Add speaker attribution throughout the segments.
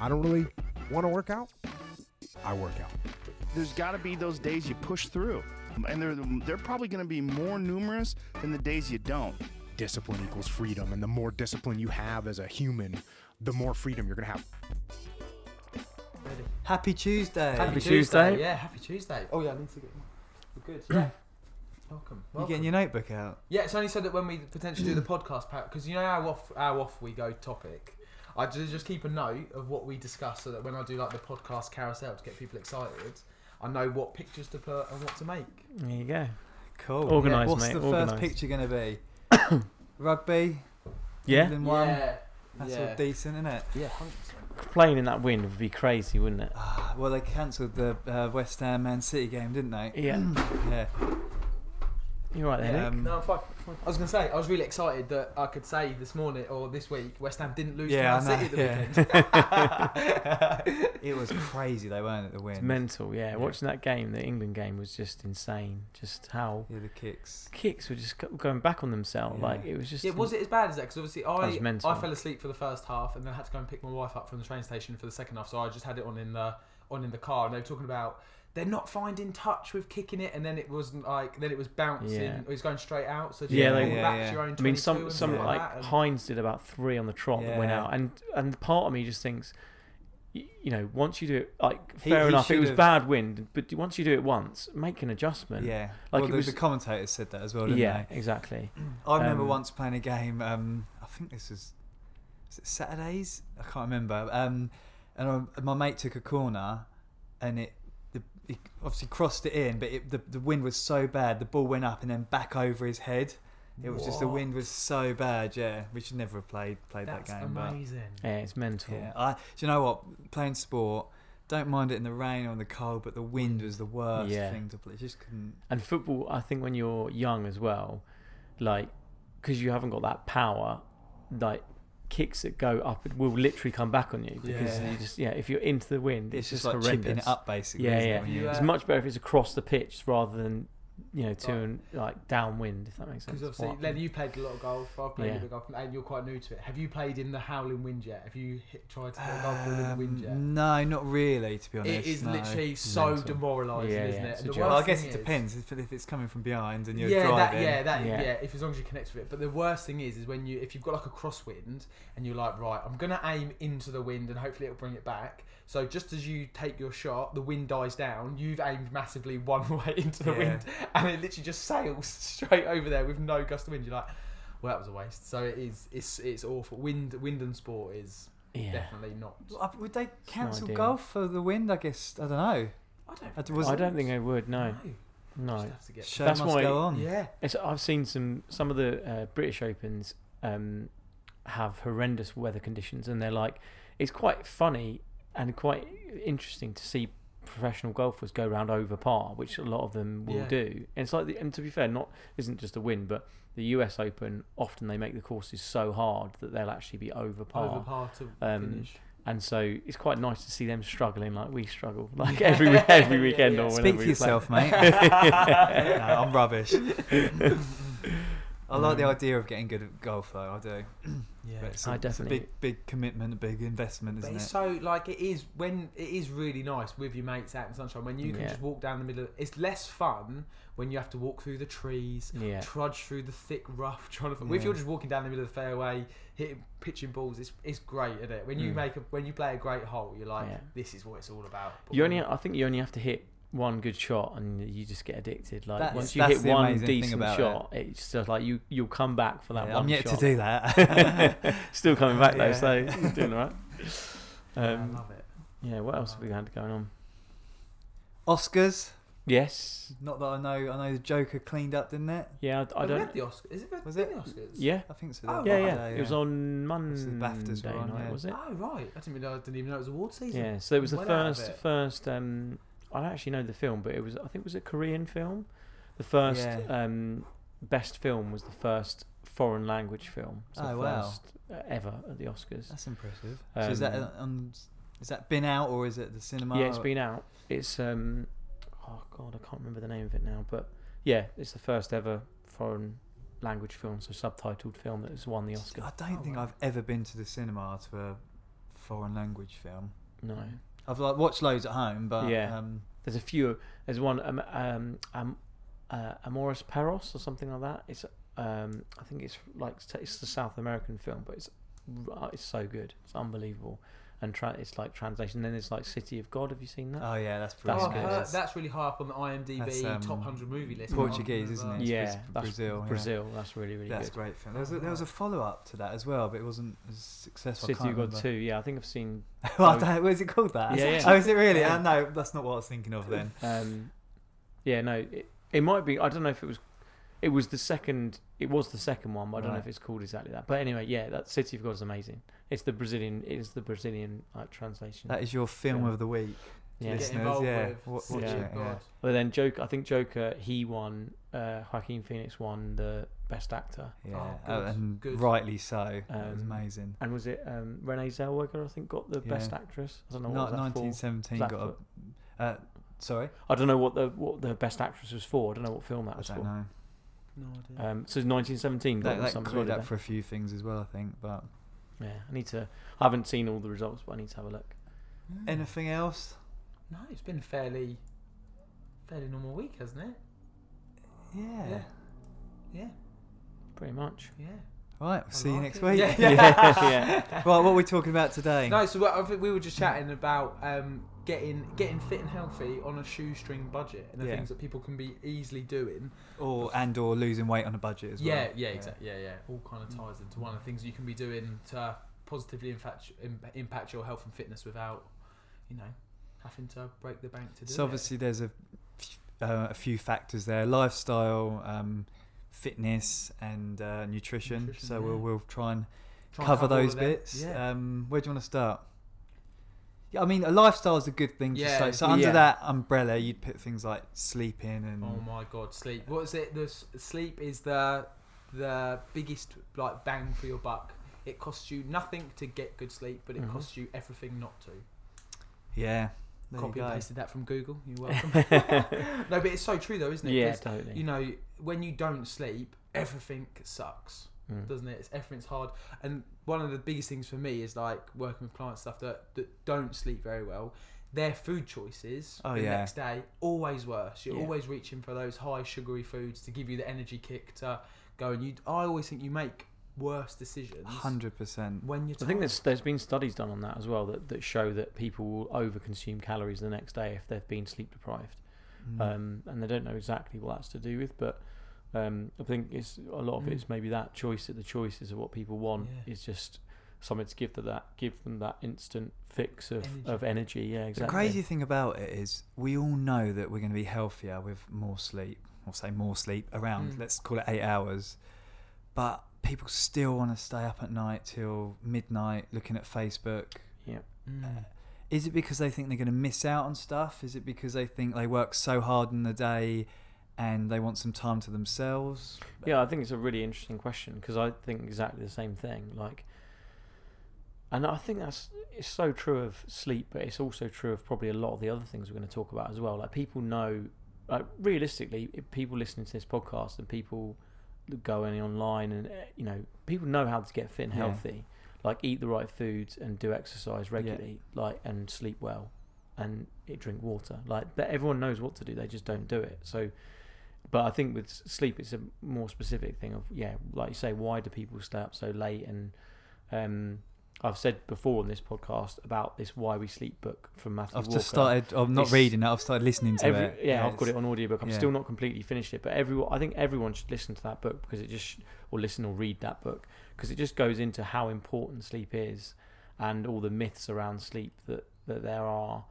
Speaker 1: I don't really want to work out. I work out.
Speaker 2: There's got to be those days you push through, and they're they're probably going to be more numerous than the days you don't.
Speaker 3: Discipline equals freedom, and the more discipline you have as a human, the more freedom you're gonna have.
Speaker 4: Happy Tuesday.
Speaker 5: Happy Tuesday.
Speaker 4: Yeah, happy Tuesday.
Speaker 5: Oh yeah, I need to get. We're good. Yeah. Welcome.
Speaker 4: You
Speaker 5: welcome.
Speaker 4: getting your notebook out?
Speaker 5: Yeah, it's only so that when we potentially do the podcast pack, because you know how off how off we go topic. I ju- just keep a note of what we discuss so that when I do like the podcast carousel to get people excited, I know what pictures to put and what to make.
Speaker 6: There you go.
Speaker 4: Cool.
Speaker 6: Organised,
Speaker 4: What's
Speaker 6: mate,
Speaker 4: the first
Speaker 6: organised.
Speaker 4: picture going to be? Rugby.
Speaker 6: Yeah,
Speaker 4: England one.
Speaker 5: Yeah.
Speaker 4: That's
Speaker 5: yeah.
Speaker 4: all decent, isn't it?
Speaker 5: yeah, 100%.
Speaker 6: playing in that wind would be crazy, wouldn't it?
Speaker 4: Ah, well, they cancelled the uh, West Ham Man City game, didn't they?
Speaker 6: Yeah,
Speaker 4: Yeah.
Speaker 6: you're right there.
Speaker 4: Yeah,
Speaker 6: Nick.
Speaker 4: um,
Speaker 5: No, I'm fine. I was gonna say I was really excited that I could say this morning or this week West Ham didn't lose
Speaker 4: Yeah, I
Speaker 5: to Man City
Speaker 4: know,
Speaker 5: at the weekend.
Speaker 4: It was crazy. They weren't at the
Speaker 6: It's
Speaker 4: win.
Speaker 6: mental. Yeah,
Speaker 4: Yeah.
Speaker 6: watching that game, the England game, was just insane. Just how
Speaker 4: yeah, the kicks.
Speaker 6: kicks were just go- going back on themselves.
Speaker 4: Yeah.
Speaker 6: Like it was just.
Speaker 5: Yeah, was it as bad as that? Because obviously
Speaker 6: was
Speaker 5: I
Speaker 6: mental.
Speaker 5: I fell asleep for the first half and then had to go and pick my wife up from the train station for the second half. So I just had it on in the on in the car, and they were talking about they're not finding touch with kicking it, and then it wasn't like then it was bouncing.
Speaker 6: Yeah.
Speaker 5: It was going straight out. So just
Speaker 6: Yeah,
Speaker 5: all
Speaker 6: they-
Speaker 4: Yeah,
Speaker 5: back
Speaker 4: yeah.
Speaker 5: to your own
Speaker 6: I mean,
Speaker 5: 22
Speaker 6: some
Speaker 5: and
Speaker 6: some
Speaker 5: stuff
Speaker 6: like
Speaker 5: that, and-
Speaker 6: Hines did about three on the trot that went
Speaker 4: Yeah.
Speaker 6: out, and and part of me just thinks, y- you know, once you do it, like
Speaker 4: He-
Speaker 6: fair
Speaker 4: he
Speaker 6: enough, it was
Speaker 4: should've-
Speaker 6: bad wind, but once you do it once, make an adjustment.
Speaker 4: Yeah.
Speaker 6: Like
Speaker 4: well,
Speaker 6: it
Speaker 4: the,
Speaker 6: was-
Speaker 4: the commentators said that as well, didn't
Speaker 6: Yeah,
Speaker 4: they?
Speaker 6: exactly.
Speaker 4: I remember
Speaker 6: Um,
Speaker 4: once playing a game. Um, I think this was, was it Saturdays. I can't remember. Um, and I, my mate took a corner, and it, the, he obviously crossed it in, but it, the the wind was so bad. The ball went up and then back over his head. It was just the
Speaker 5: What?
Speaker 4: wind was so bad. Yeah, we should never have played played
Speaker 5: That's
Speaker 4: that game. but-
Speaker 5: amazing.
Speaker 6: Yeah, it's mental.
Speaker 4: yeah, I. Do you know what? Playing sport. Don't mind it in the rain or in the cold, but the wind was the worst
Speaker 6: Yeah.
Speaker 4: thing to play. Just couldn't.
Speaker 6: And football, I think when you're young as well, like, because you haven't got that power, like, kicks that go up it will literally come back on you because
Speaker 4: Yeah.
Speaker 6: you just yeah if you're into the wind
Speaker 4: It's,
Speaker 6: it's,
Speaker 4: just, like
Speaker 6: horrendous
Speaker 4: chipping it up, basically.
Speaker 6: Yeah,
Speaker 4: isn't it,
Speaker 6: yeah.
Speaker 4: when
Speaker 5: You,
Speaker 4: you-
Speaker 5: uh,
Speaker 6: it's much better if it's across the pitch rather than you know to and like downwind if that makes sense
Speaker 5: Because obviously,
Speaker 6: What-
Speaker 5: Len, you played a lot of golf. I've played
Speaker 6: Yeah.
Speaker 5: a bit of golf, and you're quite new to it. Have you played in the howling wind yet? Have you hit, tried to hit a golf ball in the wind
Speaker 4: Um,
Speaker 5: yet?
Speaker 4: No, not really, to be honest.
Speaker 5: It is
Speaker 4: no.
Speaker 5: literally so
Speaker 4: Mental.
Speaker 5: demoralising,
Speaker 6: Yeah,
Speaker 5: isn't
Speaker 6: yeah,
Speaker 5: it?
Speaker 6: it's
Speaker 5: And
Speaker 6: a
Speaker 5: the
Speaker 6: joke.
Speaker 4: Well, I
Speaker 5: worst
Speaker 4: guess
Speaker 5: thing
Speaker 4: it
Speaker 5: is-
Speaker 4: depends if, if it's coming from behind and you're
Speaker 5: yeah,
Speaker 4: driving.
Speaker 5: that, yeah, that,
Speaker 6: Yeah.
Speaker 5: yeah, If as long as you connect with it. But the worst thing is, is when you, if you've got like a crosswind and you're like, right, I'm gonna aim into the wind and hopefully it'll bring it back. So just as you take your shot, the wind dies down. You've aimed massively one way into the
Speaker 4: Yeah.
Speaker 5: wind, and it literally just sails straight over there with no gust of wind. You're like, well, that was a waste. So it is, it's, it's awful. Wind, wind and sport is
Speaker 6: yeah
Speaker 5: definitely not.
Speaker 4: Well, uh, Would they cancel
Speaker 6: ideal.
Speaker 4: golf for the wind? I guess I don't know.
Speaker 5: I don't.
Speaker 4: That was-
Speaker 6: I don't think I would no
Speaker 5: Just
Speaker 6: no
Speaker 5: have to get-
Speaker 4: Show
Speaker 6: That's
Speaker 4: must
Speaker 6: why-
Speaker 4: go on.
Speaker 5: Yeah.
Speaker 6: it's, I've seen some some of the uh, British Opens um, have horrendous weather conditions and they're like it's quite funny and quite interesting to see professional golfers go round over par which a lot of them will
Speaker 5: Yeah.
Speaker 6: do and it's like the, and to be fair not isn't just the wind but the US Open often they make the courses so hard that they'll actually be over par
Speaker 5: Over par to
Speaker 6: Um,
Speaker 5: finish.
Speaker 6: and so it's quite nice to see them struggling like we struggle like every week every
Speaker 5: Yeah,
Speaker 6: weekend
Speaker 5: yeah.
Speaker 6: or whenever
Speaker 4: Speak for
Speaker 6: we play.
Speaker 4: yourself, mate. no, I'm rubbish. I like the idea of getting good at golf, though. I do.
Speaker 5: Yeah.
Speaker 4: But it's a,
Speaker 6: Mm. I
Speaker 4: It's a
Speaker 6: definitely-
Speaker 4: big, big commitment, a big investment,
Speaker 5: But
Speaker 4: isn't
Speaker 5: it's
Speaker 4: it?
Speaker 5: so like it is when it is really nice with your mates out in the sunshine when you can
Speaker 6: Yeah.
Speaker 5: just walk down the middle. Of, it's less fun when you have to walk through the trees,
Speaker 6: yeah
Speaker 5: trudge through the thick rough. Trying to, if
Speaker 4: Yeah.
Speaker 5: you're just walking down the middle of the fairway, hitting pitching balls, it's it's great, isn't it? When you
Speaker 6: Mm.
Speaker 5: make a when you play a great hole, you're like,
Speaker 6: Yeah.
Speaker 5: this is what it's all about. But
Speaker 6: You
Speaker 5: when-
Speaker 6: only, I think you only have to hit one good shot, and you just get addicted. Like
Speaker 4: That's-
Speaker 6: once you
Speaker 4: that's
Speaker 6: hit
Speaker 4: the
Speaker 6: one
Speaker 4: amazing thing
Speaker 6: decent
Speaker 4: about
Speaker 6: shot, it's just like you you'll come back for that
Speaker 4: Yeah,
Speaker 6: one.
Speaker 4: I'm yet
Speaker 6: shot.
Speaker 4: to do that.
Speaker 6: Still coming back though,
Speaker 4: Yeah.
Speaker 6: so you're doing all right.
Speaker 5: Yeah, I
Speaker 6: Um,
Speaker 5: love it.
Speaker 6: yeah, what else have we had going on?
Speaker 4: Oscars.
Speaker 6: Yes,
Speaker 4: Not that I know. I know the Joker cleaned up, didn't it?
Speaker 6: yeah, I, I
Speaker 5: Have we
Speaker 6: don't.
Speaker 5: had the Oscars. Is it red,
Speaker 4: Was
Speaker 5: the
Speaker 4: it-
Speaker 5: Oscars?
Speaker 6: Yeah,
Speaker 4: I think so.
Speaker 5: Oh,
Speaker 4: that
Speaker 6: yeah,
Speaker 4: one
Speaker 6: yeah.
Speaker 4: day,
Speaker 6: It was on
Speaker 4: It's
Speaker 6: Monday
Speaker 4: the BAFTAs were on,
Speaker 6: night,
Speaker 4: yeah.
Speaker 6: was it?
Speaker 5: Oh right, I didn't even know. I didn't even know it was award season.
Speaker 6: Yeah, so it was the
Speaker 5: Well out of
Speaker 6: first
Speaker 5: it.
Speaker 6: first. Um, I don't actually know the film, but it was I think it was a Korean film. The first
Speaker 4: Yeah.
Speaker 6: um, best film was the first foreign language film. It's the
Speaker 4: Oh, wow.
Speaker 6: first uh, ever at the Oscars.
Speaker 4: That's impressive. so is that
Speaker 6: Um,
Speaker 4: uh, on? Is that been out or is it the cinema?
Speaker 6: yeah, it's
Speaker 4: or-
Speaker 6: been out. It's um, oh god, I can't remember the name of it now, but yeah, it's the first ever foreign language film, so subtitled film that has won the Oscar.
Speaker 4: I don't
Speaker 5: Oh,
Speaker 4: think
Speaker 5: wow.
Speaker 4: I've ever been to the cinema to a foreign language film.
Speaker 6: No,
Speaker 4: I've like watched loads at home, but
Speaker 6: Yeah.
Speaker 4: um,
Speaker 6: there's a few. There's one um, um, um uh, Amoris Perros or something like that. It's um, I think it's like it's the South American film, but it's r- it's so good. It's unbelievable, and tra- it's like translation. Then there's like City of God. Have you seen that?
Speaker 4: oh yeah, that's
Speaker 6: That's
Speaker 4: brilliant.
Speaker 5: oh, I've
Speaker 6: good.
Speaker 5: heard- that's really high up on the IMDb
Speaker 4: That's, um,
Speaker 5: top 100 movie list.
Speaker 4: Portuguese, isn't it? it's
Speaker 6: yeah,
Speaker 4: Braz-
Speaker 6: that's
Speaker 4: Brazil, yeah.
Speaker 6: Brazil. That's really really
Speaker 4: That's a
Speaker 6: good.
Speaker 4: great film. There was a, there was a follow up to that as well, but it wasn't as successful. I
Speaker 6: City
Speaker 4: can't
Speaker 6: of God
Speaker 4: remember.
Speaker 6: two. Yeah, I think I've seen.
Speaker 4: well, that, was it called that?
Speaker 6: Yeah, yeah.
Speaker 4: Oh, is it really?
Speaker 6: Yeah.
Speaker 4: Oh, no, that's not what I was thinking of then.
Speaker 6: Um, yeah, no, it, it might be. I don't know if it was. It was the second. It was the second one, but I don't know
Speaker 4: Right.
Speaker 6: if it's called exactly that. But anyway, yeah, that City of God is amazing. It's the Brazilian. It is the Brazilian like translation.
Speaker 4: That is your film
Speaker 6: Yeah.
Speaker 4: of the week.
Speaker 6: yeah.
Speaker 5: Get
Speaker 4: Listeners,
Speaker 5: involved
Speaker 4: yeah.
Speaker 5: with
Speaker 4: Wa-
Speaker 5: City
Speaker 6: watch
Speaker 5: of
Speaker 4: it, yeah.
Speaker 5: God.
Speaker 6: But then Joker, I think Joker, he won. Uh, Joaquin Phoenix won the Best Actor,
Speaker 4: Yeah,
Speaker 5: Oh,
Speaker 4: oh,
Speaker 5: good,
Speaker 4: and
Speaker 5: good.
Speaker 4: rightly so. it was
Speaker 6: Um,
Speaker 4: amazing.
Speaker 6: and was it um, Renee Zellweger? I think got the
Speaker 4: Yeah.
Speaker 6: Best Actress. I don't know
Speaker 4: Not
Speaker 6: what was that for.
Speaker 4: 1917
Speaker 6: Was
Speaker 4: got a.
Speaker 6: that
Speaker 4: Uh, sorry,
Speaker 6: I don't know what the what the Best Actress was for. I don't know what film that
Speaker 4: I
Speaker 6: was
Speaker 4: don't
Speaker 6: for.
Speaker 4: know.
Speaker 5: No idea.
Speaker 6: Um, so 1917 got
Speaker 4: That,
Speaker 6: them
Speaker 4: that
Speaker 6: something.
Speaker 4: clued
Speaker 6: didn't
Speaker 4: up for a few things as well, I think. But
Speaker 6: they? Yeah, I need to. I haven't seen all the results, but I need to have a look.
Speaker 4: anything else?
Speaker 5: no, it's been a fairly, fairly normal week, hasn't it?
Speaker 4: Yeah.
Speaker 5: Yeah. Yeah,
Speaker 6: Pretty much.
Speaker 5: yeah.
Speaker 4: Right. We'll
Speaker 5: I
Speaker 4: see you
Speaker 5: like
Speaker 4: next
Speaker 5: it.
Speaker 4: week.
Speaker 5: Yeah.
Speaker 6: yeah,
Speaker 4: right. What are we talking about today?
Speaker 5: No, so I think we were just chatting about um, getting getting fit and healthy on a shoestring budget and the
Speaker 4: Yeah.
Speaker 5: things that people can be easily doing.
Speaker 4: Or and or losing weight on a budget as well.
Speaker 5: yeah, yeah, exactly. Yeah, yeah. All kind of ties into one of the things you can be doing to positively impact im- impact your health and fitness without, you know, having to break the bank to do
Speaker 4: So obviously, there's a f- uh, a few factors there: lifestyle, um, fitness, and uh, nutrition.
Speaker 5: Nutrition,
Speaker 4: So we'll
Speaker 5: yeah.
Speaker 4: we'll try and
Speaker 5: it. Try and
Speaker 4: cover
Speaker 5: all
Speaker 4: those
Speaker 5: of them.
Speaker 4: bits.
Speaker 5: Yeah.
Speaker 4: Um, where do you want to start? Yeah, I mean, a lifestyle is a good thing.
Speaker 5: Yeah.
Speaker 4: to say. So under
Speaker 6: Yeah.
Speaker 4: that umbrella, you'd put things like sleeping and
Speaker 5: Oh my god, sleep. What is it? The s- sleep is the the biggest like bang for your buck. It costs you nothing to get good sleep, but it
Speaker 4: Mm-hmm.
Speaker 6: Mhm.
Speaker 5: costs you everything not to.
Speaker 4: yeah. There
Speaker 5: Copy
Speaker 4: you
Speaker 5: and
Speaker 4: go.
Speaker 5: pasted that from Google. You're welcome. no, but it's so true though, isn't it?
Speaker 6: yeah,
Speaker 5: 'Cause,
Speaker 6: totally.
Speaker 5: You know, when you don't sleep, everything sucks,
Speaker 6: Mm.
Speaker 5: doesn't it? It's everything's hard. And one of the biggest things for me is like working with clients stuff that that don't sleep very well. Their food choices
Speaker 4: Oh,
Speaker 5: the
Speaker 4: yeah.
Speaker 5: next day always worse. You're
Speaker 6: Yeah.
Speaker 5: always reaching for those high sugary foods to give you the energy kick to go. And you, I always think you make worse decisions
Speaker 4: Hundred percent.
Speaker 5: when you're.
Speaker 6: I think
Speaker 5: tired.
Speaker 6: there's there's been studies done on that as well that, that show that people will overconsume calories the next day if they've been sleep deprived,
Speaker 4: Mm. Hmm.
Speaker 6: um, and they don't know exactly what that's to do with. But um, I think it's a lot of
Speaker 5: Mm.
Speaker 6: it's maybe that choice that the choices of what people want
Speaker 5: Yeah.
Speaker 6: is just something to give them that give them that instant fix of
Speaker 5: Energy.
Speaker 6: of energy. Yeah,
Speaker 4: The
Speaker 6: exactly.
Speaker 4: crazy thing about it is, we all know that we're going to be healthier with more sleep, or say more sleep around,
Speaker 6: Hmm.
Speaker 5: Mm.
Speaker 4: let's call it eight hours. But people still want to stay up at night till midnight looking at Facebook.
Speaker 6: Yeah.
Speaker 5: Mm.
Speaker 4: Is it because they think they're going to miss out on stuff? Is it because they think they work so hard in the day and they want some time to themselves?
Speaker 6: Yeah, I think it's a really interesting question because I think exactly the same thing. Like, and I think that's it's so true of sleep, but it's also true of probably a lot of the other things we're going to talk about as well. Like, people know, like realistically, if people listening to this podcast and people going online and eh, you know, people know how to get fit and
Speaker 4: Yeah.
Speaker 6: healthy. Like, eat the right foods and do exercise regularly. Like, and sleep well, and eh, drink water. Like, that everyone knows what to do. They just don't do it. So but I think with s- sleep, it's a more specific thing of yeah, like you say, why do people stay up so late? And um, I've said before on this podcast about this "Why We Sleep" book from Matthew.
Speaker 4: I've
Speaker 6: Walker.
Speaker 4: just started, I'm not
Speaker 6: It's-
Speaker 4: reading it, I've started listening to
Speaker 6: Every,
Speaker 4: it.
Speaker 6: yeah, I've got
Speaker 4: it's-
Speaker 6: it on audiobook. I'm
Speaker 4: yeah.
Speaker 6: still not completely finished it, but everyone, I think everyone should listen to that book because it just or listen or read that book because it just goes into how important sleep is and all the myths around sleep that that there are.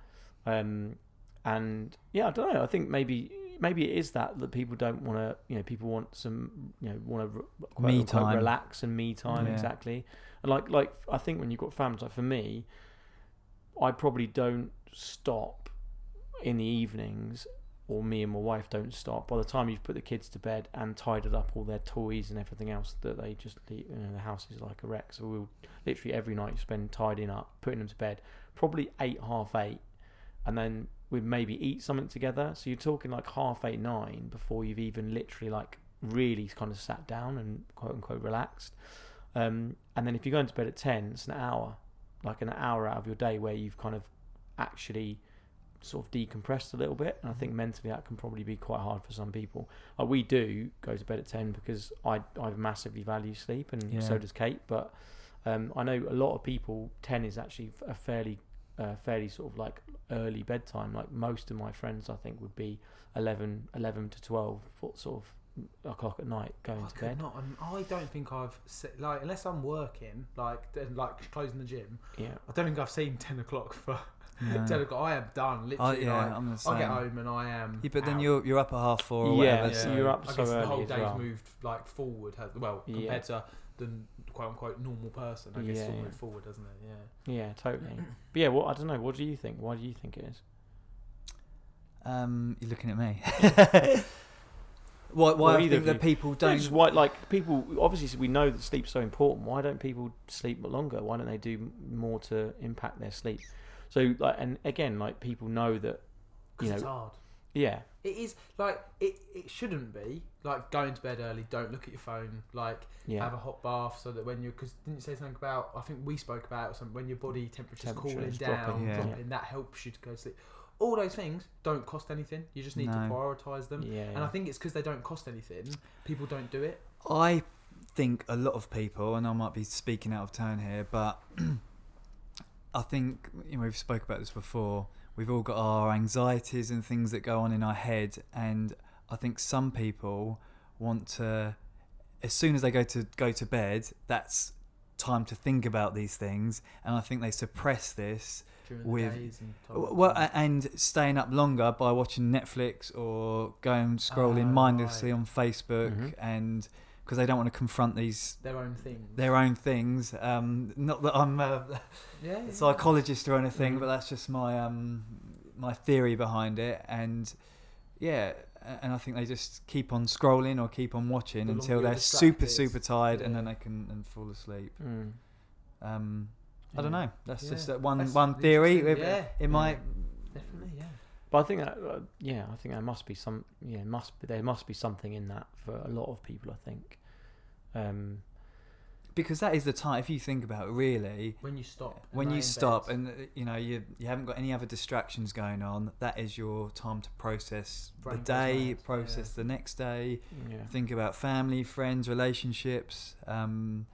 Speaker 6: Um, and yeah, I don't know. I think maybe maybe it is that that people don't want to. You know, people want some. You know, want to
Speaker 4: Me time.
Speaker 6: relax and me time
Speaker 4: Yeah.
Speaker 6: exactly. And like like I think when you've got families, like for me, I probably don't stop in the evenings, or me and my wife don't stop. By the time you've put the kids to bed and tidied up all their toys and everything else that they just leave, you know, the house is like a wreck. So we'll literally every night spend tidying up, putting them to bed, probably eight, half eight, and then we'd maybe eat something together. So you're talking like half eight, nine before you've even literally like really kind of sat down and quote unquote relaxed. Um, and then if you're going to bed at ten, it's an hour. like an hour out of your day where you've kind of actually sort of decompressed a little bit. And I think mentally that can probably be quite hard for some people. Like we do go to bed at ten because I I massively value sleep, and
Speaker 4: Yeah.
Speaker 6: so does Kate. But um, I know a lot of people ten is actually a fairly uh, fairly sort of like early bedtime. Like most of my friends, I think would be 11, 11 to twelve, for- sort of mm, o'clock at night going
Speaker 5: I
Speaker 6: to
Speaker 5: could
Speaker 6: bed.
Speaker 5: not. I'm- I don't think I've se- like unless I'm working, like d- like closing the gym.
Speaker 6: Yeah.
Speaker 5: I don't think I've seen ten o'clock for
Speaker 4: No.
Speaker 6: Uh,
Speaker 5: ten o'clock. I am done.
Speaker 4: Oh,
Speaker 5: Literally,
Speaker 4: yeah, I'm the
Speaker 5: I, I
Speaker 4: same.
Speaker 5: get home and I am.
Speaker 4: Yeah, but then
Speaker 5: out.
Speaker 4: you're you're up at half four. Or
Speaker 6: Yeah,
Speaker 4: whatever,
Speaker 6: so
Speaker 4: so
Speaker 6: you're up
Speaker 5: I
Speaker 6: so
Speaker 5: guess the
Speaker 6: early
Speaker 5: whole
Speaker 6: as
Speaker 5: day's
Speaker 6: well.
Speaker 5: moved like forward. has- Well, compared
Speaker 6: Yeah.
Speaker 5: to the quote unquote normal person, I guess
Speaker 6: Yeah,
Speaker 5: it's all
Speaker 6: yeah.
Speaker 5: moved forward, doesn't it? Yeah.
Speaker 6: Yeah, totally. but yeah, well, I don't know. What do you think? Why do you think it is?
Speaker 4: Um, you're looking at me. why? Why
Speaker 6: Well,
Speaker 4: I
Speaker 6: either
Speaker 4: think
Speaker 6: of you.
Speaker 4: that people
Speaker 6: No,
Speaker 4: don't?
Speaker 6: just why, like people. Obviously, we know that sleep's so important. Why don't people sleep longer? Why don't they do m- more to impact their sleep? So, like, and again, like people know that,
Speaker 5: Because
Speaker 6: you
Speaker 5: it's
Speaker 6: know,
Speaker 5: hard.
Speaker 6: yeah,
Speaker 5: It is like it. It shouldn't be like going to bed early. Don't look at your phone. Like
Speaker 6: yeah,
Speaker 5: have a hot bath so that when you're because didn't you say something about I think we spoke about it or something when your body temperature's cooling
Speaker 6: Temperature's
Speaker 5: down,
Speaker 6: dropping,
Speaker 5: dropping,
Speaker 4: yeah.
Speaker 5: that helps you to go to sleep. All those things don't cost anything. You just need to
Speaker 4: No.
Speaker 5: prioritize them.
Speaker 6: yeah.
Speaker 5: And I think it's because they don't cost anything. People don't do it.
Speaker 4: I think a lot of people, and I might be speaking out of turn here, but I think you know, we've spoke about this before. We've all got our anxieties and things that go on in our head, and I think some people want to, as soon as they go to go to bed, that's time to think about these things, and I think they suppress this
Speaker 5: During the
Speaker 4: With-
Speaker 5: days and time.
Speaker 4: well, a- and staying up longer by watching Netflix or going scrolling
Speaker 5: Oh,
Speaker 4: mindlessly
Speaker 5: right. Mm-hmm.
Speaker 4: on Facebook,
Speaker 6: Mhm.
Speaker 4: and because they don't want to confront these
Speaker 5: their own thing.
Speaker 4: their own things. Um, not that I'm a
Speaker 5: yeah, Mm-hmm. yeah.
Speaker 4: psychologist or anything,
Speaker 6: Mhm.
Speaker 4: but that's just my um, my theory behind it. And yeah, a- and I think they just keep on scrolling or keep on watching
Speaker 5: The longer
Speaker 4: until
Speaker 5: you're
Speaker 4: they're super
Speaker 5: distracted,
Speaker 4: super tired, and
Speaker 5: yeah.
Speaker 4: then they can and fall asleep.
Speaker 6: Mm.
Speaker 4: Um, I don't
Speaker 6: Yeah.
Speaker 4: know. That's
Speaker 5: Yeah.
Speaker 4: just uh, one
Speaker 5: That's
Speaker 4: one theory. It,
Speaker 5: interesting. Yeah.
Speaker 4: it might.
Speaker 5: definitely. Yeah.
Speaker 6: But I think that, uh, yeah, I think there must be some, yeah, must be there must be something in that for a lot of people. I think, um,
Speaker 4: because that is the time if you think about it really
Speaker 5: When you stop. and
Speaker 4: when
Speaker 5: lay
Speaker 4: you
Speaker 5: in
Speaker 4: stop
Speaker 5: bed.
Speaker 4: and uh, you know you you haven't got any other distractions going on that is your time to process
Speaker 5: Brain
Speaker 4: the
Speaker 5: goes
Speaker 4: day
Speaker 5: mad,
Speaker 4: process the next day
Speaker 6: yeah,
Speaker 4: think about family friends relationships um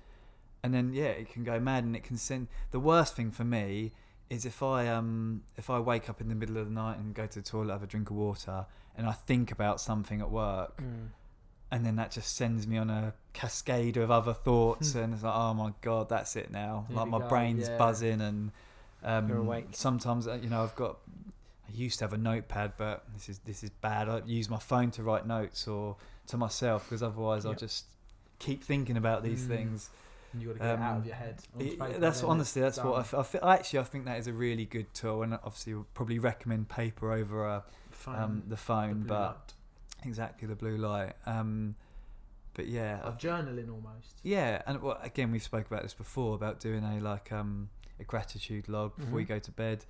Speaker 4: and then yeah it can go mad and it can send the worst thing for me is if i um if i wake up in the middle of the night and go to the toilet have a drink of water and i think about something at work
Speaker 6: Mm.
Speaker 4: and then that just sends me on a cascade of other thoughts and it's like oh my god that's it now
Speaker 5: Hmm. Here
Speaker 4: like
Speaker 5: we
Speaker 4: my
Speaker 5: go,
Speaker 4: brain's
Speaker 5: yeah. buzzing
Speaker 4: buzzing and um,
Speaker 6: You're awake.
Speaker 4: sometimes uh, you know i've got i used to have a notepad but this is this is bad i use my phone to write notes or to myself because otherwise i'll
Speaker 6: Yep.
Speaker 4: just keep thinking about these
Speaker 5: Mm.
Speaker 4: things
Speaker 5: And you got to get it out of
Speaker 4: um,
Speaker 5: your head.
Speaker 4: It-
Speaker 5: onto paper,
Speaker 4: that's
Speaker 5: then
Speaker 4: honestly
Speaker 5: it's
Speaker 4: that's what I, um, f-
Speaker 5: done.
Speaker 4: I fe- I actually i think that is a really good tool and obviously would probably recommend paper over uh,
Speaker 5: Phone,
Speaker 4: um, the
Speaker 5: the
Speaker 4: phone
Speaker 5: blue
Speaker 4: but
Speaker 5: light.
Speaker 4: exactly the blue light um but yeah
Speaker 5: Like journaling almost.
Speaker 4: Yeah, and well, again, we've spoke about this before about doing a like um a gratitude log before you
Speaker 6: Mhm.
Speaker 4: go to bed.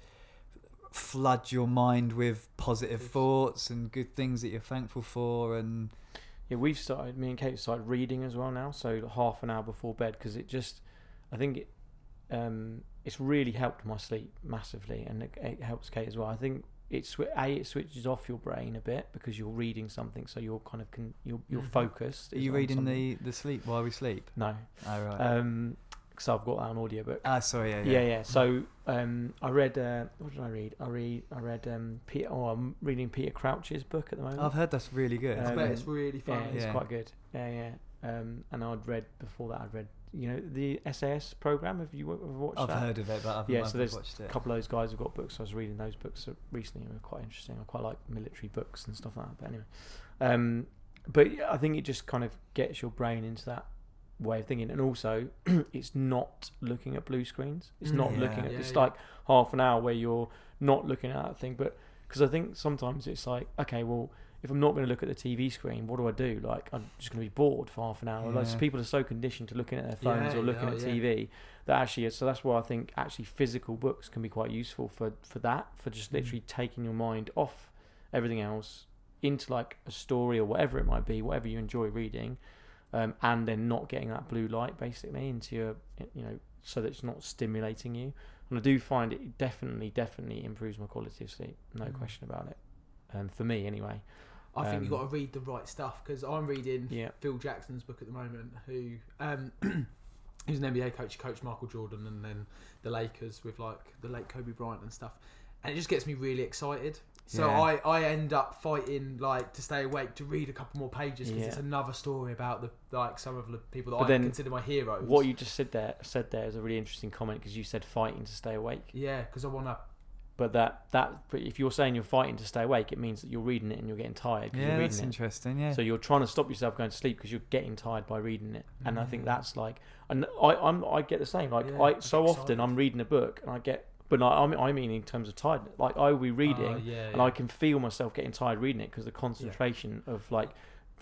Speaker 4: Flood your mind with positive
Speaker 5: Yes.
Speaker 4: thoughts and good things that you're thankful for, and
Speaker 6: Yeah, we've started. Me and Kate started reading as well now, so half an hour before bed because it just, I think it, um, it's really helped my sleep massively, and it, it helps Kate as well. I think it swi- a it switches off your brain a bit because you're reading something, so you're kind of con- you're you're
Speaker 5: Mhm.
Speaker 6: focused.
Speaker 4: Mm-hmm. are
Speaker 6: is
Speaker 4: you
Speaker 6: on
Speaker 4: reading
Speaker 6: something.
Speaker 4: the the sleep while we sleep?
Speaker 6: No,
Speaker 4: Oh right.
Speaker 6: um, because I've got that on audiobook.
Speaker 4: ah, sorry. Yeah, yeah.
Speaker 6: Yeah, yeah. So um, I read. Uh, what did I read? I read. I read. Um, Peter. Oh, I'm reading Peter Crouch's book at the moment.
Speaker 4: I've heard that's really good.
Speaker 5: I
Speaker 6: Um,
Speaker 5: bet it's really
Speaker 6: Yeah,
Speaker 5: fun.
Speaker 6: it's
Speaker 4: Yeah.
Speaker 6: quite good. Yeah, yeah. Um, and I'd read before that. I'd read, you know, the SAS program. Have you ever watched
Speaker 4: I've
Speaker 6: that?
Speaker 4: heard of it, but I've
Speaker 6: Yeah,
Speaker 4: not
Speaker 6: so there's
Speaker 4: watched
Speaker 6: A
Speaker 4: it.
Speaker 6: couple of those guys have got books. I was reading those books recently, and were quite interesting. I quite like military books and stuff like that. But anyway, um, but yeah, I think it just kind of gets your brain into that way of thinking, and also it's not looking at blue screens. It's
Speaker 5: Mm.
Speaker 6: not
Speaker 4: Yeah.
Speaker 6: looking at.
Speaker 5: Yeah,
Speaker 6: it's
Speaker 5: yeah.
Speaker 6: like half an hour where you're not looking at that thing, but because I think sometimes it's like, okay, well, if I'm not going to look at the TV screen, what do I do? Like, I'm just going to be bored for half an hour. Like,
Speaker 4: Yeah.
Speaker 6: people are so conditioned to looking at their phones
Speaker 5: Yeah,
Speaker 6: or looking
Speaker 5: yeah,
Speaker 6: at
Speaker 5: yeah.
Speaker 6: TV that actually, so that's why I think actually physical books can be quite useful for for that, for just
Speaker 4: Mm.
Speaker 6: literally taking your mind off everything else into like a story or whatever it might be, whatever you enjoy reading, um, and then not getting that blue light basically into your, you know, so that it's not stimulating you. And I do find it definitely, definitely improves my quality of sleep. No
Speaker 5: Mm.
Speaker 6: question about it. And for me, anyway.
Speaker 5: I think you've
Speaker 6: Um,
Speaker 5: got to read the right stuff because I'm reading
Speaker 6: Yeah.
Speaker 5: Phil Jackson's book at the moment, who um, who's an NBA coach, coached Michael Jordan and then the Lakers with like the late Kobe Bryant and stuff, and it just gets me really excited. So
Speaker 4: Yeah.
Speaker 5: I, I end up fighting like to stay awake to read a couple more pages because it's
Speaker 6: Yeah.
Speaker 5: another story about the like some of the people that
Speaker 6: But
Speaker 5: I
Speaker 6: then
Speaker 5: consider my heroes.
Speaker 6: What you just said there said there is a really interesting comment because you said fighting to stay awake.
Speaker 5: yeah, because I want to.
Speaker 6: But that that but if you're saying you're fighting to stay awake, it means that you're reading it and you're getting tired. 'cause
Speaker 4: Yeah,
Speaker 6: you're
Speaker 4: that's
Speaker 6: reading it.
Speaker 4: interesting. Yeah.
Speaker 6: So you're trying to stop yourself going to sleep because you're getting tired by reading it, and I think that's like, and I I'm, I get the same. Like
Speaker 5: Mm. Yeah,
Speaker 6: I
Speaker 5: it's
Speaker 6: so often
Speaker 5: exciting.
Speaker 6: I'm reading a book and I get, but no, I mean, I mean in terms of tiredness. Like I will be reading
Speaker 5: Oh, yeah,
Speaker 6: and
Speaker 5: yeah.
Speaker 6: I can feel myself getting tired reading it because the concentration of like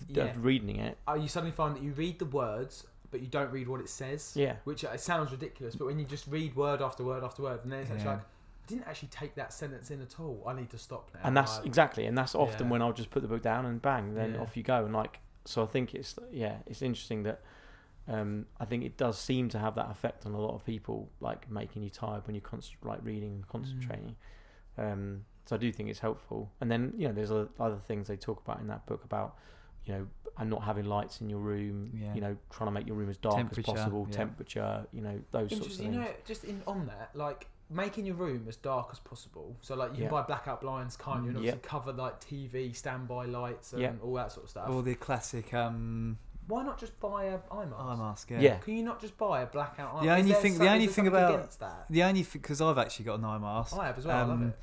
Speaker 6: th-
Speaker 5: Yeah.
Speaker 6: of reading it.
Speaker 5: uh, you suddenly find that you read the words but you don't read what it says
Speaker 6: Yeah.
Speaker 5: which uh, it sounds ridiculous but when you just read word after word after word and then it's actually
Speaker 4: Yeah.
Speaker 5: like i didn't actually take that sentence in at all i need to stop now
Speaker 6: and that's
Speaker 5: Like,
Speaker 6: exactly and that's often
Speaker 5: Yeah.
Speaker 6: when i'll just put the book down and bang then
Speaker 5: Yeah.
Speaker 6: off you go and like so i think it's yeah it's interesting that um i think it does seem to have that effect on a lot of people like making you tired when you're const- like reading and concentrating um so i do think it's helpful and then you know there's other- other things they talk about in that book about you know and not having lights in your room
Speaker 4: Yeah.
Speaker 6: you know trying to make your room as dark as
Speaker 4: Temperature,
Speaker 6: possible
Speaker 4: yeah.
Speaker 6: temperature you know those sorts of
Speaker 5: interesting
Speaker 6: things
Speaker 5: you know just in on that like making your room as dark as possible so like you
Speaker 6: Yeah.
Speaker 5: can buy blackout blinds can't you
Speaker 4: Mm,
Speaker 5: and
Speaker 6: Yeah.
Speaker 5: obviously cover like tv standby lights and
Speaker 6: Yeah.
Speaker 5: all that sort of stuff
Speaker 4: all the classic um,
Speaker 5: why not just buy a eye mask
Speaker 4: eye mask. Yeah.
Speaker 6: Yeah.
Speaker 5: can you not just buy a blackout eye
Speaker 4: The
Speaker 5: Is
Speaker 4: only
Speaker 5: there
Speaker 4: thing- the
Speaker 5: some- is
Speaker 4: only
Speaker 5: there
Speaker 4: thing
Speaker 5: something
Speaker 4: about-
Speaker 5: against that
Speaker 4: The only because I've actually got an eye mask.
Speaker 6: Oh,
Speaker 5: i have as well i love
Speaker 4: um,
Speaker 5: it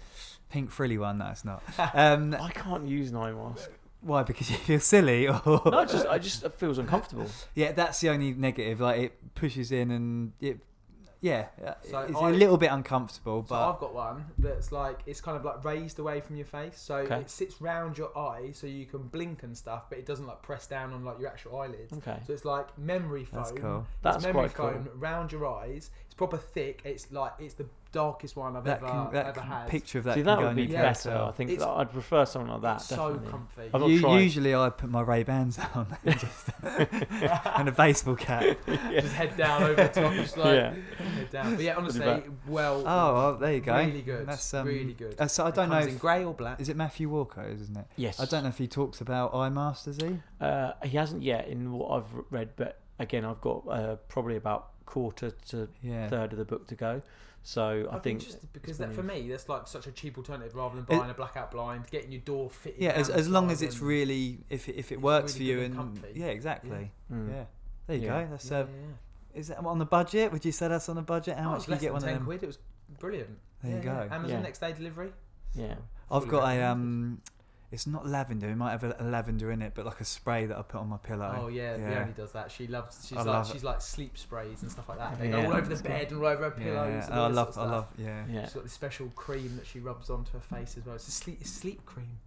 Speaker 4: Pink frilly one. No, it's not. um,
Speaker 6: i can't use an eye mask
Speaker 4: why? Because you feel silly or
Speaker 6: no I just i just it feels uncomfortable
Speaker 4: Yeah, that's the only negative. Like it pushes in and it, yeah, uh,
Speaker 5: So
Speaker 4: it's
Speaker 5: I-
Speaker 4: a little bit uncomfortable.
Speaker 5: So
Speaker 4: But
Speaker 5: I've got one that's like it's kind of like raised away from your face, so
Speaker 6: Okay.
Speaker 5: it sits round your eye, so you can blink and stuff, but it doesn't like press down on like your actual eyelids.
Speaker 6: okay
Speaker 5: So it's like memory foam.
Speaker 4: Mm. that's cool.
Speaker 6: that's
Speaker 5: it's memory
Speaker 6: quite cool
Speaker 5: foam round your eyes. It's proper thick. It's like it's the darkest one I've
Speaker 4: That
Speaker 5: ever
Speaker 4: can, that
Speaker 5: ever
Speaker 4: can-
Speaker 5: had.
Speaker 4: picture of that.
Speaker 6: See,
Speaker 4: can
Speaker 6: that
Speaker 4: go
Speaker 6: would
Speaker 4: on
Speaker 6: be
Speaker 4: your
Speaker 5: yeah,
Speaker 4: face
Speaker 6: better. I
Speaker 4: or-
Speaker 6: think
Speaker 5: It's-
Speaker 6: that I'd prefer something like that.
Speaker 5: It's so
Speaker 6: definitely.
Speaker 5: comfy.
Speaker 6: I've not
Speaker 4: U-
Speaker 6: tried.
Speaker 4: usually, I put my Ray Bans on and, just, and a baseball cap.
Speaker 5: Just head down over the top, just like
Speaker 6: Yeah.
Speaker 5: head down. But yeah, honestly,
Speaker 6: about-
Speaker 5: well,
Speaker 4: Oh, well, there you go.
Speaker 5: really good.
Speaker 4: That's um,
Speaker 5: really good.
Speaker 4: uh, so I
Speaker 5: It
Speaker 4: don't know.
Speaker 5: comes in
Speaker 4: If,
Speaker 5: grey or black.
Speaker 4: is it Matthew Walker, isn't it?
Speaker 6: yes.
Speaker 4: I don't know if he talks about eye masks, does he?
Speaker 6: Uh, he hasn't yet in what I've re- read, but again, I've got uh, probably about quarter to
Speaker 4: Yeah.
Speaker 6: third of the book to go. So I
Speaker 5: I'd be
Speaker 6: think
Speaker 5: interested because
Speaker 6: it's
Speaker 5: that for
Speaker 6: brilliant.
Speaker 5: me that's like such a cheap alternative rather than
Speaker 4: It-
Speaker 5: buying a blackout blind, getting your door fitted.
Speaker 4: Yeah, as,
Speaker 5: down
Speaker 4: as long as
Speaker 5: rather
Speaker 4: it's
Speaker 5: than-
Speaker 4: really if it, if it
Speaker 5: It's
Speaker 4: works
Speaker 5: really
Speaker 4: for you
Speaker 5: good
Speaker 4: and
Speaker 5: and comfy.
Speaker 4: yeah, exactly.
Speaker 6: Mm.
Speaker 4: Yeah. There you
Speaker 6: Yeah.
Speaker 4: go. That's
Speaker 5: Yeah,
Speaker 4: uh,
Speaker 5: yeah, yeah.
Speaker 4: Is that on the budget? Would you say that's on the budget? How
Speaker 5: Oh,
Speaker 4: much
Speaker 5: it's
Speaker 4: do you
Speaker 5: less
Speaker 4: get
Speaker 5: than
Speaker 4: one of
Speaker 5: 10
Speaker 4: them?
Speaker 5: Quid, it was brilliant.
Speaker 4: There you
Speaker 5: Yeah,
Speaker 4: go.
Speaker 5: yeah. Amazon
Speaker 6: Yeah.
Speaker 5: next day delivery.
Speaker 6: yeah.
Speaker 4: I've
Speaker 5: fully
Speaker 4: got a
Speaker 5: recommended.
Speaker 4: um, it's not lavender. It might have a, a lavender in it, but like a spray that I put on my
Speaker 5: Oh
Speaker 4: pillow.
Speaker 5: yeah,
Speaker 4: yeah.
Speaker 5: Leonie does that. She loves. She's
Speaker 4: I
Speaker 5: like
Speaker 4: love it.
Speaker 5: she's like sleep sprays and stuff like that. They
Speaker 4: Yeah,
Speaker 5: go all over the
Speaker 4: that's cool.
Speaker 5: bed and all over her pillows.
Speaker 4: yeah.
Speaker 5: And
Speaker 4: Oh, I
Speaker 5: all this
Speaker 4: love, I
Speaker 5: sort of
Speaker 4: love,
Speaker 5: stuff.
Speaker 4: yeah.
Speaker 6: Yeah.
Speaker 5: She's got this special cream that she rubs onto her face as well. It's a sleep it's sleep cream.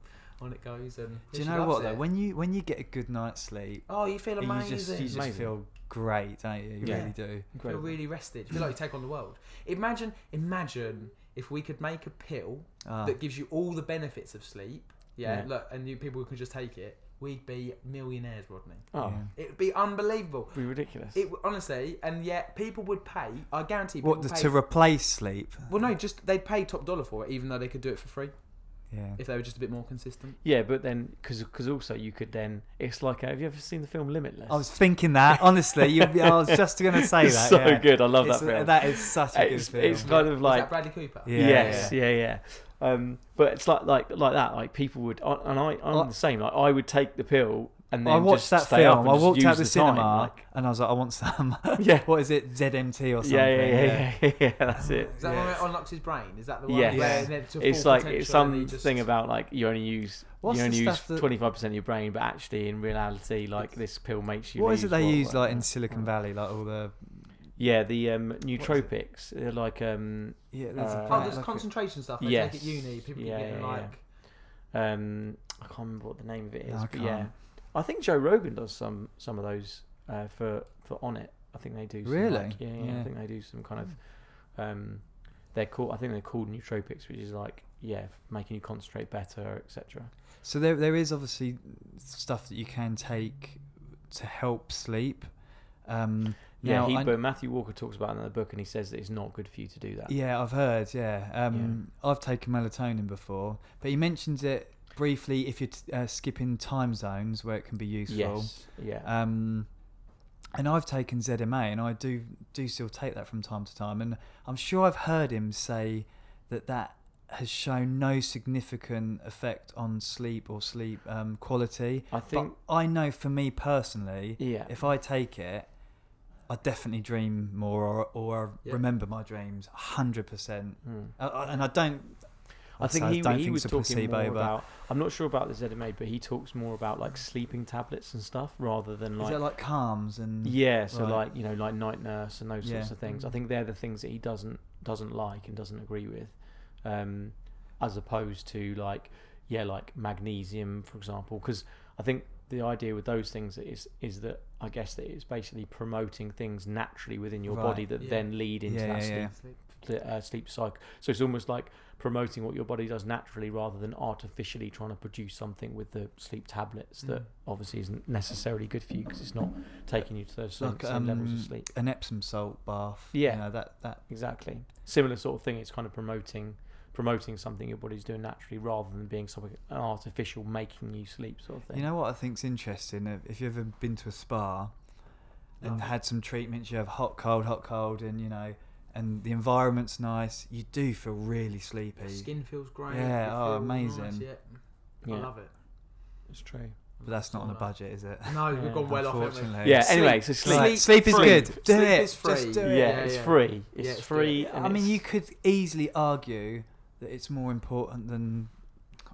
Speaker 5: On it goes and.
Speaker 4: Do
Speaker 5: yeah,
Speaker 4: you
Speaker 5: she
Speaker 4: know
Speaker 5: loves
Speaker 4: what though?
Speaker 5: it.
Speaker 4: When you when you get a good night's sleep,
Speaker 5: oh, you feel
Speaker 4: you
Speaker 5: amazing.
Speaker 4: just you just
Speaker 6: Amazing.
Speaker 4: feel great, don't you? You
Speaker 5: Yeah.
Speaker 4: really do.
Speaker 5: feel
Speaker 6: Incredible.
Speaker 5: really rested. You feel like you take on the world. Imagine, imagine if we could make a pill
Speaker 4: Ah,
Speaker 5: that gives you all the benefits of sleep. Yeah,
Speaker 6: Yeah.
Speaker 5: look, and you people can just take it. We'd be millionaires, Rodney.
Speaker 6: Oh,
Speaker 4: yeah.
Speaker 5: It would be unbelievable.
Speaker 6: it'd be ridiculous.
Speaker 5: It w- honestly, and yet people would pay. I guarantee. People
Speaker 4: What the,
Speaker 5: would pay,
Speaker 4: to replace sleep?
Speaker 5: Well, no, just they'd pay top dollar for it, even though they could do it for free
Speaker 4: Yeah.
Speaker 5: if they were just a bit more consistent.
Speaker 6: yeah, but then because also you could then it's like uh, have you ever seen the film Limitless?
Speaker 4: I was thinking that honestly. You, I was just gonna say
Speaker 6: It's
Speaker 4: that.
Speaker 6: so
Speaker 4: yeah.
Speaker 6: good. I love
Speaker 4: It's-
Speaker 6: that film.
Speaker 4: That is such a
Speaker 6: it's,
Speaker 4: good
Speaker 6: it's
Speaker 4: film.
Speaker 6: kind of
Speaker 5: Is
Speaker 6: like
Speaker 5: that Bradley Cooper.
Speaker 4: Yeah,
Speaker 6: yes, yeah, yeah. Um, but it's like like like that. Like people would, I- and I, I'm
Speaker 4: I-
Speaker 6: the same. Like I would take the pill and then
Speaker 4: I watched
Speaker 6: just
Speaker 4: that
Speaker 6: stay up
Speaker 4: film.
Speaker 6: and
Speaker 4: I
Speaker 6: just
Speaker 4: walked
Speaker 6: use
Speaker 4: out of the, cinema
Speaker 6: time, like-
Speaker 4: and I was like, I want some.
Speaker 6: yeah.
Speaker 4: what is it? ZMT or something?
Speaker 6: yeah, yeah, yeah, yeah, yeah, That's it.
Speaker 5: Is that one where
Speaker 4: Yes.
Speaker 5: it unlocks his brain? Is that the one?
Speaker 6: Yes.
Speaker 5: Where then to
Speaker 6: It's
Speaker 5: full
Speaker 6: like
Speaker 5: potential
Speaker 6: it's
Speaker 5: and he
Speaker 6: something
Speaker 5: just-
Speaker 6: about like you only use
Speaker 4: What's
Speaker 6: you
Speaker 4: the
Speaker 6: only use
Speaker 4: stuff that-
Speaker 6: twenty five percent of your brain, but actually in reality, like this pill makes you.
Speaker 4: What
Speaker 6: lose
Speaker 4: is it they use like in
Speaker 6: what-
Speaker 4: Silicon Valley? Like all the
Speaker 6: Yeah, the um, nootropics. They're like um,
Speaker 4: yeah,
Speaker 6: there's
Speaker 4: there's
Speaker 6: a Uh,
Speaker 4: a
Speaker 5: Oh,
Speaker 6: brand,
Speaker 5: there's concentration stuff. They
Speaker 6: Yes.
Speaker 5: take at uni. People
Speaker 6: Yeah,
Speaker 5: yeah, getting
Speaker 6: yeah,
Speaker 5: like.
Speaker 6: yeah. um, I can't remember what the name of it is,
Speaker 4: No, I
Speaker 6: but yeah,
Speaker 4: can't.
Speaker 6: I think Joe Rogan does some some of those uh, for for on it. I think they do some, like-
Speaker 4: Really?
Speaker 6: yeah, yeah, I
Speaker 4: Yeah. Hmm.
Speaker 6: think they do some kind of um, they're called I think they're called nootropics, which is like yeah, making you concentrate better, etc.
Speaker 4: So there, there is obviously stuff that you can take to help sleep. Um,
Speaker 6: Yeah,
Speaker 4: now
Speaker 6: he,
Speaker 4: I-
Speaker 6: but Matthew Walker talks about it in the book, and he says that it's not good for you to do that.
Speaker 4: Yeah, I've heard. Yeah, um, I've taken melatonin before, but he mentions it briefly if you're t- uh, skipping time zones where it can be useful.
Speaker 6: Yes. Yeah.
Speaker 4: Um, and I've taken ZMA, and I do do still take that from time to time, and I'm sure I've heard him say that that has shown no significant effect on sleep or sleep um, quality.
Speaker 6: I think.
Speaker 4: but I know for me personally,
Speaker 6: yeah.
Speaker 4: if I take it, I definitely dream more or, or I
Speaker 5: Yeah.
Speaker 4: remember my dreams 100%.
Speaker 6: Hmm.
Speaker 4: Uh, uh, and I don't.
Speaker 6: I think
Speaker 4: so
Speaker 6: he,
Speaker 4: don't
Speaker 6: he
Speaker 4: think
Speaker 6: was
Speaker 4: it's a
Speaker 6: talking
Speaker 4: placebo, but-
Speaker 6: more about. I'm not sure about the ZMA, but he talks more about like sleeping tablets and stuff rather than
Speaker 4: Is
Speaker 6: like.
Speaker 4: it like calms and.
Speaker 6: yeah, so
Speaker 4: Right.
Speaker 6: like you know, like night nurse and those sorts
Speaker 4: Yeah. Mm.
Speaker 6: of things. I think they're the things that he doesn't doesn't like and doesn't agree with, um, as opposed to like yeah, like magnesium for example. Because I think the idea with those things is is that I guess that it's basically promoting things naturally within your
Speaker 4: Right.
Speaker 6: body that
Speaker 5: Yeah.
Speaker 6: then lead into
Speaker 4: Yeah,
Speaker 6: that
Speaker 4: yeah,
Speaker 6: sleep
Speaker 4: yeah.
Speaker 5: Sleep.
Speaker 6: the uh, sleep cycle. So it's almost like promoting what your body does naturally rather than artificially trying to produce something with the sleep tablets that
Speaker 5: Mm.
Speaker 6: obviously isn't necessarily good for you because it's not taking you to those same,
Speaker 4: Like,
Speaker 6: same levels
Speaker 4: um,
Speaker 6: of sleep.
Speaker 4: An Epsom salt bath.
Speaker 6: Yeah.
Speaker 4: You know, that, that.
Speaker 6: Exactly. Similar sort of thing. It's kind of promoting promoting something your body's doing naturally rather than being something an artificial making you sleep sort of thing.
Speaker 4: You know what I think's interesting? If- If you've ever been to a spa and
Speaker 6: Oh.
Speaker 5: Love it.
Speaker 4: had some treatments, you have hot, cold, hot, cold, and you know, and the environment's nice, you do feel really sleepy.
Speaker 5: Your skin feels great.
Speaker 4: Yeah,
Speaker 5: you
Speaker 4: oh,
Speaker 5: feel nice,
Speaker 4: amazing.
Speaker 5: yeah.
Speaker 6: yeah,
Speaker 5: I love it.
Speaker 6: it's true.
Speaker 4: But that's not on a
Speaker 5: Sauna.
Speaker 4: budget, is it?
Speaker 5: No,
Speaker 6: Yeah.
Speaker 5: we've gone well off. haven't we?
Speaker 4: Unfortunately.
Speaker 6: Yeah,
Speaker 5: Sleep.
Speaker 6: anyway, so sleep.
Speaker 4: Right, sleep is
Speaker 6: free.
Speaker 4: good. Do
Speaker 5: Sleep
Speaker 4: it.
Speaker 5: is free.
Speaker 4: Just do
Speaker 6: Yeah,
Speaker 4: it.
Speaker 5: Yeah,
Speaker 6: it's
Speaker 5: yeah.
Speaker 6: free. It's
Speaker 5: it's free.
Speaker 6: free.
Speaker 5: Yeah,
Speaker 6: and
Speaker 4: I mean,
Speaker 6: it's-
Speaker 4: you could easily argue that it's more important than,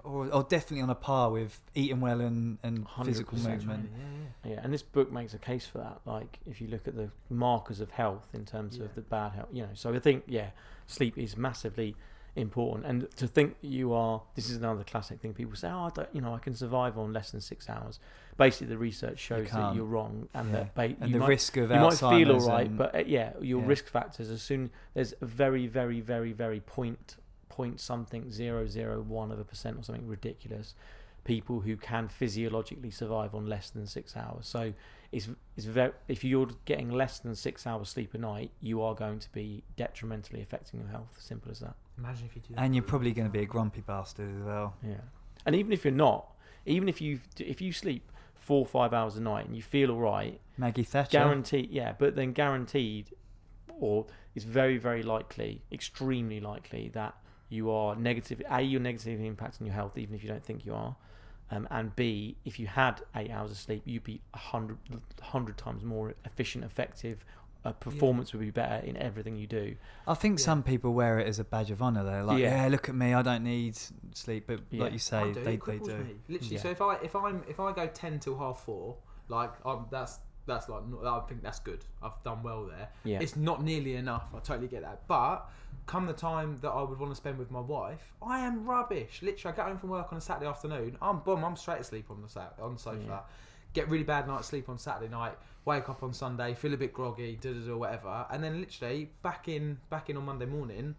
Speaker 4: or, or definitely on a par with eating well and, and physical
Speaker 6: 100%
Speaker 4: movement.
Speaker 5: Yeah, yeah.
Speaker 6: Yeah, and this book makes a case for that. Like, if you look at the markers of health in terms
Speaker 5: Yeah.
Speaker 6: of the bad health, you know. So I think, yeah, sleep is massively important. And to think that you are, this is another classic thing. People say, oh, I don't, you know, I can survive on less than six hours. Basically, the research shows that
Speaker 4: can't.
Speaker 6: you're wrong, and
Speaker 4: Yeah.
Speaker 6: that ba-
Speaker 4: And
Speaker 6: you
Speaker 4: the
Speaker 6: might,
Speaker 4: risk of
Speaker 6: you might feel all
Speaker 4: Alzheimer's
Speaker 6: right,
Speaker 4: and-
Speaker 6: but uh, yeah, your
Speaker 4: Yeah.
Speaker 6: risk factors as soon there's a very, very, very, very point point something zero zero one of a percent or something ridiculous people who can physiologically survive on less than six hours. So it's it's very if you're getting less than six hours sleep a night, you are going to be detrimentally affecting your health. Simple as that.
Speaker 5: Imagine if you do. that
Speaker 4: and you're
Speaker 5: for
Speaker 4: probably
Speaker 5: a
Speaker 4: going to be a
Speaker 5: week.
Speaker 4: grumpy bastard as well.
Speaker 6: Yeah. And even if you're not, even if you if you sleep four or five hours a night and you feel all right,
Speaker 4: Maggie Thatcher.
Speaker 6: guaranteed yeah but then guaranteed or it's very very likely extremely likely that you are negative a you're negatively impacting your health even if you don't think you are um, and b if you had eight hours of sleep you'd be 100, 100 times more efficient effective uh, performance would be better in everything you do
Speaker 4: I think
Speaker 5: Yeah.
Speaker 4: some people wear it as a badge of honour. They're like,
Speaker 6: Yeah.
Speaker 4: yeah. look at me, I don't need sleep. But
Speaker 6: Yeah.
Speaker 4: like you
Speaker 5: I
Speaker 4: say,
Speaker 5: do,
Speaker 4: they,
Speaker 5: it
Speaker 4: they
Speaker 5: cripples
Speaker 4: do.
Speaker 5: Me. Literally.
Speaker 6: Yeah.
Speaker 5: So if I if I'm if I go ten till half four, like I'm that's that's like not, I think that's good. I've done well there.
Speaker 6: Yeah.
Speaker 5: It's not nearly enough. I totally get that. But come the time that I would want to spend with my wife, I am rubbish. Literally, I get home from work on a Saturday afternoon. I'm bum. I'm straight asleep on the sat on the sofa.
Speaker 6: Yeah.
Speaker 5: Get really bad night's sleep on Saturday night. Wake up on Sunday, feel a bit groggy, da da da, whatever, and then literally back in back in on Monday morning,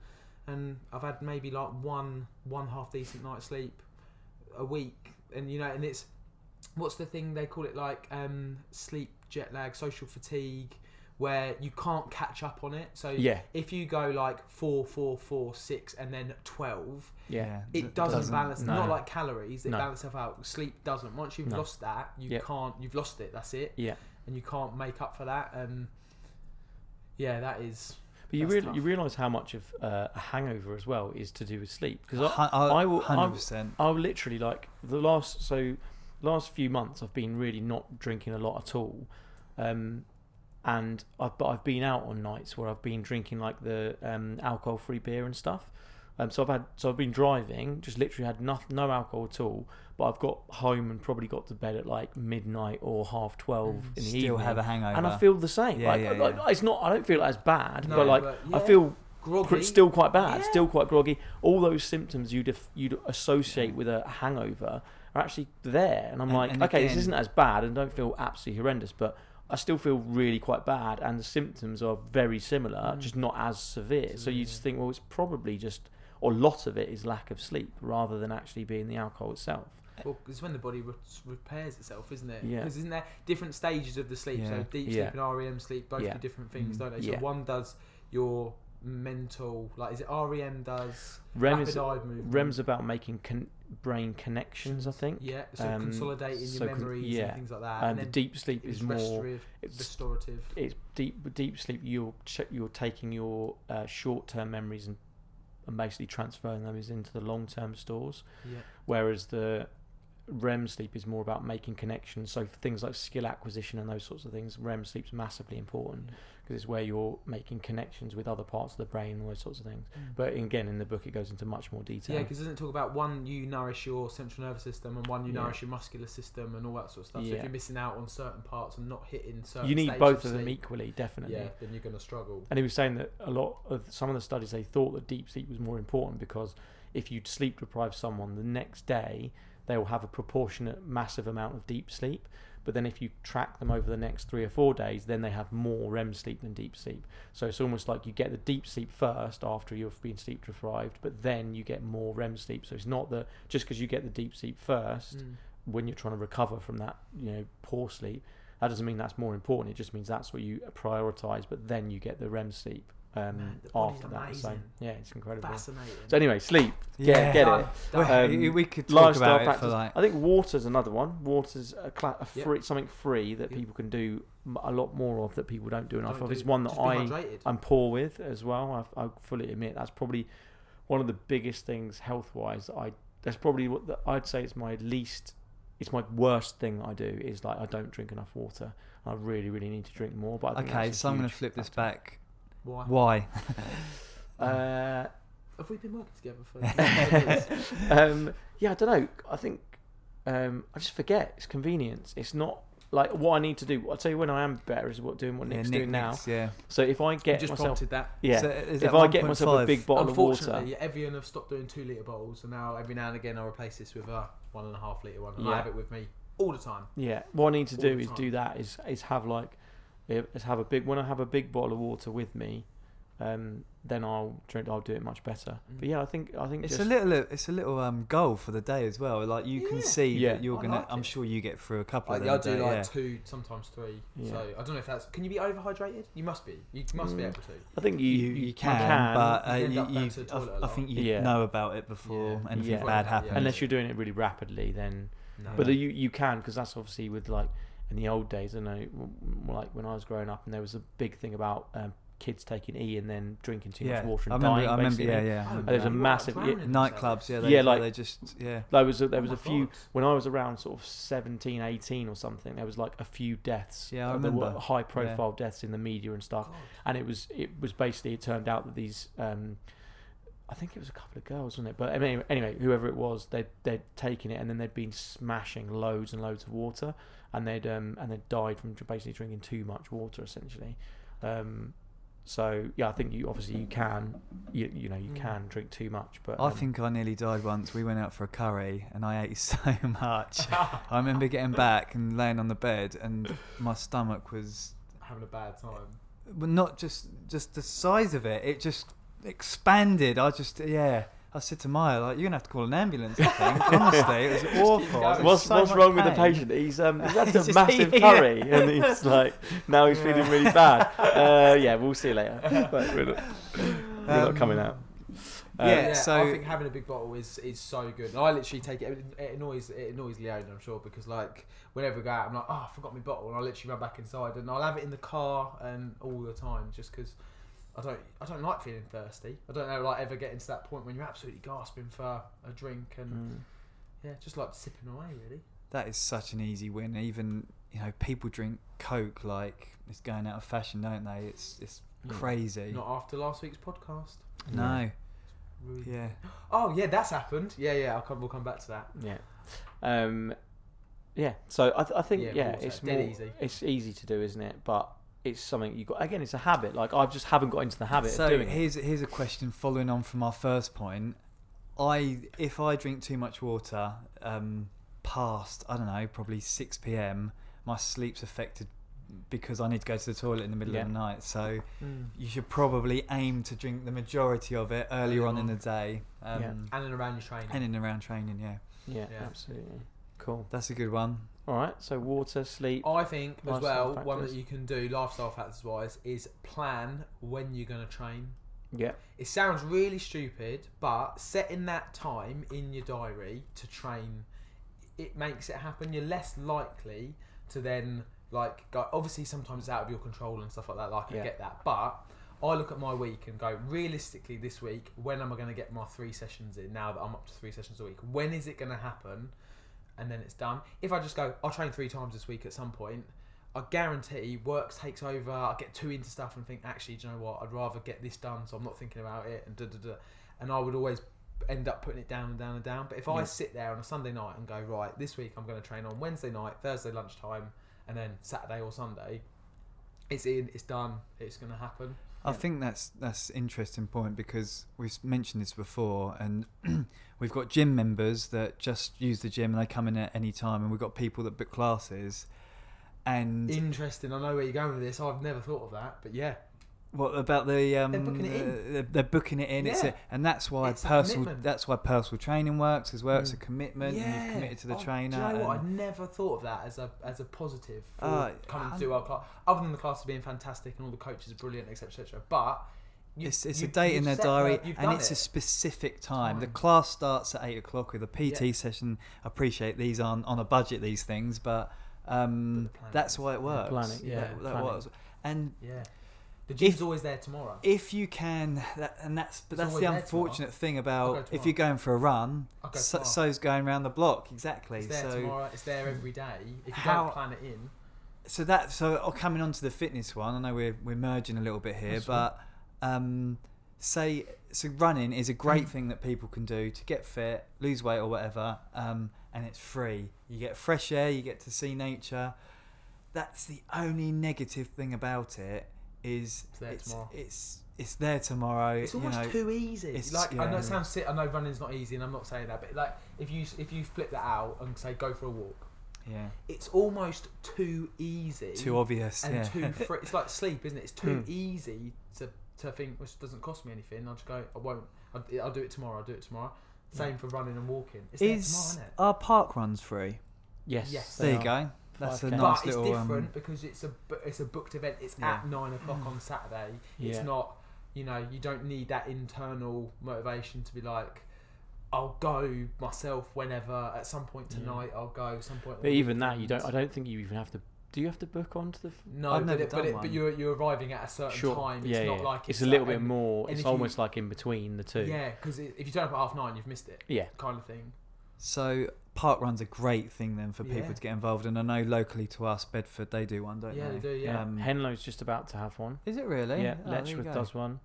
Speaker 5: and I've had maybe like one one half decent night's sleep a week and you know and it's what's the thing they call it like um sleep jet lag social fatigue where you can't catch up on it so
Speaker 6: Yeah.
Speaker 5: if you go like four four four six and then 12
Speaker 6: yeah
Speaker 4: th-
Speaker 5: it doesn't, balance
Speaker 6: no.
Speaker 5: not like calories it
Speaker 6: No.
Speaker 5: balances itself out sleep doesn't once you've
Speaker 6: No.
Speaker 5: lost that you
Speaker 6: Yep.
Speaker 5: can't you've lost it that's it
Speaker 6: yeah
Speaker 5: and you can't make up for that and yeah that is
Speaker 6: but you,
Speaker 5: That's
Speaker 6: real
Speaker 5: tough.
Speaker 6: you realize how much of uh, a hangover as well is to do with sleep because
Speaker 4: Hun- uh,
Speaker 6: I will- I will-
Speaker 4: 100%.
Speaker 6: I'll literally like the last so last few months I've been really not drinking a lot at all, um, and I've but I've been out on nights where I've been drinking like the um, alcohol free beer and stuff. Um, so I've had so I've been driving, just literally had no, no alcohol at all. But I've got home and probably got to bed at like midnight or half twelve in the
Speaker 4: Mm, Still
Speaker 6: evening,
Speaker 4: have a hangover.
Speaker 6: and I feel the same.
Speaker 4: Yeah,
Speaker 6: like,
Speaker 4: yeah,
Speaker 6: like,
Speaker 4: yeah.
Speaker 6: it's not I don't feel as bad,
Speaker 5: No,
Speaker 6: but like
Speaker 5: but yeah.
Speaker 6: I feel
Speaker 5: groggy
Speaker 6: It's still quite bad,
Speaker 5: Yeah.
Speaker 6: still quite groggy. All those symptoms you'd af- you'd associate with a hangover are actually there, and I'm
Speaker 4: And-
Speaker 6: like,
Speaker 4: and
Speaker 6: okay, this
Speaker 4: again-
Speaker 6: isn't as bad, and don't feel absolutely horrendous, but I still feel really quite bad, and the symptoms are very similar, just not as severe. So you just think, well, it's probably just or a lot of it is lack of sleep rather than actually being the alcohol itself.
Speaker 5: Well, it's when the body re- repairs itself, isn't it?
Speaker 6: Yeah.
Speaker 5: Because isn't there different stages of the sleep?
Speaker 4: Yeah.
Speaker 5: So deep sleep
Speaker 6: Yeah.
Speaker 5: and REM sleep both
Speaker 6: Yeah. Mm-hmm.
Speaker 5: do different things,
Speaker 4: Mm.
Speaker 5: don't they? So
Speaker 6: Yeah.
Speaker 5: one does your mental, like is it REM does
Speaker 6: REM
Speaker 5: rapid
Speaker 6: E is
Speaker 5: eye movement?
Speaker 6: REM's about making con- brain connections, I think.
Speaker 5: yeah, so
Speaker 6: um,
Speaker 5: consolidating
Speaker 6: so
Speaker 5: your
Speaker 6: con-
Speaker 5: memories
Speaker 6: yeah.
Speaker 5: and things like that.
Speaker 6: And the
Speaker 5: then
Speaker 6: deep sleep
Speaker 5: it was
Speaker 6: is more
Speaker 5: restorative.
Speaker 6: it's
Speaker 5: restorative.
Speaker 6: it's deep with deep sleep. You're ch- you're taking your uh, short term memories and and basically transferring them is into the long term stores.
Speaker 5: Yeah.
Speaker 6: Whereas the REM sleep is more about making connections. So for things like skill acquisition and those sorts of things, REM sleep's massively important
Speaker 5: Yeah.
Speaker 6: because it's where you're making connections with other parts of the brain and those sorts of things. But again, in the book, it goes into much more detail.
Speaker 5: Mm. Yeah, because doesn't it talk about one you nourish your central nervous system and one you
Speaker 6: Yeah.
Speaker 5: nourish your muscular system and all that sort of stuff. So
Speaker 6: Yeah.
Speaker 5: if you're missing out on certain parts and not hitting certain,
Speaker 6: you need
Speaker 5: stages
Speaker 6: both of them
Speaker 5: sleep,
Speaker 6: equally, definitely.
Speaker 5: Yeah, then you're going to struggle.
Speaker 6: And he was saying that a lot of some of the studies they thought that deep sleep was more important because if you'd sleep deprive someone the next day, they will have a proportionate massive amount of deep sleep. But then if you track them over the next three or four days, then they have more REM sleep than deep sleep. So it's almost like you get the deep sleep first after you've been sleep deprived, but then you get more REM sleep. So it's not that just because you get the deep sleep first,
Speaker 5: Mm.
Speaker 6: when you're trying to recover from that, you know, poor sleep, that doesn't mean that's more important. It just means that's what you prioritize, but then you get the REM sleep um,
Speaker 5: Man, the body's
Speaker 6: after that. So
Speaker 5: amazing.
Speaker 6: yeah, it's incredible.
Speaker 5: Fascinating.
Speaker 6: so anyway, sleep,
Speaker 4: Yeah.
Speaker 6: get, get
Speaker 5: Done,
Speaker 6: it.
Speaker 5: done.
Speaker 4: Well,
Speaker 6: Um,
Speaker 4: we could talk
Speaker 6: Lifestyle
Speaker 4: about it for
Speaker 6: factors.
Speaker 4: like.
Speaker 6: I think water's another one. Water's a, cla- a
Speaker 5: Yep.
Speaker 6: free, something free that
Speaker 5: Yep.
Speaker 6: people can do m- a lot more of that people don't do enough
Speaker 5: Don't
Speaker 6: of.
Speaker 5: do
Speaker 6: It's
Speaker 5: it.
Speaker 6: one that
Speaker 5: Just be
Speaker 6: I
Speaker 5: hydrated.
Speaker 6: I'm poor with as well. I, I fully admit that's probably one of the biggest things health wise that I. That's probably what the, I'd say is my least. It's my worst thing I do is like I don't drink enough water. I really, really need to drink more. But I think
Speaker 4: Okay,
Speaker 6: that's a
Speaker 4: so I'm going
Speaker 6: huge
Speaker 4: to flip this
Speaker 6: factor.
Speaker 4: back.
Speaker 5: Why?
Speaker 4: Why?
Speaker 6: Uh,
Speaker 5: Have we been working together for? years?
Speaker 6: um, yeah, I don't know. I think um, I just forget. It's convenience. It's not like what I need to do. I'll tell you when I am better is what doing what Nick's doing now.
Speaker 4: Nick's, yeah.
Speaker 6: So if I
Speaker 5: you
Speaker 6: get
Speaker 5: just
Speaker 6: myself,
Speaker 5: prompted that.
Speaker 6: yeah,
Speaker 4: So is
Speaker 6: if
Speaker 4: that
Speaker 6: I get myself a
Speaker 4: 1.5?
Speaker 6: big bottle of water,
Speaker 5: Unfortunately, everyone have stopped doing two liter bottles, and now every now and again I replace this with a one and a half liter one. And
Speaker 6: Yeah.
Speaker 5: I have it with me all the time.
Speaker 6: Yeah, what I need to
Speaker 5: All
Speaker 6: do
Speaker 5: the
Speaker 6: is
Speaker 5: time.
Speaker 6: do that. Is is have like, is have a big when I have a big bottle of water with me, um, then I'll drink. I'll do it much better. But yeah, I think I think
Speaker 4: Mm. It's a
Speaker 6: just,
Speaker 4: little, it's a little um goal for the day as well. Like you can
Speaker 5: Yeah.
Speaker 4: see
Speaker 6: Yeah.
Speaker 4: that you're
Speaker 5: I
Speaker 4: gonna.
Speaker 5: like
Speaker 4: I'm
Speaker 5: it.
Speaker 4: sure you get through a couple.
Speaker 5: I,
Speaker 4: of
Speaker 5: I
Speaker 4: them
Speaker 5: do
Speaker 4: a day,
Speaker 5: like
Speaker 4: yeah.
Speaker 5: two, sometimes three.
Speaker 6: Yeah.
Speaker 5: So I don't know if that's. Can you be overhydrated? You must be. You must be
Speaker 6: Mm.
Speaker 5: able to.
Speaker 6: I think you
Speaker 4: You, you can, but uh,
Speaker 5: You end
Speaker 4: you,
Speaker 5: up going
Speaker 4: you-
Speaker 5: to the
Speaker 4: I,
Speaker 5: toilet a
Speaker 4: I
Speaker 5: lot.
Speaker 4: think you
Speaker 6: Yeah.
Speaker 4: know about it before
Speaker 5: Yeah.
Speaker 4: anything
Speaker 6: Yeah.
Speaker 4: bad
Speaker 5: Yeah.
Speaker 4: happens.
Speaker 6: unless you're doing it really rapidly, then.
Speaker 5: No. Oh,
Speaker 6: But uh,
Speaker 4: Yeah.
Speaker 6: you you can because that's obviously with like in the old days. I know w- w- like when I was growing up, and there was a big thing about um, kids taking E and then drinking too
Speaker 4: yeah.
Speaker 6: much water
Speaker 4: I
Speaker 6: and
Speaker 4: remember,
Speaker 6: dying.
Speaker 4: I remember,
Speaker 6: basically.
Speaker 4: yeah, yeah. I
Speaker 5: Oh,
Speaker 4: remember
Speaker 6: There's a
Speaker 5: people
Speaker 4: that.
Speaker 5: are
Speaker 6: massive- yeah,
Speaker 5: drowning
Speaker 4: nightclubs,
Speaker 5: themselves.
Speaker 4: yeah, they,
Speaker 6: Yeah,
Speaker 4: yeah,
Speaker 6: Oh like-
Speaker 4: they just, yeah.
Speaker 6: There was a, there
Speaker 5: Oh
Speaker 6: was
Speaker 5: my
Speaker 6: a few
Speaker 5: God.
Speaker 6: when I was around sort of 17, 18 or something. There was like a few deaths. Uh,
Speaker 4: Yeah, I
Speaker 6: There were
Speaker 4: remember.
Speaker 6: high profile deaths in the media and stuff. And it was it was basically it turned out that these um, I think it was a couple of girls, wasn't it? But I mean, anyway, whoever it was, they they'd taken it and then they'd been smashing loads and loads of water, and they'd um and they died from basically drinking too much water essentially. Um, so yeah, I think you obviously you can you, you know you
Speaker 5: Mm.
Speaker 6: can drink too much, but
Speaker 4: I
Speaker 6: um,
Speaker 4: think I nearly died once. We went out for a curry and I ate so much. I remember getting back and laying on the bed and my stomach was
Speaker 5: Having a bad time.
Speaker 4: well, not just just the size of it. It just expanded. I just yeah. I said to Maya, like, you're gonna have to call an ambulance. I think honestly, it was awful. I was in
Speaker 6: What's,
Speaker 4: so
Speaker 6: what's
Speaker 4: much
Speaker 6: wrong with the
Speaker 4: pain.
Speaker 6: patient? He's um, he's had
Speaker 4: He's
Speaker 6: a
Speaker 4: just eating
Speaker 6: massive
Speaker 4: it.
Speaker 6: curry, and he's like, now he's feeling really bad. Uh, yeah, we'll see you later. But we're not, we're not
Speaker 4: Um,
Speaker 6: coming out. Uh,
Speaker 4: Yeah, Um, so-
Speaker 5: I think having a big bottle is is so good. And I literally take it. It annoys it annoys Leona, I'm sure, because like whenever we go out, I'm like, oh, I forgot my bottle, and I literally run back inside, and I'll have it in the car and all the time, just because. I don't, I don't like feeling thirsty. I don't know, like ever getting to that point when you're absolutely gasping for a drink and
Speaker 6: mm,
Speaker 5: yeah, just like sipping away, really.
Speaker 4: That is such an easy win. Even you know, people drink Coke like it's going out of fashion, don't they? It's it's
Speaker 6: Yeah.
Speaker 4: crazy.
Speaker 5: Not after last week's podcast.
Speaker 4: no,
Speaker 5: Ruined.
Speaker 4: yeah.
Speaker 5: Oh yeah, that's happened. Yeah, yeah. I'll come, we'll come back to that.
Speaker 6: yeah, um, yeah. So I, th- I think
Speaker 5: Yeah,
Speaker 6: yeah,
Speaker 5: water,
Speaker 6: it's
Speaker 5: dead
Speaker 6: more
Speaker 5: easy.
Speaker 6: it's easy to do, isn't it? But it's something you got again. It's a habit. Like I just haven't got into the habit
Speaker 4: so
Speaker 6: of doing it.
Speaker 4: here's here's a question following on from our first point. I if I drink too much water um, past I don't know probably six p.m. my sleep's affected because I need to go to the toilet in the middle
Speaker 6: Yeah.
Speaker 4: of the night. So
Speaker 6: Mm.
Speaker 4: you should probably aim to drink the majority of it earlier on in the
Speaker 5: on.
Speaker 4: day um,
Speaker 6: Yeah.
Speaker 5: and then around your training.
Speaker 4: and in around training. Yeah,
Speaker 6: Yeah,
Speaker 5: Yeah.
Speaker 6: absolutely. Cool.
Speaker 4: that's a good one.
Speaker 6: All right. So water, sleep.
Speaker 5: I think as well,
Speaker 6: Lifestyle
Speaker 5: one that
Speaker 6: factors.
Speaker 5: you can do lifestyle factors wise is plan when you're going to train.
Speaker 6: Yeah.
Speaker 5: It sounds really stupid, but setting that time in your diary to train, it makes it happen. You're less likely to then like go. Obviously, sometimes it's out of your control and stuff like that. Like I
Speaker 6: Yeah.
Speaker 5: get that, but I look at my week and go realistically this week. When am I going to get my three sessions in? Now that I'm up to three sessions a week, when is it going to happen? And then it's done. If I just go, I'll train three times this week at some point. I guarantee work takes over. I get too into stuff and think, actually, do you know what? I'd rather get this done, so I'm not thinking about it. And da da da. And I would always end up putting it down and down and down. But if I
Speaker 6: Yeah.
Speaker 5: sit there on a Sunday night and go, right, this week I'm going to train on Wednesday night, Thursday lunchtime, and then Saturday or Sunday, it's in, it's done, it's going to happen.
Speaker 4: I think that's that's interesting point because we've s- mentioned this before, and we've got gym members that just use the gym and they come in at any time, and we've got people that book classes, and
Speaker 5: Interesting. I know where you're going with this. I've never thought of that, but yeah,
Speaker 4: What about the um,
Speaker 5: They're booking it in.
Speaker 4: uh, They're, they're booking it in. It's
Speaker 5: Yeah.
Speaker 4: a, and that's why
Speaker 5: It's a
Speaker 4: personal.
Speaker 5: commitment. Mm.
Speaker 4: That's why personal training works as well. It's a commitment. And
Speaker 5: yeah.
Speaker 4: you've committed to the
Speaker 5: Oh,
Speaker 4: trainer.
Speaker 5: Do you know what? I
Speaker 4: and-
Speaker 5: never thought of that as a as a positive for
Speaker 4: Uh,
Speaker 5: coming
Speaker 4: I'm-
Speaker 5: to our class. Other than the classes being fantastic and all the coaches are brilliant, etc., etc. But you-
Speaker 4: it's it's
Speaker 5: you-
Speaker 4: a date
Speaker 5: you've
Speaker 4: in their
Speaker 5: set that-
Speaker 4: diary,
Speaker 5: you've
Speaker 4: and
Speaker 5: done
Speaker 4: it's a
Speaker 5: it.
Speaker 4: specific time. The
Speaker 5: Time.
Speaker 4: class starts at eight o'clock with a PT
Speaker 5: Yeah.
Speaker 4: session. I appreciate these aren't on a budget. These things, but um,
Speaker 5: But the planning
Speaker 4: that's
Speaker 5: is-
Speaker 4: why it
Speaker 5: yeah,
Speaker 4: works.
Speaker 6: planning, yeah,
Speaker 4: That- that
Speaker 6: planning.
Speaker 4: works. And
Speaker 5: yeah. The gym's
Speaker 4: If-
Speaker 5: always there tomorrow.
Speaker 4: if you can, that, and that's but
Speaker 5: It's
Speaker 4: that's the
Speaker 5: always there tomorrow.
Speaker 4: unfortunate thing
Speaker 5: I'll
Speaker 4: about
Speaker 5: go
Speaker 4: if you're going for a run,
Speaker 5: I'll go
Speaker 4: so,
Speaker 5: tomorrow.
Speaker 4: so's going round the block exactly.
Speaker 5: it's there
Speaker 4: so
Speaker 5: tomorrow. It's there every day. If you
Speaker 4: How-
Speaker 5: don't plan it in,
Speaker 4: so that so oh, coming on to the fitness one i know we're, we're merging a little bit here
Speaker 5: That's fine.
Speaker 4: but um say so running is a great
Speaker 5: Mm.
Speaker 4: thing that people can do to get fit lose weight or whatever um and it's free you get fresh air you get to see nature that's the only negative thing about it is
Speaker 5: It's there
Speaker 4: it's
Speaker 5: tomorrow.
Speaker 4: it's, it's there tomorrow
Speaker 5: it's
Speaker 4: you
Speaker 5: almost
Speaker 4: know.
Speaker 5: too easy.
Speaker 4: it's-
Speaker 5: like I know
Speaker 4: yeah.
Speaker 5: it sounds sick. I know running's not easy, and I'm not saying that. But like if you if you flip that out and say go for a walk,
Speaker 4: yeah
Speaker 5: it's almost too easy.
Speaker 4: too obvious
Speaker 5: and
Speaker 4: yeah
Speaker 5: too free. It's like sleep, isn't it? It's too
Speaker 6: Hmm.
Speaker 5: easy to to think this doesn't cost me anything. I'll just go. I won't. I'll, I'll do it tomorrow. I'll do it tomorrow. Same for running and walking. It's there
Speaker 4: is
Speaker 5: tomorrow, isn't it?
Speaker 4: our park runs free
Speaker 6: Yes.
Speaker 5: Yes.
Speaker 6: they
Speaker 4: there you
Speaker 6: are.
Speaker 4: go that's a
Speaker 6: 5K.
Speaker 4: nice
Speaker 5: but it's
Speaker 4: little
Speaker 5: different
Speaker 4: um,
Speaker 5: because it's a bu- it's a booked event. It's
Speaker 4: Yeah.
Speaker 5: at nine o'clock on Saturday.
Speaker 6: Mm. Yeah.
Speaker 5: It's not. You know, you don't need that internal motivation to be like. I'll go myself whenever. At some point
Speaker 6: Yeah.
Speaker 5: tonight, I'll go. Some point. on
Speaker 6: But
Speaker 5: the
Speaker 6: even that, you
Speaker 5: weekend.
Speaker 6: don't. I don't think you even have to. Do you have to book onto the? f-
Speaker 5: No,
Speaker 4: I've
Speaker 5: but,
Speaker 4: never
Speaker 5: it,
Speaker 4: done
Speaker 5: but, it,
Speaker 4: one.
Speaker 5: but you're you're arriving at a certain time. It's
Speaker 6: yeah,
Speaker 5: not
Speaker 6: yeah.
Speaker 5: like
Speaker 6: it's, a little
Speaker 5: like,
Speaker 6: bit more.
Speaker 5: and
Speaker 6: It's
Speaker 5: if you-
Speaker 6: almost like in between the two.
Speaker 5: Yeah, because if you turn up at half nine, you've missed it,
Speaker 6: Yeah.
Speaker 5: kind of thing.
Speaker 4: So park run's a great thing then for people
Speaker 5: Yeah.
Speaker 4: to get involved in. I know locally to us, Bedford, they do one, don't
Speaker 5: yeah,
Speaker 4: they?
Speaker 5: they do. Yeah.
Speaker 4: Um,
Speaker 6: Henlow's just about to have one.
Speaker 4: Is it really?
Speaker 6: Yeah.
Speaker 4: Oh, there you
Speaker 6: Letchworth
Speaker 4: go.
Speaker 6: does one.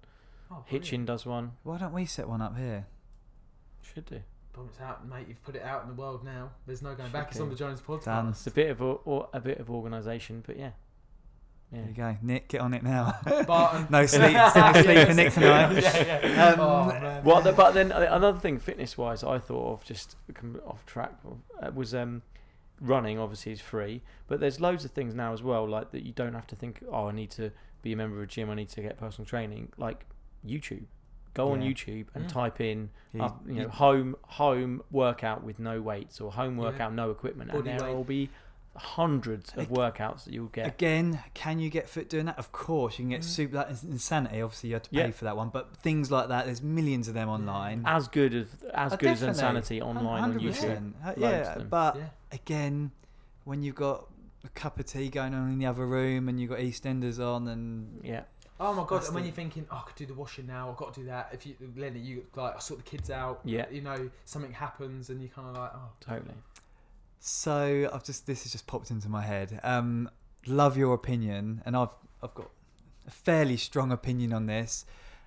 Speaker 5: Oh,
Speaker 6: Hitchin does one.
Speaker 4: Why don't we set one up here?
Speaker 6: Should do.
Speaker 5: Boom, it's out, mate. You've put it out in the world now. There's no going back. It's
Speaker 6: Shocking.
Speaker 5: on the Jones podcast.
Speaker 4: Done.
Speaker 6: It's a bit of or, or a bit of organisation, but yeah. Yeah.
Speaker 4: There you go, Nick. Get on it now.
Speaker 5: Barton.
Speaker 4: no sleep, no sleep for Nick tonight.
Speaker 5: Yeah, yeah.
Speaker 4: Um,
Speaker 5: oh, man.
Speaker 6: Well, the, but then uh, another thing, fitness-wise, I thought of just com- off track uh, was um, running. Obviously, is free, but there's loads of things now as well, like that you don't have to think. Oh, I need to be a member of a gym. I need to get personal training. Like YouTube, go on
Speaker 4: Yeah.
Speaker 6: YouTube and
Speaker 5: Mm.
Speaker 6: type in
Speaker 4: Ah, Yeah,
Speaker 6: up- you know
Speaker 4: Oh, you-
Speaker 6: home home workout with no weights or home
Speaker 5: Yeah.
Speaker 6: workout no equipment,
Speaker 5: Body
Speaker 6: and there
Speaker 5: weight.
Speaker 6: will be hundreds of
Speaker 4: Ag-
Speaker 6: workouts that you'll get.
Speaker 4: Again, can you get fit doing that? Of course, you can get
Speaker 5: Mm.
Speaker 4: super. That is insanity. Obviously, you have to pay
Speaker 6: Yeah.
Speaker 4: for that one, but things like that. There's millions of them online.
Speaker 6: As good as as
Speaker 4: Oh,
Speaker 6: good as
Speaker 4: definitely.
Speaker 6: insanity online on YouTube.
Speaker 4: 100%. Uh,
Speaker 6: Loads of
Speaker 4: Yeah,
Speaker 6: them.
Speaker 4: but
Speaker 5: yeah.
Speaker 4: again, when you've got a cup of tea going on in the other room and you've got EastEnders on and
Speaker 6: Yeah,
Speaker 5: Oh my god!
Speaker 4: That's
Speaker 5: And when
Speaker 4: the-
Speaker 5: you're thinking, oh, I could do the washing now. I've got to do that. If you, Lenny, you like, I sort the kids out.
Speaker 6: Yeah.
Speaker 5: You know, something happens, and you're kind of like, oh.
Speaker 6: totally.
Speaker 4: so I've just this has just popped into my head. Um, love your opinion, and I've I've got a fairly strong opinion on this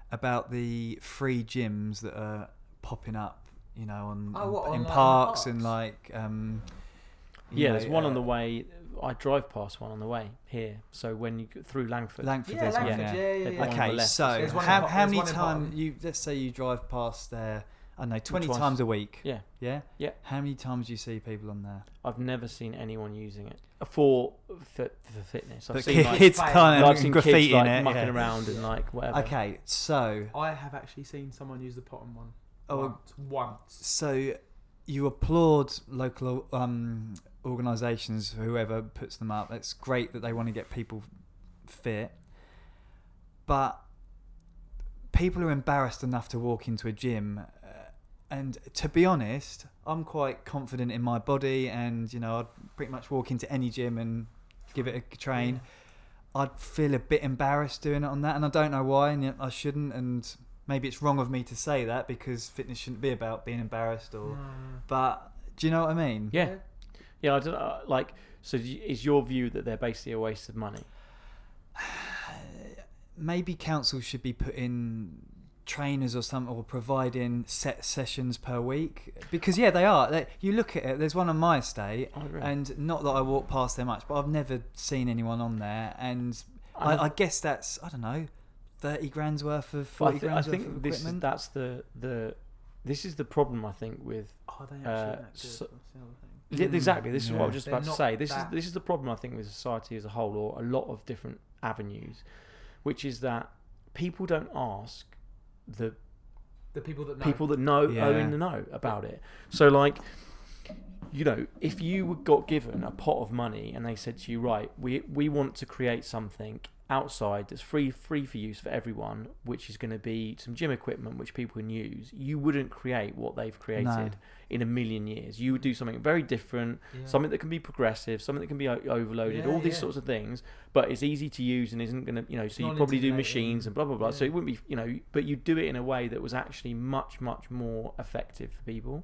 Speaker 4: about the free gyms that are popping up. You know, on,
Speaker 5: Oh,
Speaker 4: on-
Speaker 5: what,
Speaker 4: in
Speaker 5: online
Speaker 4: parks and like
Speaker 5: parks?
Speaker 4: um, you
Speaker 6: Yeah,
Speaker 4: know,
Speaker 6: there's one
Speaker 4: uh,
Speaker 6: on the way. I drive past one on the way here. So when you go through Langford,
Speaker 4: Langford.
Speaker 5: Yeah,
Speaker 4: there's one,
Speaker 5: Langford. Yeah, yeah,
Speaker 6: They've
Speaker 5: yeah.
Speaker 6: got one on the
Speaker 4: Okay,
Speaker 6: left.
Speaker 4: so
Speaker 5: There's one in
Speaker 4: how,
Speaker 5: Hot-
Speaker 4: how
Speaker 5: there's
Speaker 4: many
Speaker 5: one in
Speaker 4: times
Speaker 5: Hotton.
Speaker 4: you let's say you drive past their I don't know, 20
Speaker 6: Twice.
Speaker 4: times a week.
Speaker 6: Yeah.
Speaker 4: Yeah?
Speaker 6: Yeah.
Speaker 4: How many times do you see people on there?
Speaker 6: I've never seen anyone using it for for, for fitness. I've
Speaker 4: But
Speaker 6: seen like,
Speaker 4: kids
Speaker 5: like-
Speaker 4: kind
Speaker 6: I've
Speaker 4: of
Speaker 6: seen
Speaker 4: graffiti
Speaker 6: kids like
Speaker 4: it.
Speaker 6: mucking
Speaker 4: yeah.
Speaker 6: around and like whatever.
Speaker 4: Okay, so
Speaker 5: I have actually seen someone use the potton one.
Speaker 4: Oh.
Speaker 5: once. once.
Speaker 4: so you applaud local um, organisations, whoever puts them up. It's great that they want to get people fit, but people are embarrassed enough to walk into a gym. uh, And to be honest, I'm quite confident in my body, and you know, I'd pretty much walk into any gym and give it a train. I'd feel a bit embarrassed doing it on that, and I don't know why, and yet I shouldn't. And maybe it's wrong of me to say that because fitness shouldn't be about being embarrassed or.
Speaker 5: Mm.
Speaker 4: But do you know what I mean?
Speaker 6: Yeah. Yeah. I don't know. Like, so do you- is your view that they're basically a waste of money?
Speaker 4: Maybe councils should be putting trainers or something or providing set sessions per week because yeah they are they, you look at it there's one on my estate
Speaker 6: I agree.
Speaker 4: and not that i walk past there much but i've never seen anyone on there and
Speaker 6: And
Speaker 4: I, I guess that's i don't know 30 grand's worth of 40
Speaker 6: I, thi- I
Speaker 4: grand's worth
Speaker 6: think
Speaker 4: of
Speaker 6: this is,
Speaker 4: equipment
Speaker 6: that's the the this is the problem I think with
Speaker 5: Are they actually
Speaker 6: Uh,
Speaker 5: that good?
Speaker 6: so-
Speaker 5: That's the other thing.
Speaker 6: Yeah,
Speaker 4: Mm,
Speaker 6: exactly. This is what I
Speaker 4: yeah.
Speaker 6: was just
Speaker 5: They're
Speaker 6: about to
Speaker 5: not
Speaker 6: say. This is
Speaker 5: that-
Speaker 6: this is the problem I think with society as a whole, or a lot of different avenues, which is that people don't ask the
Speaker 5: The people that know.
Speaker 6: people that know
Speaker 4: Yeah.
Speaker 6: are in the know about it. So like you know, if you were- got given a pot of money and they said to you, right, we we want to create something outside that's free free for use for everyone, which is going to be some gym equipment which people can use, you wouldn't create what they've created in a million years. You would do something very different,
Speaker 5: Yeah.
Speaker 6: something that can be progressive, something that can be o- overloaded,
Speaker 5: Yeah,
Speaker 6: all these
Speaker 5: yeah.
Speaker 6: sorts of things, but it's easy to use and isn't going to, you know, so you
Speaker 5: not
Speaker 6: probably do
Speaker 5: intimidating.
Speaker 6: machines and blah blah blah. So
Speaker 5: Yeah.
Speaker 6: it wouldn't be, you know, but you do it in a way that was actually much much more effective for people.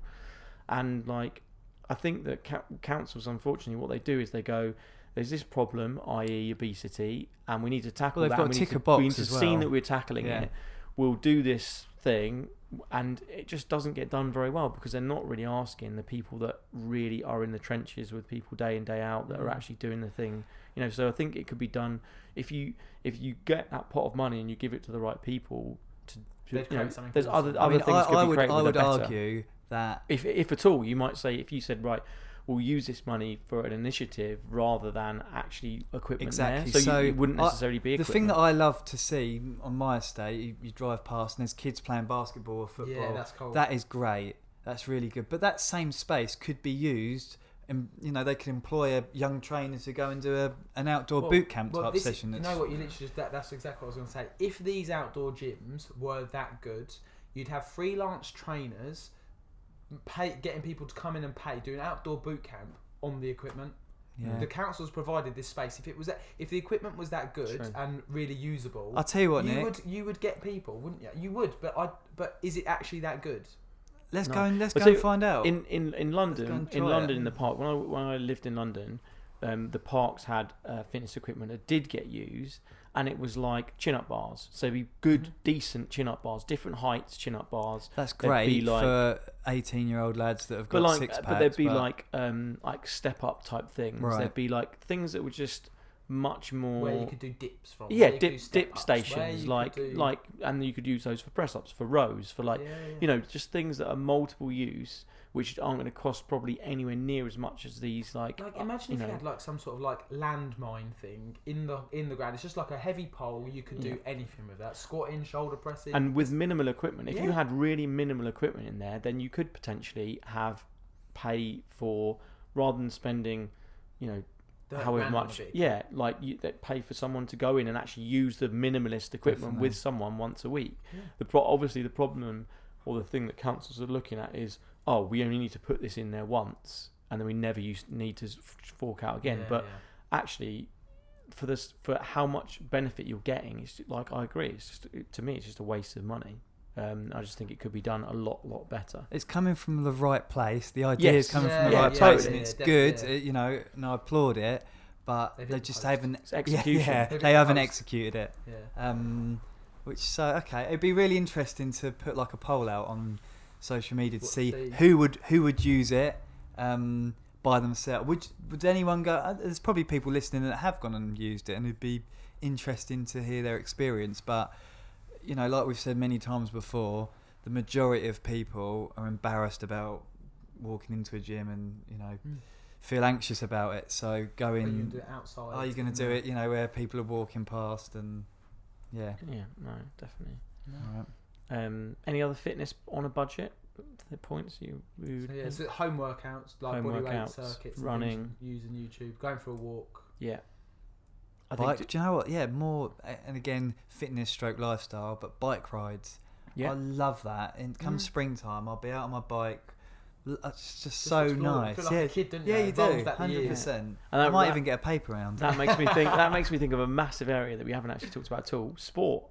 Speaker 6: And like, I think that cou- councils, unfortunately, what they do is they go, "There's this problem, i.e., obesity, and we need to tackle
Speaker 4: Well, they've
Speaker 6: that.
Speaker 4: got
Speaker 6: and
Speaker 4: to
Speaker 6: we
Speaker 4: tick
Speaker 6: need to,
Speaker 4: a box
Speaker 6: we need to
Speaker 4: as
Speaker 6: see
Speaker 4: well.
Speaker 6: that we're tackling
Speaker 4: Yeah.
Speaker 6: it. We'll do this thing." And it just doesn't get done very well because they're not really asking the people that really are in the trenches with people day in day out that are
Speaker 4: Mm.
Speaker 6: actually doing the thing you know so i think it could be done if you if you get that pot of money and you give it to the right people to, to
Speaker 5: They'd
Speaker 6: you know,
Speaker 5: create something
Speaker 6: there's
Speaker 5: awesome.
Speaker 6: other
Speaker 4: I
Speaker 6: other
Speaker 4: mean,
Speaker 6: things
Speaker 4: I,
Speaker 6: could
Speaker 4: I
Speaker 6: be
Speaker 4: would,
Speaker 6: created
Speaker 4: I
Speaker 6: that
Speaker 4: would
Speaker 6: are better.
Speaker 4: argue that
Speaker 6: if if at all you might say if you said right we'll use this money for an initiative rather than actually equipment
Speaker 4: Exactly.
Speaker 6: there. so,
Speaker 4: So
Speaker 6: you, it wouldn't
Speaker 4: I-
Speaker 6: necessarily be
Speaker 4: the
Speaker 6: equipment.
Speaker 4: thing that I love to see on my estate, you, you drive past and there's kids playing basketball or football.
Speaker 5: Yeah, that's cool.
Speaker 4: That is great. That's really good. But that same space could be used, and you know they could employ a young trainer to go and do a, an outdoor
Speaker 5: Well-
Speaker 4: boot camp
Speaker 5: well,
Speaker 4: type
Speaker 5: this-
Speaker 4: session.
Speaker 5: You
Speaker 4: That's,
Speaker 5: know what? You literally just, that, that's exactly what I was going to say. If these outdoor gyms were that good, you'd have freelance trainers pay, getting people to come in and pay, do an outdoor boot camp on the equipment.
Speaker 4: Yeah.
Speaker 5: The council's provided this space. If it was that, if the equipment was that good
Speaker 6: True.
Speaker 5: and really usable,
Speaker 4: I'll tell you what,
Speaker 5: you
Speaker 4: Nick.
Speaker 5: would you would get people, wouldn't you? You would, but I but is it actually that good?
Speaker 4: let's
Speaker 6: No.
Speaker 4: go and let's
Speaker 6: But
Speaker 4: go and
Speaker 6: so
Speaker 4: find
Speaker 5: Oh.
Speaker 4: out.
Speaker 6: in in in
Speaker 4: go
Speaker 6: London,
Speaker 4: and
Speaker 6: in
Speaker 4: try
Speaker 6: London,
Speaker 4: it.
Speaker 6: in the park when I when I lived in London, um, the parks had uh, fitness equipment that did get used, and it was like chin up bars. So it'd be good,
Speaker 5: Mm-hmm.
Speaker 6: decent chin up bars, different heights chin up bars.
Speaker 4: that's
Speaker 6: there'd be
Speaker 4: great
Speaker 6: like-
Speaker 4: for eighteen-year-old lads that have got
Speaker 6: but like, uh,
Speaker 4: six packs.
Speaker 6: but there'd be like um like step up type things.
Speaker 4: Right.
Speaker 6: There'd be like things that were just much more
Speaker 5: Where you could do dips from?
Speaker 6: Mm. yeah
Speaker 5: where you could
Speaker 6: dip
Speaker 5: do step
Speaker 6: dip
Speaker 5: ups, where you
Speaker 6: stations
Speaker 5: could
Speaker 6: like
Speaker 5: do-
Speaker 6: like and you could use those for press ups for rows for like
Speaker 5: Yeah, yeah.
Speaker 6: you know, just things that are multiple use, which aren't going to cost probably anywhere near as much as these. Like,
Speaker 5: Like
Speaker 6: uh,
Speaker 5: imagine
Speaker 6: you
Speaker 5: if
Speaker 6: know,
Speaker 5: you had like some sort of like landmine thing in the in the ground. It's just like a heavy pole. You could
Speaker 6: Yeah.
Speaker 5: do anything with that. Squatting, shoulder pressing.
Speaker 6: and with minimal equipment. If you
Speaker 5: Yeah.
Speaker 6: had really minimal equipment in there, then you could potentially have pay for rather than spending, you know,
Speaker 5: Thirty
Speaker 6: however
Speaker 5: grand on a
Speaker 6: much.
Speaker 5: bit of
Speaker 6: Yeah, like you that pay for someone to go in and actually use the minimalist equipment
Speaker 4: Definitely.
Speaker 6: with someone once a week.
Speaker 5: Yeah.
Speaker 6: The pro- obviously the problem or the thing that councils are looking at is oh we only need to put this in there once and then we never use, need to s- fork out again.
Speaker 5: Yeah,
Speaker 6: but
Speaker 5: yeah.
Speaker 6: actually for this for how much benefit you're getting it's like i agree it's just it, to me it's just a waste of money um i just think it could be done a lot lot better
Speaker 4: It's coming from the right place. The idea
Speaker 6: Yes.
Speaker 4: is coming
Speaker 5: Yeah,
Speaker 4: from the
Speaker 6: yeah,
Speaker 4: right
Speaker 6: yeah,
Speaker 4: place,
Speaker 6: totally.
Speaker 4: and it's
Speaker 5: Yeah,
Speaker 4: good.
Speaker 5: definitely.
Speaker 4: It, you know, and I applaud it, but
Speaker 5: They
Speaker 4: they,
Speaker 5: didn't
Speaker 4: just
Speaker 5: post.
Speaker 4: haven't.
Speaker 6: it's execution
Speaker 4: Yeah,
Speaker 5: They
Speaker 4: yeah, they
Speaker 5: didn't
Speaker 4: haven't
Speaker 5: post.
Speaker 4: executed it.
Speaker 5: yeah.
Speaker 4: Um, which so okay, it'd be really interesting to put like a poll out on social media to
Speaker 5: What-
Speaker 4: see
Speaker 5: see-
Speaker 4: who would who would use it um, by themselves. Would would anyone go? uh, There's probably people listening that have gone and used it, and it'd be interesting to hear their experience. But you know, like we've said many times before, the majority of people are embarrassed about walking into a gym and you know
Speaker 5: Mm.
Speaker 4: feel anxious about it. So
Speaker 5: But you
Speaker 4: going,
Speaker 5: do it outside.
Speaker 4: are you going to
Speaker 5: uh,
Speaker 4: do it? You know where people are walking past and yeah.
Speaker 6: Yeah, no, definitely.
Speaker 5: No.
Speaker 4: Alright.
Speaker 6: Um, any other fitness on a budget? The points you, you would
Speaker 5: So, yeah,
Speaker 6: think?
Speaker 5: so home workouts, like
Speaker 6: Home
Speaker 5: body weight
Speaker 6: workouts,
Speaker 5: circuits,
Speaker 6: running.
Speaker 5: running, using YouTube, going for a walk.
Speaker 6: yeah. I think
Speaker 4: bike.
Speaker 6: d-
Speaker 4: do you know what? Yeah, more a- and again fitness stroke lifestyle, but bike rides. I
Speaker 6: yeah,
Speaker 4: love that. And come
Speaker 5: Mm.
Speaker 4: springtime, I'll be out on my bike. L- uh, It's just,
Speaker 5: Just
Speaker 4: so
Speaker 5: explore.
Speaker 4: nice.
Speaker 5: You feel like
Speaker 4: yeah,
Speaker 5: a kid, don't
Speaker 4: yeah,
Speaker 5: you?
Speaker 4: you
Speaker 5: It evolves
Speaker 4: do.
Speaker 5: that year.
Speaker 4: Hundred percent.
Speaker 6: And
Speaker 4: I
Speaker 6: that-
Speaker 4: might
Speaker 6: that-
Speaker 4: even get a paper round.
Speaker 6: that makes me think. That makes me think of a massive area that we haven't actually talked about at all. Sport,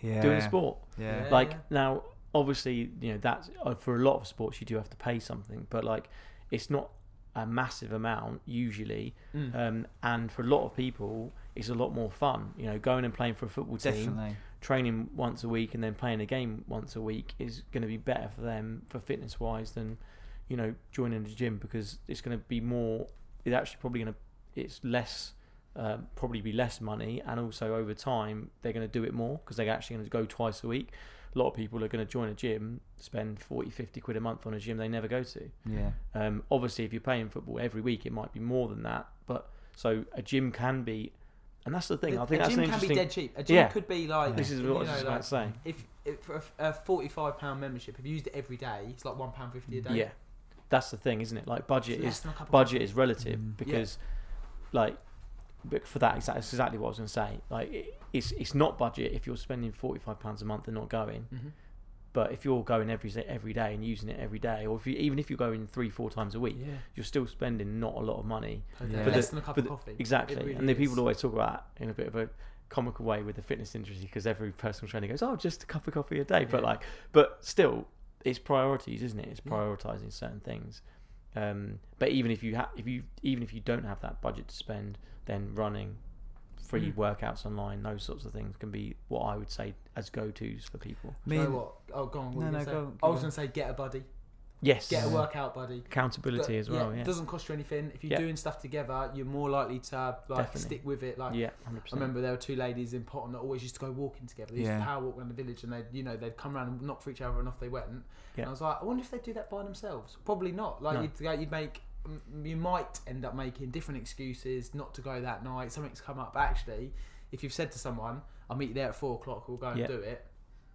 Speaker 4: yeah.
Speaker 6: doing sport.
Speaker 4: Yeah.
Speaker 5: Yeah.
Speaker 6: like now obviously you know that's uh, for a lot of sports you do have to pay something but like it's not a massive amount usually
Speaker 5: Mm.
Speaker 6: um, and for a lot of people it's a lot more fun you know going and playing for a football team
Speaker 4: Definitely.
Speaker 6: training once a week and then playing a game once a week is going to be better for them for fitness wise than you know joining the gym because it's going to be more it's actually probably going to it's less uh, probably be less money and also over time they're going to do it more because they're actually going to go twice a week a lot of people are going to join a gym spend 40 50 quid a month on a gym they never go to
Speaker 4: Yeah.
Speaker 6: um, obviously, if you're playing football every week, it might be more than that. But so a gym can be, and that's the thing. I think
Speaker 5: a
Speaker 6: that's
Speaker 5: gym
Speaker 6: an
Speaker 5: can be
Speaker 6: interesting.
Speaker 5: dead cheap. A gym
Speaker 6: Yeah.
Speaker 5: could be like
Speaker 6: This is
Speaker 5: you
Speaker 6: what I was
Speaker 5: know,
Speaker 6: just
Speaker 5: like,
Speaker 6: about to say.
Speaker 5: If, if for a- a forty-five pound membership, if you used it every day, it's like one pound fifty a day.
Speaker 6: Yeah, that's the thing, isn't it? Like
Speaker 5: It's
Speaker 6: budget
Speaker 5: less
Speaker 6: is
Speaker 5: than a cup of
Speaker 6: budget
Speaker 5: coffee.
Speaker 6: is relative
Speaker 4: Mm.
Speaker 5: Yeah.
Speaker 6: because, like, but for that exactly, that's exactly what I was going to say. Like, it, it's it's not budget if you're spending forty five pounds a month and not going.
Speaker 5: Mhm.
Speaker 6: But if you're going every every day and using it every day, or if you even if you're going three four times a week,
Speaker 5: Yeah.
Speaker 6: you're still spending not a lot of money.
Speaker 5: Okay.
Speaker 4: Yeah. But
Speaker 5: Less
Speaker 6: the-
Speaker 5: than a cup
Speaker 6: but
Speaker 5: of
Speaker 6: the-
Speaker 5: coffee.
Speaker 6: Exactly,
Speaker 5: It really
Speaker 6: and the people
Speaker 5: is.
Speaker 6: always talk about that in a bit of a comical way with the fitness industry because every personal trainer goes, "Oh, just a cup of coffee a day," but
Speaker 5: Yeah.
Speaker 6: like, but still, it's priorities, isn't it? It's
Speaker 5: Yeah.
Speaker 6: prioritizing certain things. Um, but even if you ha- if you even if you don't have that budget to spend, then running, free
Speaker 5: Mm.
Speaker 6: workouts online, those sorts of things can be what I would say as go tos for people.
Speaker 5: Do
Speaker 4: Me
Speaker 5: you know
Speaker 4: and-
Speaker 5: what? Oh, go on. What
Speaker 4: No,
Speaker 5: were you
Speaker 4: no,
Speaker 5: gonna
Speaker 4: go
Speaker 5: say?
Speaker 4: on,
Speaker 5: I was
Speaker 4: go
Speaker 5: going to say get a buddy,
Speaker 6: Yes,
Speaker 5: get a
Speaker 4: Yeah.
Speaker 5: workout buddy.
Speaker 6: accountability
Speaker 5: But,
Speaker 6: as well. Yeah,
Speaker 5: doesn't cost you anything. If you're
Speaker 6: Yeah.
Speaker 5: doing stuff together, you're more likely to like
Speaker 6: Definitely.
Speaker 5: stick with it. Like
Speaker 6: yeah, hundred
Speaker 5: I remember there were two ladies in Potton that always used to go walking together. They used
Speaker 4: Yeah.
Speaker 5: to power walk around the village, and they'd you know they'd come around and knock for each other, and off they went.
Speaker 6: Yeah.
Speaker 5: And I was like, I wonder if they do that by themselves. Probably not. Like
Speaker 6: No.
Speaker 5: you'd, go- you'd make, m- you might end up making different excuses not to go that night. Something's come up. Actually, if you've said to someone, "I'll meet you there at four o'clock. We'll go and
Speaker 6: Yeah.
Speaker 5: do it."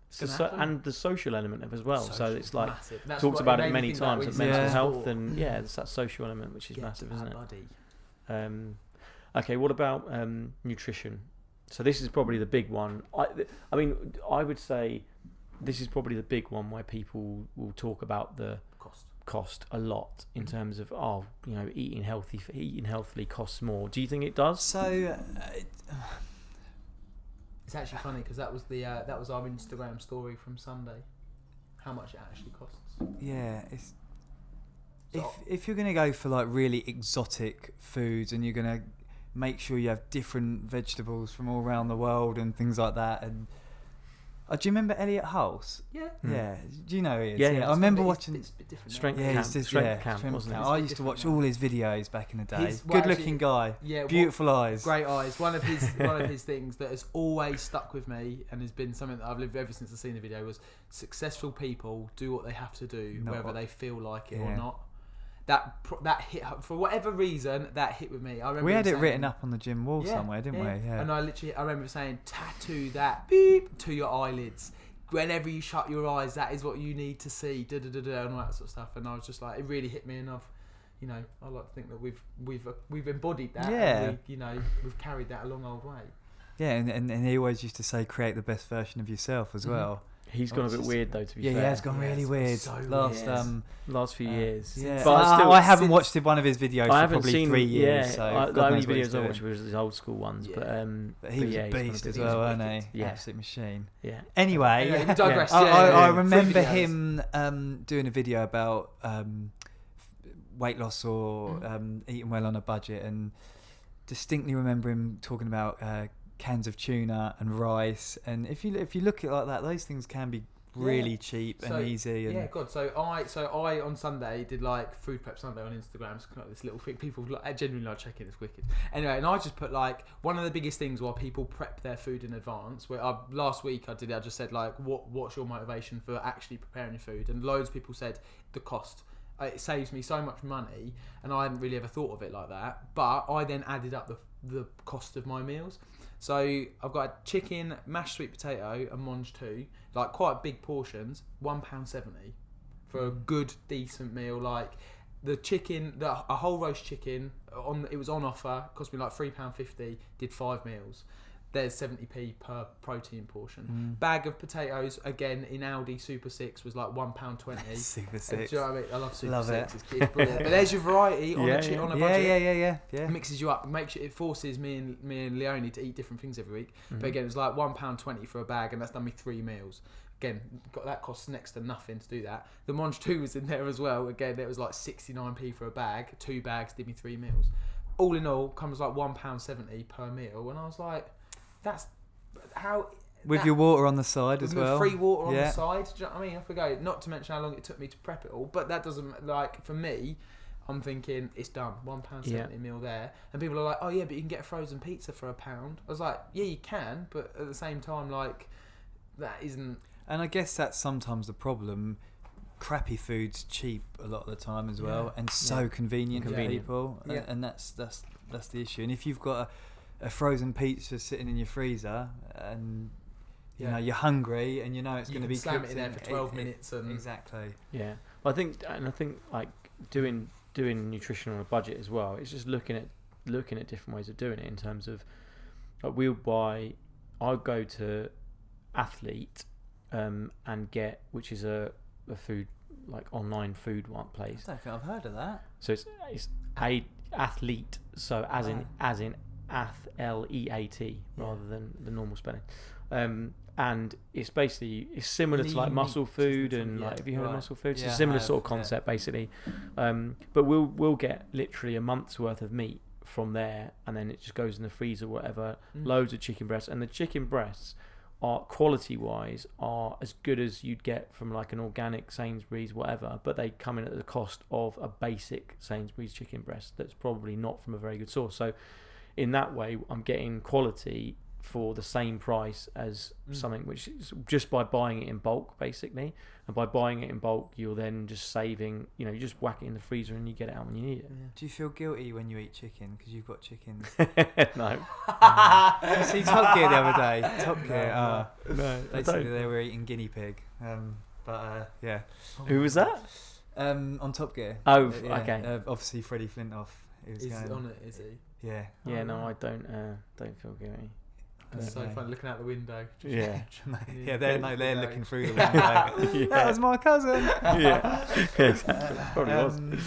Speaker 5: It's
Speaker 6: The
Speaker 5: gonna
Speaker 6: so-
Speaker 5: happen.
Speaker 6: and the social element of as well. So
Speaker 5: Social,
Speaker 6: it's like
Speaker 5: massive. That's
Speaker 6: talked
Speaker 5: what
Speaker 6: about
Speaker 5: made
Speaker 6: it
Speaker 5: me
Speaker 6: many
Speaker 5: think that
Speaker 6: times
Speaker 5: when
Speaker 6: at
Speaker 5: you said
Speaker 6: mental
Speaker 4: Yeah.
Speaker 6: health
Speaker 5: sport.
Speaker 6: and yeah there's that social element which is
Speaker 5: Get
Speaker 6: massive
Speaker 5: a
Speaker 6: isn't it
Speaker 5: buddy.
Speaker 6: um, okay what about um, nutrition so this is probably the big one I, th- I mean i would say this is probably the big one where people will talk about the
Speaker 5: Cost.
Speaker 6: cost a lot in terms of oh you know eating healthy eating healthily costs more do you think it does
Speaker 4: So, uh, it-
Speaker 5: It's actually funny because that was the uh, that was our Instagram story from Sunday. How much it actually costs.
Speaker 4: yeah, it's.
Speaker 5: So-
Speaker 4: If, if you're going to go for like really exotic foods and you're going to make sure you have different vegetables from all around the world and things like that and uh, do you remember Elliot Hulse?
Speaker 5: Yeah.
Speaker 6: Hmm.
Speaker 4: Yeah, do you know who he is?
Speaker 6: Yeah, yeah.
Speaker 4: I
Speaker 5: It's
Speaker 4: remember
Speaker 5: gonna be-
Speaker 4: watching
Speaker 5: It's, it's a bit different. now.
Speaker 6: Strength
Speaker 4: yeah,
Speaker 6: Camp,
Speaker 4: he's just,
Speaker 6: Strength
Speaker 4: yeah,
Speaker 6: Camp,
Speaker 4: Strength
Speaker 6: wasn't
Speaker 4: Camp.
Speaker 5: it?
Speaker 4: I used to watch all his videos back in the day.
Speaker 5: He's- well,
Speaker 4: Good looking guy,
Speaker 5: Yeah. what-
Speaker 4: beautiful eyes.
Speaker 5: Great eyes. One of his one of his things that has always stuck with me and has been something that I've lived ever since I've seen the video was successful people do what they have to do
Speaker 4: Not
Speaker 5: whether
Speaker 4: what-
Speaker 5: they feel like it
Speaker 4: Yeah.
Speaker 5: or not. That pro- that hit for whatever reason that hit with me. I remember
Speaker 4: We had it
Speaker 5: saying-
Speaker 4: written up on the gym wall
Speaker 5: Yeah,
Speaker 4: somewhere, didn't we? Yeah.
Speaker 5: And I literally, I remember saying, tattoo that beep to your eyelids. Whenever you shut your eyes, that is what you need to see. Da da da da, and all that sort of stuff. And I was just like, it really hit me, and I've, you know, I like to think that we've we've uh, we've embodied that. and
Speaker 4: Yeah.
Speaker 5: we, you know, we've carried that a long old way.
Speaker 4: Yeah, and, and, and he always used to say, create the best version of yourself as
Speaker 5: Mhm.
Speaker 4: well.
Speaker 6: he's gone a bit
Speaker 4: Just-
Speaker 6: weird though to be
Speaker 4: Yeah,
Speaker 6: fair
Speaker 4: he has gone
Speaker 5: Yeah,
Speaker 4: really
Speaker 5: it's
Speaker 4: weird.
Speaker 5: so
Speaker 4: Last,
Speaker 5: weird.
Speaker 4: um,
Speaker 6: last few
Speaker 4: uh,
Speaker 6: years
Speaker 4: yeah.
Speaker 6: But I
Speaker 4: I,
Speaker 6: still-
Speaker 4: I haven't
Speaker 5: since-
Speaker 4: watched one of his videos
Speaker 6: I
Speaker 4: for
Speaker 6: haven't
Speaker 4: probably
Speaker 6: seen
Speaker 4: three years.
Speaker 6: Yeah,
Speaker 4: so
Speaker 6: I,
Speaker 4: God
Speaker 6: the only
Speaker 4: knows what he's
Speaker 6: videos I
Speaker 4: doing.
Speaker 6: watched was his old school ones, but
Speaker 5: Yeah.
Speaker 6: um,
Speaker 4: But he was
Speaker 6: yeah,
Speaker 4: a
Speaker 6: he's gone
Speaker 4: beast as
Speaker 6: big-
Speaker 4: well,
Speaker 5: wicked.
Speaker 4: wasn't he?
Speaker 6: Yeah.
Speaker 4: Absolute machine.
Speaker 6: Yeah,
Speaker 4: Anyway,
Speaker 5: Anyway, we digressed.
Speaker 4: I,
Speaker 5: Yeah,
Speaker 4: I,
Speaker 5: yeah,
Speaker 4: I
Speaker 5: yeah. Free
Speaker 4: remember
Speaker 5: videos.
Speaker 4: him um, doing a video about um, f- weight loss or
Speaker 6: Mm.
Speaker 5: Mhm.
Speaker 4: um, eating well on a budget, and distinctly remember him talking about uh, cans of tuna and rice. And if you if you look at it like that, those things can be really cheap
Speaker 5: So,
Speaker 4: and easy. And
Speaker 5: Yeah, God. So I, so I on Sunday did like food prep Sunday on Instagram. It's like this little thing. People like, genuinely like check it. It's wicked. Anyway, and I just put like one of the biggest things why people prep their food in advance. Where I, last week I did, it, I just said like, what, what's your motivation for actually preparing your food? And loads of people said the cost. Uh, It saves me so much money, and I hadn't really ever thought of it like that. But I then added up the the cost of my meals. So I've got chicken, mashed sweet potato, and mange two, like quite big portions, one pound seventy for a good decent meal. Like the chicken, the a whole roast chicken uh, on it was on offer, cost me like three pound fifty. Did five meals. There's 70p per protein
Speaker 4: Mm.
Speaker 5: portion. Bag of potatoes again in Aldi Super Six was like one pound twenty.
Speaker 4: Super
Speaker 5: Do you
Speaker 4: Six.
Speaker 5: know what I mean? I love Super
Speaker 4: Love
Speaker 5: Six.
Speaker 4: it.
Speaker 5: It's, it's brilliant. but there's your variety on
Speaker 6: Yeah,
Speaker 5: a chi-
Speaker 6: yeah.
Speaker 5: on a
Speaker 4: Yeah,
Speaker 5: budget
Speaker 4: yeah, yeah, yeah,
Speaker 5: it
Speaker 4: yeah.
Speaker 5: mixes you up, makes you, it forces me and me and Leonie to eat different things every week. But again, it's like one pound twenty for a bag, and that's done me three meals. Again, got that costs next to nothing to do that. The Monge two was in there as well. Again, it was like sixty nine p for a bag. Two bags did me three meals. All in all, comes like one pound seventy per meal, and I was like, that's how
Speaker 4: With
Speaker 5: that-
Speaker 4: your water on the side
Speaker 5: with
Speaker 4: as
Speaker 5: the
Speaker 4: well.
Speaker 5: Free water on
Speaker 4: yeah.
Speaker 5: the side. Do you know what I mean? Off we go. Not to mention how long it took me to prep it all. But that doesn't like for me. I'm thinking it's done. One pound
Speaker 6: Yeah.
Speaker 5: seventy meal there, and people are like, "Oh yeah, but you can get a frozen pizza for a pound." I was like, "Yeah, you can," but at the same time, like that isn't.
Speaker 4: And I guess that's sometimes the problem. Crappy food's cheap a lot of the time as well, and so
Speaker 6: Yeah.
Speaker 4: convenient,
Speaker 6: Convenient.
Speaker 4: for people. uh,
Speaker 5: Yeah.
Speaker 4: And, and that's that's that's the issue. And if you've got a, a frozen pizza sitting in your freezer, and you
Speaker 5: Yeah.
Speaker 4: know you're hungry, and you know it's
Speaker 5: You
Speaker 4: going to
Speaker 5: can
Speaker 4: be
Speaker 5: slam
Speaker 4: cooked
Speaker 5: it in there
Speaker 4: in
Speaker 5: for
Speaker 4: eight-
Speaker 5: 12
Speaker 4: eight-
Speaker 5: minutes and-
Speaker 4: exactly.
Speaker 6: Yeah, well, I think, and I think like doing doing nutrition on a budget as well. It's just looking at looking at different ways of doing it in terms of like we'll buy. I'll go to athlete um, and get which is a, a food like online food one
Speaker 4: I
Speaker 6: place.
Speaker 4: don't think I've heard of that.
Speaker 6: So it's it's a athlete. So as in
Speaker 4: Ah.
Speaker 6: as in ath l e a t rather than the normal spelling. Um, and it's basically it's similar to like
Speaker 5: Lean
Speaker 6: muscle
Speaker 5: meat, isn't it?
Speaker 6: food and
Speaker 5: Yeah,
Speaker 6: like have you heard
Speaker 4: right.
Speaker 6: of muscle food? It's
Speaker 4: Yeah,
Speaker 6: a
Speaker 4: I
Speaker 6: similar
Speaker 4: have,
Speaker 6: sort of
Speaker 4: yeah.
Speaker 6: concept basically. Um, but we'll we'll get literally a month's worth of meat from there, and then it just goes in the freezer, whatever.
Speaker 5: Mm.
Speaker 6: Loads of chicken breasts, and the chicken breasts are quality wise are as good as you'd get from like an organic Sainsbury's whatever but they come in at the cost of a basic Sainsbury's chicken breast that's probably not from a very good source so in that way I'm getting quality for the same price as something which is just by buying it in bulk basically and by buying it in bulk you're then just saving you know you just whack it in the freezer and you get it out when you need it
Speaker 4: Do you feel guilty when you eat chicken because you've got chickens?
Speaker 6: no
Speaker 4: I see Top Gear the other day. Top Gear. Uh,
Speaker 6: no I
Speaker 4: basically,
Speaker 6: don't.
Speaker 4: they were eating guinea pig. Um, but uh, yeah.
Speaker 6: who was that
Speaker 4: Um, on Top Gear.
Speaker 6: Oh,
Speaker 4: Uh, yeah,
Speaker 6: okay.
Speaker 4: Uh, obviously, Freddie Flintoff. He was
Speaker 5: Is
Speaker 4: going.
Speaker 5: on it? Is he?
Speaker 4: Yeah.
Speaker 5: Oh,
Speaker 6: yeah no I don't uh, don't feel guilty
Speaker 5: It's so
Speaker 4: Okay.
Speaker 5: fun looking out the window.
Speaker 6: yeah
Speaker 4: yeah, they're no, they're
Speaker 5: No.
Speaker 4: looking through the window. That was my cousin.
Speaker 6: yeah, exactly. Probably was.
Speaker 4: Um,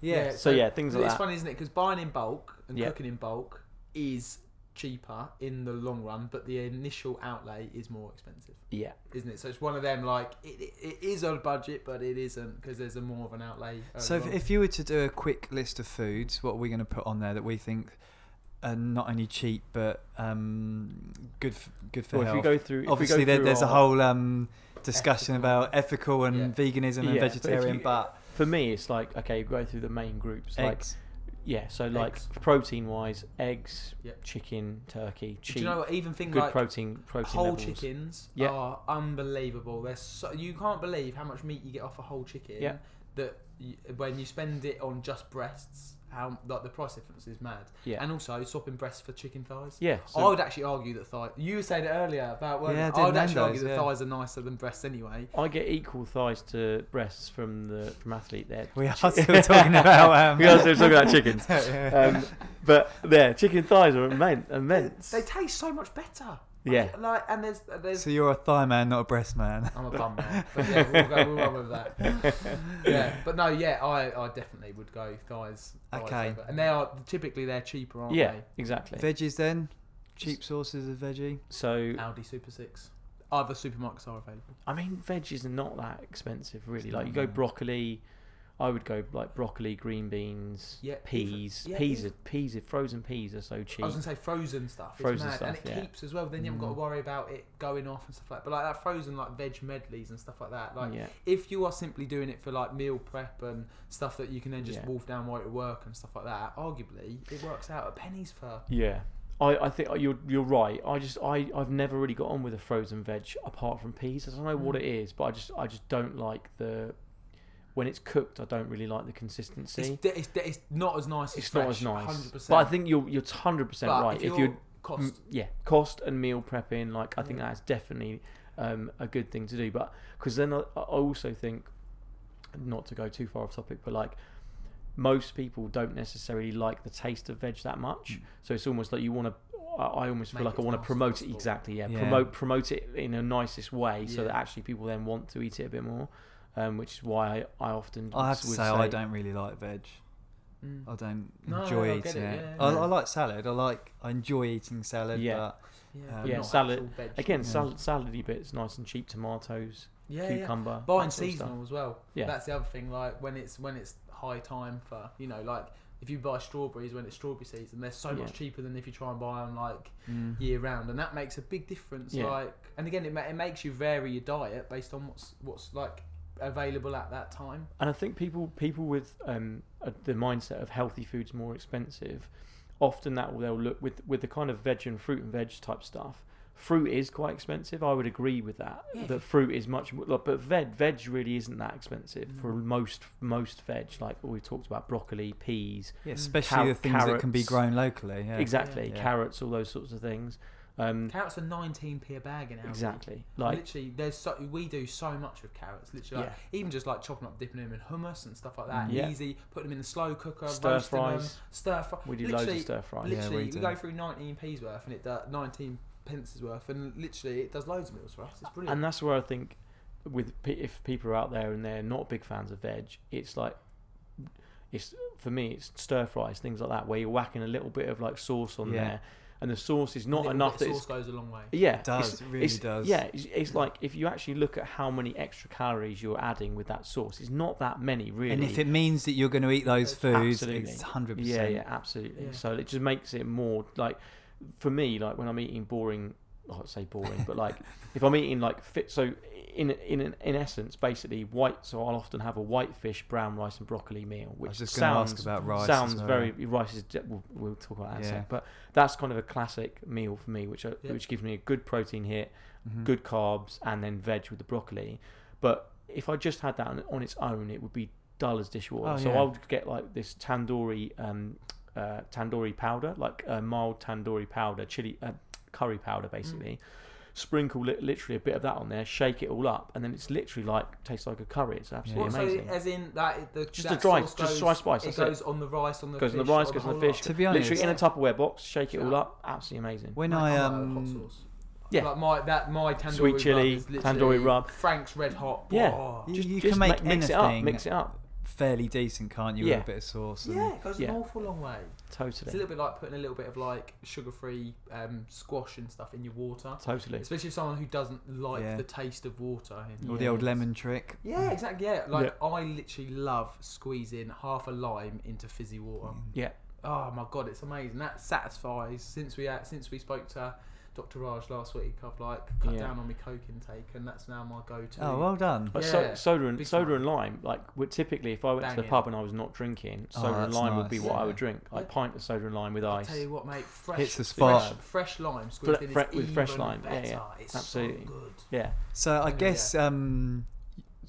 Speaker 5: Yeah.
Speaker 4: yeah.
Speaker 6: So yeah, things
Speaker 5: It's
Speaker 6: like that.
Speaker 5: funny, isn't it? Because buying in bulk and
Speaker 6: Yeah.
Speaker 5: cooking in bulk is cheaper in the long run, but the initial outlay is more expensive.
Speaker 6: Yeah,
Speaker 5: isn't it? So it's one of them like it, it, it is on budget, but it isn't because there's a more of an outlay. uh,
Speaker 4: So if,
Speaker 5: long-
Speaker 4: if you were to do a quick list of foods, what are we going to put on there that we think are not only cheap but um, good f- good for
Speaker 6: Well, if
Speaker 4: health?
Speaker 6: we go through, if we go
Speaker 4: Obviously, there,
Speaker 6: through
Speaker 4: there's a
Speaker 6: our-
Speaker 4: whole um, discussion about ethical and
Speaker 5: Yeah.
Speaker 4: veganism and
Speaker 6: Yeah, but if
Speaker 4: vegetarian,
Speaker 6: you-
Speaker 4: but eh,
Speaker 6: For me, it's like okay, go through the main groups. Like
Speaker 4: eggs.
Speaker 6: yeah, so like
Speaker 5: Eggs.
Speaker 6: protein wise, eggs,
Speaker 5: Yep.
Speaker 6: chicken, turkey, cheap,
Speaker 5: do you know what? Even things
Speaker 6: good
Speaker 5: like
Speaker 6: protein, protein
Speaker 5: whole
Speaker 6: levels.
Speaker 5: chickens
Speaker 6: Yeah.
Speaker 5: are unbelievable. They're so you can't believe how much meat you get off a whole chicken.
Speaker 6: Yeah.
Speaker 5: That you, when you spend it on just breasts, how like the price difference is mad.
Speaker 6: Yeah.
Speaker 5: And also swapping breasts for chicken thighs.
Speaker 6: Yeah,
Speaker 5: I
Speaker 6: so-
Speaker 5: would actually argue that thighs. You were saying it earlier about well,
Speaker 4: Yeah, I
Speaker 5: I,
Speaker 4: did
Speaker 5: would actually argue
Speaker 4: Nando's,
Speaker 5: that
Speaker 4: yeah.
Speaker 5: thighs are nicer than breasts anyway.
Speaker 6: I get equal thighs to breasts from the from athlete there.
Speaker 4: We are still talking about. Um,
Speaker 6: we are still talking about chickens,
Speaker 4: yeah.
Speaker 6: um, but there, chicken thighs are immense. immense.
Speaker 5: They taste so much better.
Speaker 6: Yeah.
Speaker 5: Like and there's there's
Speaker 4: So you're a thigh man, not a breast man.
Speaker 5: I'm a bum man. But yeah, we'll go we'll run with that. Yeah, but no, yeah, I, I definitely would go thighs. thighs
Speaker 4: Okay.
Speaker 5: over. And they are typically they're cheaper, aren't
Speaker 6: yeah, exactly.
Speaker 4: Veggies then, cheap sources of veggie.
Speaker 6: So
Speaker 5: they? Aldi Super Six. Other supermarkets are available.
Speaker 6: I mean, veggies are not that expensive, really. Like you
Speaker 4: not,
Speaker 6: go
Speaker 4: no.
Speaker 6: broccoli. I would go like broccoli, green beans,
Speaker 5: Yeah,
Speaker 6: peas.
Speaker 5: even- yeah,
Speaker 6: peas, are,
Speaker 5: even-
Speaker 6: peas, are, frozen peas are so cheap.
Speaker 5: I was gonna say frozen stuff.
Speaker 6: Frozen
Speaker 5: it's mad. and
Speaker 6: stuff,
Speaker 5: it
Speaker 6: yeah.
Speaker 5: keeps as well. Then you haven't got to
Speaker 4: Mm.
Speaker 5: worry about it going off and stuff like. But like that frozen like veg medleys and stuff like that. Like
Speaker 6: yeah,
Speaker 5: if you are simply doing it for like meal prep and stuff that you can then just
Speaker 6: Yeah.
Speaker 5: wolf down while you're at work and stuff like that, arguably it works out at pennies for.
Speaker 6: yeah. I, I think you're you're right. I just I i have never really got on with a frozen veg apart from peas. I don't know
Speaker 5: Mm.
Speaker 6: what it is, but I just I just don't like the when it's cooked. I don't really like the consistency.
Speaker 5: It's,
Speaker 6: It's,
Speaker 5: di- it's, di- it's not as nice. as
Speaker 6: not
Speaker 5: fresh,
Speaker 6: as nice.
Speaker 5: 100%.
Speaker 6: But I think you're you're hundred percent
Speaker 5: But
Speaker 6: right.
Speaker 5: If, you're
Speaker 6: If you're
Speaker 5: cost,
Speaker 6: Mm, yeah, cost and meal prepping. Like I think that's definitely um, a good thing to do. But because then I, I also think, not to go too far off topic, but like most people don't necessarily like the taste of veg that
Speaker 4: Mm.
Speaker 6: much. So it's almost like you want to. I I almost feel
Speaker 5: Make
Speaker 6: like
Speaker 5: it
Speaker 6: I
Speaker 5: as
Speaker 6: want to
Speaker 5: nice as
Speaker 6: promote it
Speaker 5: possible.
Speaker 6: exactly. Yeah,
Speaker 4: Yeah.
Speaker 6: promote promote it in a nicest way so
Speaker 5: Yeah.
Speaker 6: that actually people then want to eat it a bit more. Um, which is why I, I often
Speaker 4: I have to
Speaker 6: would
Speaker 4: say, I don't really like veg.
Speaker 5: Mm.
Speaker 4: I don't
Speaker 5: No,
Speaker 4: enjoy
Speaker 5: I get
Speaker 4: eating
Speaker 5: it,
Speaker 4: it.
Speaker 5: yeah,
Speaker 4: I,
Speaker 5: yeah.
Speaker 4: I like salad. I like. I enjoy eating salad.
Speaker 6: Yeah.
Speaker 4: But
Speaker 5: yeah,
Speaker 4: um,
Speaker 5: but
Speaker 4: Yeah,
Speaker 5: not
Speaker 6: salad-
Speaker 5: actual veg.
Speaker 6: Again,
Speaker 4: Yeah.
Speaker 6: salad salady bits, nice and cheap tomatoes,
Speaker 5: yeah, yeah.
Speaker 6: cucumber, that
Speaker 5: buying
Speaker 6: sort of stuff.
Speaker 5: seasonal as well.
Speaker 6: Yeah.
Speaker 5: that's the other thing. Like when it's when it's high time for you know like if you buy strawberries when it's strawberry season, they're so
Speaker 6: Yeah.
Speaker 5: much cheaper than if you try and buy them like
Speaker 6: Mm.
Speaker 5: year round, and that makes a big difference.
Speaker 6: Yeah.
Speaker 5: Like and again, it, ma- it makes you vary your diet based on what's what's like available at that time.
Speaker 6: and I think people people with um, a, the mindset of healthy food's more expensive, often that will they'll look with with the kind of veg and fruit and veg type stuff. Fruit is quite expensive. I would agree with that.
Speaker 5: Yeah, if
Speaker 6: that
Speaker 5: you-
Speaker 6: fruit is much, more, like, but veg veg really isn't that expensive for most most veg. Like we talked about broccoli, peas,
Speaker 4: yeah,
Speaker 5: Mm.
Speaker 4: especially
Speaker 6: Car-
Speaker 4: the things that can be
Speaker 6: carrots.
Speaker 4: grown locally. Yeah.
Speaker 6: exactly
Speaker 4: Yeah.
Speaker 6: carrots, all those sorts of things. Um,
Speaker 5: Carrots are 19p a bag in our
Speaker 6: exactly, like
Speaker 5: literally, there's so we do so much with carrots. Literally, like, even just like chopping up, dipping them in hummus and stuff like that.
Speaker 6: Mm. Yeah.
Speaker 5: Easy, putting them in the slow cooker,
Speaker 6: stir
Speaker 5: uh, roasting them,
Speaker 6: fries.
Speaker 5: stir fry.
Speaker 6: We do
Speaker 5: literally,
Speaker 6: loads of stir fries.
Speaker 4: Yeah,
Speaker 5: Literally,
Speaker 4: we
Speaker 5: we
Speaker 4: do.
Speaker 5: go through 19 p's worth, and it does 19 pences worth, and literally, it does loads of meals for us. It's brilliant.
Speaker 6: And that's where I think, with pe- if people are out there and they're not big fans of veg, it's like, it's for me, it's stir fries, things like that, where you're whacking a little bit of like sauce on
Speaker 4: Yeah.
Speaker 6: there, and the sauce is
Speaker 5: A
Speaker 6: not
Speaker 5: little
Speaker 6: enough
Speaker 5: bit
Speaker 6: that
Speaker 5: of
Speaker 6: it's
Speaker 5: sauce goes a long way.
Speaker 6: yeah,
Speaker 4: It does,
Speaker 6: it's-
Speaker 4: it really
Speaker 6: it's-
Speaker 4: does.
Speaker 6: Yeah, it's, it's like if you actually look at how many extra calories you're adding with that sauce, it's not that many really.
Speaker 4: And if it means that you're going to eat those foods,
Speaker 6: Absolutely.
Speaker 4: it's hundred
Speaker 6: Yeah,
Speaker 4: percent.
Speaker 6: yeah, absolutely.
Speaker 5: Yeah.
Speaker 6: So it just makes it more like for me, like when I'm eating boring, I would say boring, but like if I'm eating like fit, so in in in essence, basically white. So I'll often have a white fish, brown rice, and broccoli meal,
Speaker 4: I
Speaker 6: which
Speaker 4: was just going to
Speaker 6: sounds
Speaker 4: ask about rice. as
Speaker 6: sounds
Speaker 4: well.
Speaker 6: very rice is. de- We'll, we'll talk about that in a
Speaker 4: Yeah.
Speaker 6: sec, but that's kind of a classic meal for me, which I,
Speaker 5: Yeah.
Speaker 6: which gives me a good protein hit,
Speaker 4: Mhm.
Speaker 6: good carbs, and then veg with the broccoli. But if I just had that on, on its own, it would be dull as dishwater.
Speaker 4: Oh,
Speaker 6: so
Speaker 4: yeah.
Speaker 6: I would get like this tandoori, um, uh, tandoori powder, like uh, mild tandoori powder, chili, uh, curry
Speaker 4: Mm.
Speaker 6: powder, basically. Sprinkle li- literally a bit of that on there, shake it all up, and then it's literally like tastes like a curry. It's absolutely
Speaker 5: Well, so uh,
Speaker 6: amazing.
Speaker 5: as in that the
Speaker 6: Just
Speaker 5: that
Speaker 6: a dry-
Speaker 5: sauce
Speaker 6: just
Speaker 5: goes-
Speaker 6: dry spice,
Speaker 5: It
Speaker 6: that's
Speaker 5: goes on the rice, on the
Speaker 6: goes
Speaker 5: fish,
Speaker 6: on the rice,
Speaker 5: on
Speaker 6: goes on the
Speaker 5: whole
Speaker 6: fish.
Speaker 4: To be honest-
Speaker 6: literally in a Tupperware box, shake it all
Speaker 5: Yeah.
Speaker 6: up. Absolutely amazing.
Speaker 4: When
Speaker 5: lot.
Speaker 4: I
Speaker 5: Like, love hot
Speaker 4: um,
Speaker 5: sauce.
Speaker 6: Yeah.
Speaker 5: like my that my tandoori
Speaker 6: Sweet chili,
Speaker 5: rub is literally
Speaker 6: tandoori rub.
Speaker 5: Frank's Red Hot.
Speaker 6: Yeah.
Speaker 5: Oh.
Speaker 4: You-
Speaker 6: Just-
Speaker 4: you
Speaker 6: just
Speaker 4: can make
Speaker 6: mi- mix it up.
Speaker 4: anything.
Speaker 6: Mix it up.
Speaker 4: fairly decent, can't you?
Speaker 6: Yeah.
Speaker 4: With a bit of sauce. And,
Speaker 5: Yeah, it goes
Speaker 6: Yeah.
Speaker 5: an awful long way. It's a
Speaker 6: Totally.
Speaker 5: little bit like putting a little bit of like sugar-free um, squash and stuff in your water,
Speaker 6: Totally.
Speaker 5: especially if someone who doesn't like
Speaker 4: Yeah.
Speaker 5: the taste of water.
Speaker 4: Or the
Speaker 6: Yeah.
Speaker 4: old lemon trick.
Speaker 5: Yeah, exactly. Yeah, like I literally love squeezing half a lime into fizzy water.
Speaker 6: Yeah.
Speaker 5: Oh my god, it's amazing. That satisfies. Since we had, since we spoke to Dr. Raj last week, I've like cut
Speaker 6: Yeah.
Speaker 5: down on my coke intake, and that's now my go-to.
Speaker 4: Oh, well done.
Speaker 6: But so,
Speaker 5: Yeah,
Speaker 6: soda and
Speaker 5: big
Speaker 6: soda
Speaker 5: time.
Speaker 6: and lime, like would typically, if I went to the
Speaker 5: Banging.
Speaker 6: pub and I was not drinking,
Speaker 4: Oh,
Speaker 6: soda and
Speaker 4: that's
Speaker 6: lime would be
Speaker 4: nice.
Speaker 6: what I
Speaker 4: Yeah.
Speaker 6: would drink. Like
Speaker 5: Yeah.
Speaker 6: pint of soda and lime with
Speaker 5: I
Speaker 6: ice.
Speaker 5: tell you what, mate, fresh
Speaker 4: Hits the
Speaker 5: fresh,
Speaker 4: spot.
Speaker 5: fresh lime squeezed in is
Speaker 6: fre- with
Speaker 5: even
Speaker 6: fresh lime. Yeah,
Speaker 5: Better.
Speaker 6: yeah.
Speaker 5: It's
Speaker 6: Absolutely.
Speaker 5: so good.
Speaker 6: Yeah,
Speaker 4: So I
Speaker 5: Yeah.
Speaker 4: guess um,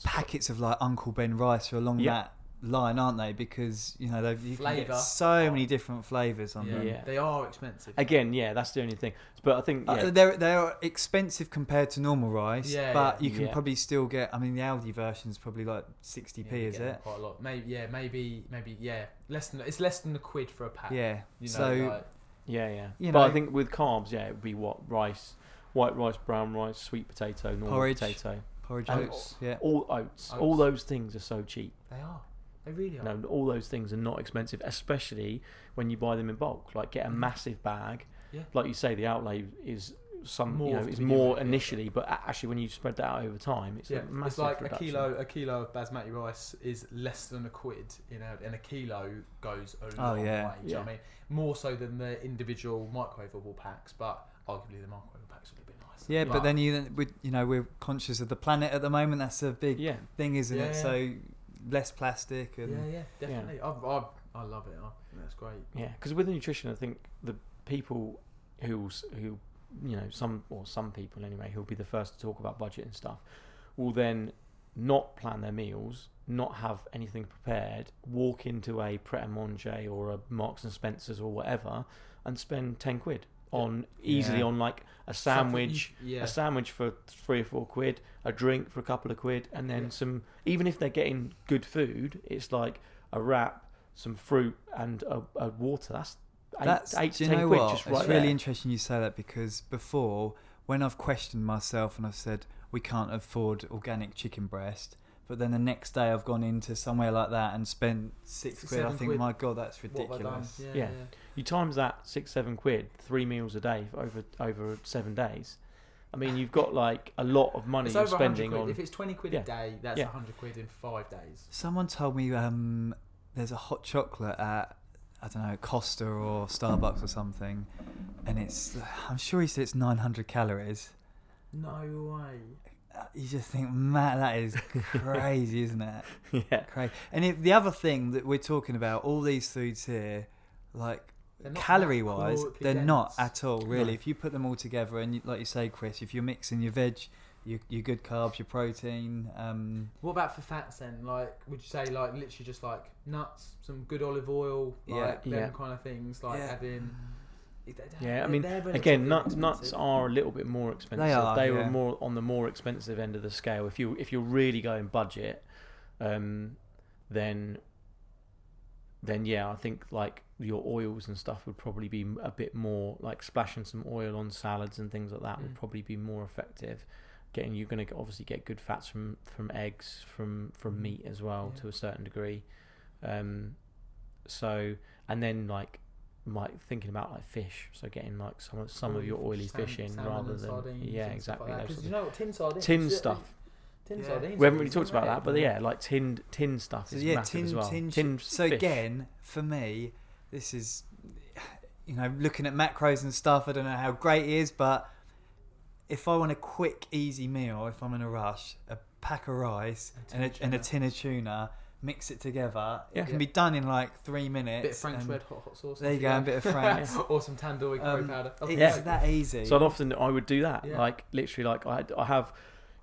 Speaker 4: packets of like Uncle Ben rice are along
Speaker 6: Yeah.
Speaker 4: that line, aren't they? Because you know they've you can
Speaker 5: Flavour.
Speaker 4: get so many different flavors on
Speaker 5: Yeah.
Speaker 4: them.
Speaker 6: Yeah.
Speaker 5: They are expensive.
Speaker 6: Again, yeah, that's the only thing. But I think yeah,
Speaker 4: Uh, they're they're expensive compared to normal rice,
Speaker 5: Yeah,
Speaker 4: but
Speaker 6: yeah.
Speaker 4: you can
Speaker 6: Yeah.
Speaker 4: probably still get. I mean, the Aldi version is probably like sixty
Speaker 5: Yeah,
Speaker 4: p,
Speaker 5: we
Speaker 4: is
Speaker 5: get them
Speaker 4: it?
Speaker 5: Quite a lot. Maybe yeah, maybe maybe yeah. Less than it's less than a quid for a pack.
Speaker 4: Yeah.
Speaker 5: You know,
Speaker 4: so
Speaker 5: like,
Speaker 6: yeah, yeah.
Speaker 4: you
Speaker 6: but I
Speaker 4: know-
Speaker 6: think with carbs, yeah, it would be what rice, white rice, brown rice, sweet potato, normal
Speaker 4: Porridge.
Speaker 6: potato,
Speaker 4: porridge
Speaker 6: and
Speaker 4: oats. Yeah.
Speaker 6: all oats, All
Speaker 5: Oats.
Speaker 6: those things are so cheap.
Speaker 5: they are. They really are.
Speaker 6: No, all those things are not expensive, especially when you buy them in bulk. Like get a massive bag.
Speaker 5: Mm. Yeah.
Speaker 6: Like you say, the outlay is some
Speaker 5: More
Speaker 6: you know
Speaker 5: to
Speaker 6: is
Speaker 5: begin
Speaker 6: more
Speaker 5: with, yeah.
Speaker 6: initially, but a- actually when you spread that out over time, it's
Speaker 5: Yeah,
Speaker 6: a massive
Speaker 5: it's like a
Speaker 6: reduction.
Speaker 5: kilo. A kilo of basmati rice is less than a quid, you know, and a kilo goes a long
Speaker 4: yeah.
Speaker 5: way. Do you know
Speaker 6: Yeah.
Speaker 5: what I mean? More so than the individual microwavable packs, but arguably the microwavable packs would have been nice.
Speaker 4: Yeah, but then you we, you know we're conscious of the planet at the moment. That's a big
Speaker 6: Yeah,
Speaker 4: thing, isn't
Speaker 5: Yeah,
Speaker 4: it?
Speaker 5: yeah.
Speaker 4: So less plastic and
Speaker 5: yeah, yeah, definitely. I, I, I love it. I think that's great.
Speaker 6: yeah. Because with nutrition, I think the people who s- who you know some or some people anyway who'll be the first to talk about budget and stuff will then not plan their meals, not have anything prepared, walk into a Pret a Manger or a Marks and Spencers or whatever, and spend ten quid on easily
Speaker 4: Yeah.
Speaker 6: on like a
Speaker 5: Something
Speaker 6: sandwich.
Speaker 5: You, yeah.
Speaker 6: a sandwich for three or four quid, a drink for a couple of quid, and then
Speaker 5: Yeah.
Speaker 6: some. Even if they're getting good food, it's like a wrap, some fruit, and a, a water. That's eight,
Speaker 4: That's
Speaker 6: eight
Speaker 4: do you
Speaker 6: ten
Speaker 4: know
Speaker 6: quid
Speaker 4: what?
Speaker 6: just
Speaker 4: it's
Speaker 6: right
Speaker 4: really
Speaker 6: there.
Speaker 4: interesting you say that because before, when I've questioned myself and I've said we can't afford organic chicken breast, but then the next day I've gone into somewhere like that and spent six
Speaker 5: Six,
Speaker 4: quid. I
Speaker 5: seven
Speaker 4: think
Speaker 5: quid.
Speaker 4: my god, that's
Speaker 5: what have I done?
Speaker 4: ridiculous.
Speaker 5: Yeah,
Speaker 6: Yeah. You times that six seven quid, three meals a day for over over seven days. I mean, you've got like a lot of money
Speaker 5: It's
Speaker 6: you're
Speaker 5: over 100
Speaker 6: spending
Speaker 5: quid.
Speaker 6: on.
Speaker 5: If it's 20 quid
Speaker 6: Yeah.
Speaker 5: a day, that's
Speaker 6: Yeah.
Speaker 5: 100 quid in five days.
Speaker 4: Someone told me um, there's a hot chocolate at I don't know Costa or Starbucks or something, and it's I'm sure he said it's 900 calories.
Speaker 5: No way.
Speaker 4: Uh, You just think, man, that is crazy, isn't it?
Speaker 6: yeah,
Speaker 4: Crazy. And it, the other thing that we're talking about, all these foods here, like
Speaker 5: They're not that
Speaker 4: calorie wise,
Speaker 5: calorically
Speaker 4: they're not
Speaker 5: dense.
Speaker 4: at all really.
Speaker 6: No.
Speaker 4: If you put them all together, and you, like you say, Chris, if you're mixing your veg, your, your good carbs, your protein, um,
Speaker 5: What about for fats then? Like, would you say like literally just like nuts, some good olive oil, like them
Speaker 6: Yeah. Yeah.
Speaker 5: kind of things, like
Speaker 4: Yeah.
Speaker 5: adding.
Speaker 6: yeah. I mean, again, nuts nuts are a little bit more expensive. They,
Speaker 4: are,
Speaker 6: were
Speaker 4: yeah.
Speaker 6: more on the more expensive end of the scale. If you if you're really going budget, um, then then yeah, I think like your oils and stuff would probably be a bit more like splashing some oil on salads and things like that would
Speaker 5: Mm.
Speaker 6: probably be more effective. Getting you're going to obviously get good fats from from eggs from from meat as well
Speaker 5: Yeah.
Speaker 6: to a certain degree. Um, so and then like like thinking about like fish, so getting like some some
Speaker 5: Mm,
Speaker 6: of your oily fish in rather than yeah exactly those
Speaker 5: Because
Speaker 6: sort
Speaker 5: you
Speaker 6: of-
Speaker 5: know what, tin sardines.
Speaker 6: tin
Speaker 5: is it-
Speaker 6: stuff.
Speaker 5: Tin
Speaker 4: Yeah.
Speaker 5: sardines.
Speaker 6: We haven't
Speaker 5: are
Speaker 6: really talked
Speaker 5: good,
Speaker 6: about that,
Speaker 5: aren't
Speaker 6: but
Speaker 5: they?
Speaker 6: yeah, like tinned tin stuff
Speaker 4: So
Speaker 6: is
Speaker 4: yeah,
Speaker 6: massive
Speaker 4: tin,
Speaker 6: as well.
Speaker 4: tin, sh-
Speaker 6: Tinned
Speaker 4: So
Speaker 6: fish.
Speaker 4: again, for me, this is, you know, looking at macros and stuff. I don't know how great it is, but if I want a quick, easy meal, if I'm in a rush, a pack of rice
Speaker 5: A tin
Speaker 4: and a,
Speaker 5: of
Speaker 4: and a
Speaker 5: tuna.
Speaker 4: tin of tuna, mix it together.
Speaker 6: Yeah.
Speaker 4: It can be done in like three minutes.
Speaker 5: bit of Frank's
Speaker 6: Um,
Speaker 4: and
Speaker 5: red hot hot sauce.
Speaker 4: There
Speaker 5: if
Speaker 4: you go, a
Speaker 5: like.
Speaker 4: bit of Frank's.
Speaker 5: or some tandoori curry
Speaker 4: Um,
Speaker 5: powder.
Speaker 4: It's
Speaker 6: Yeah.
Speaker 4: that easy.
Speaker 6: So I'd often I would do that,
Speaker 5: Yeah.
Speaker 6: like literally, like I I have,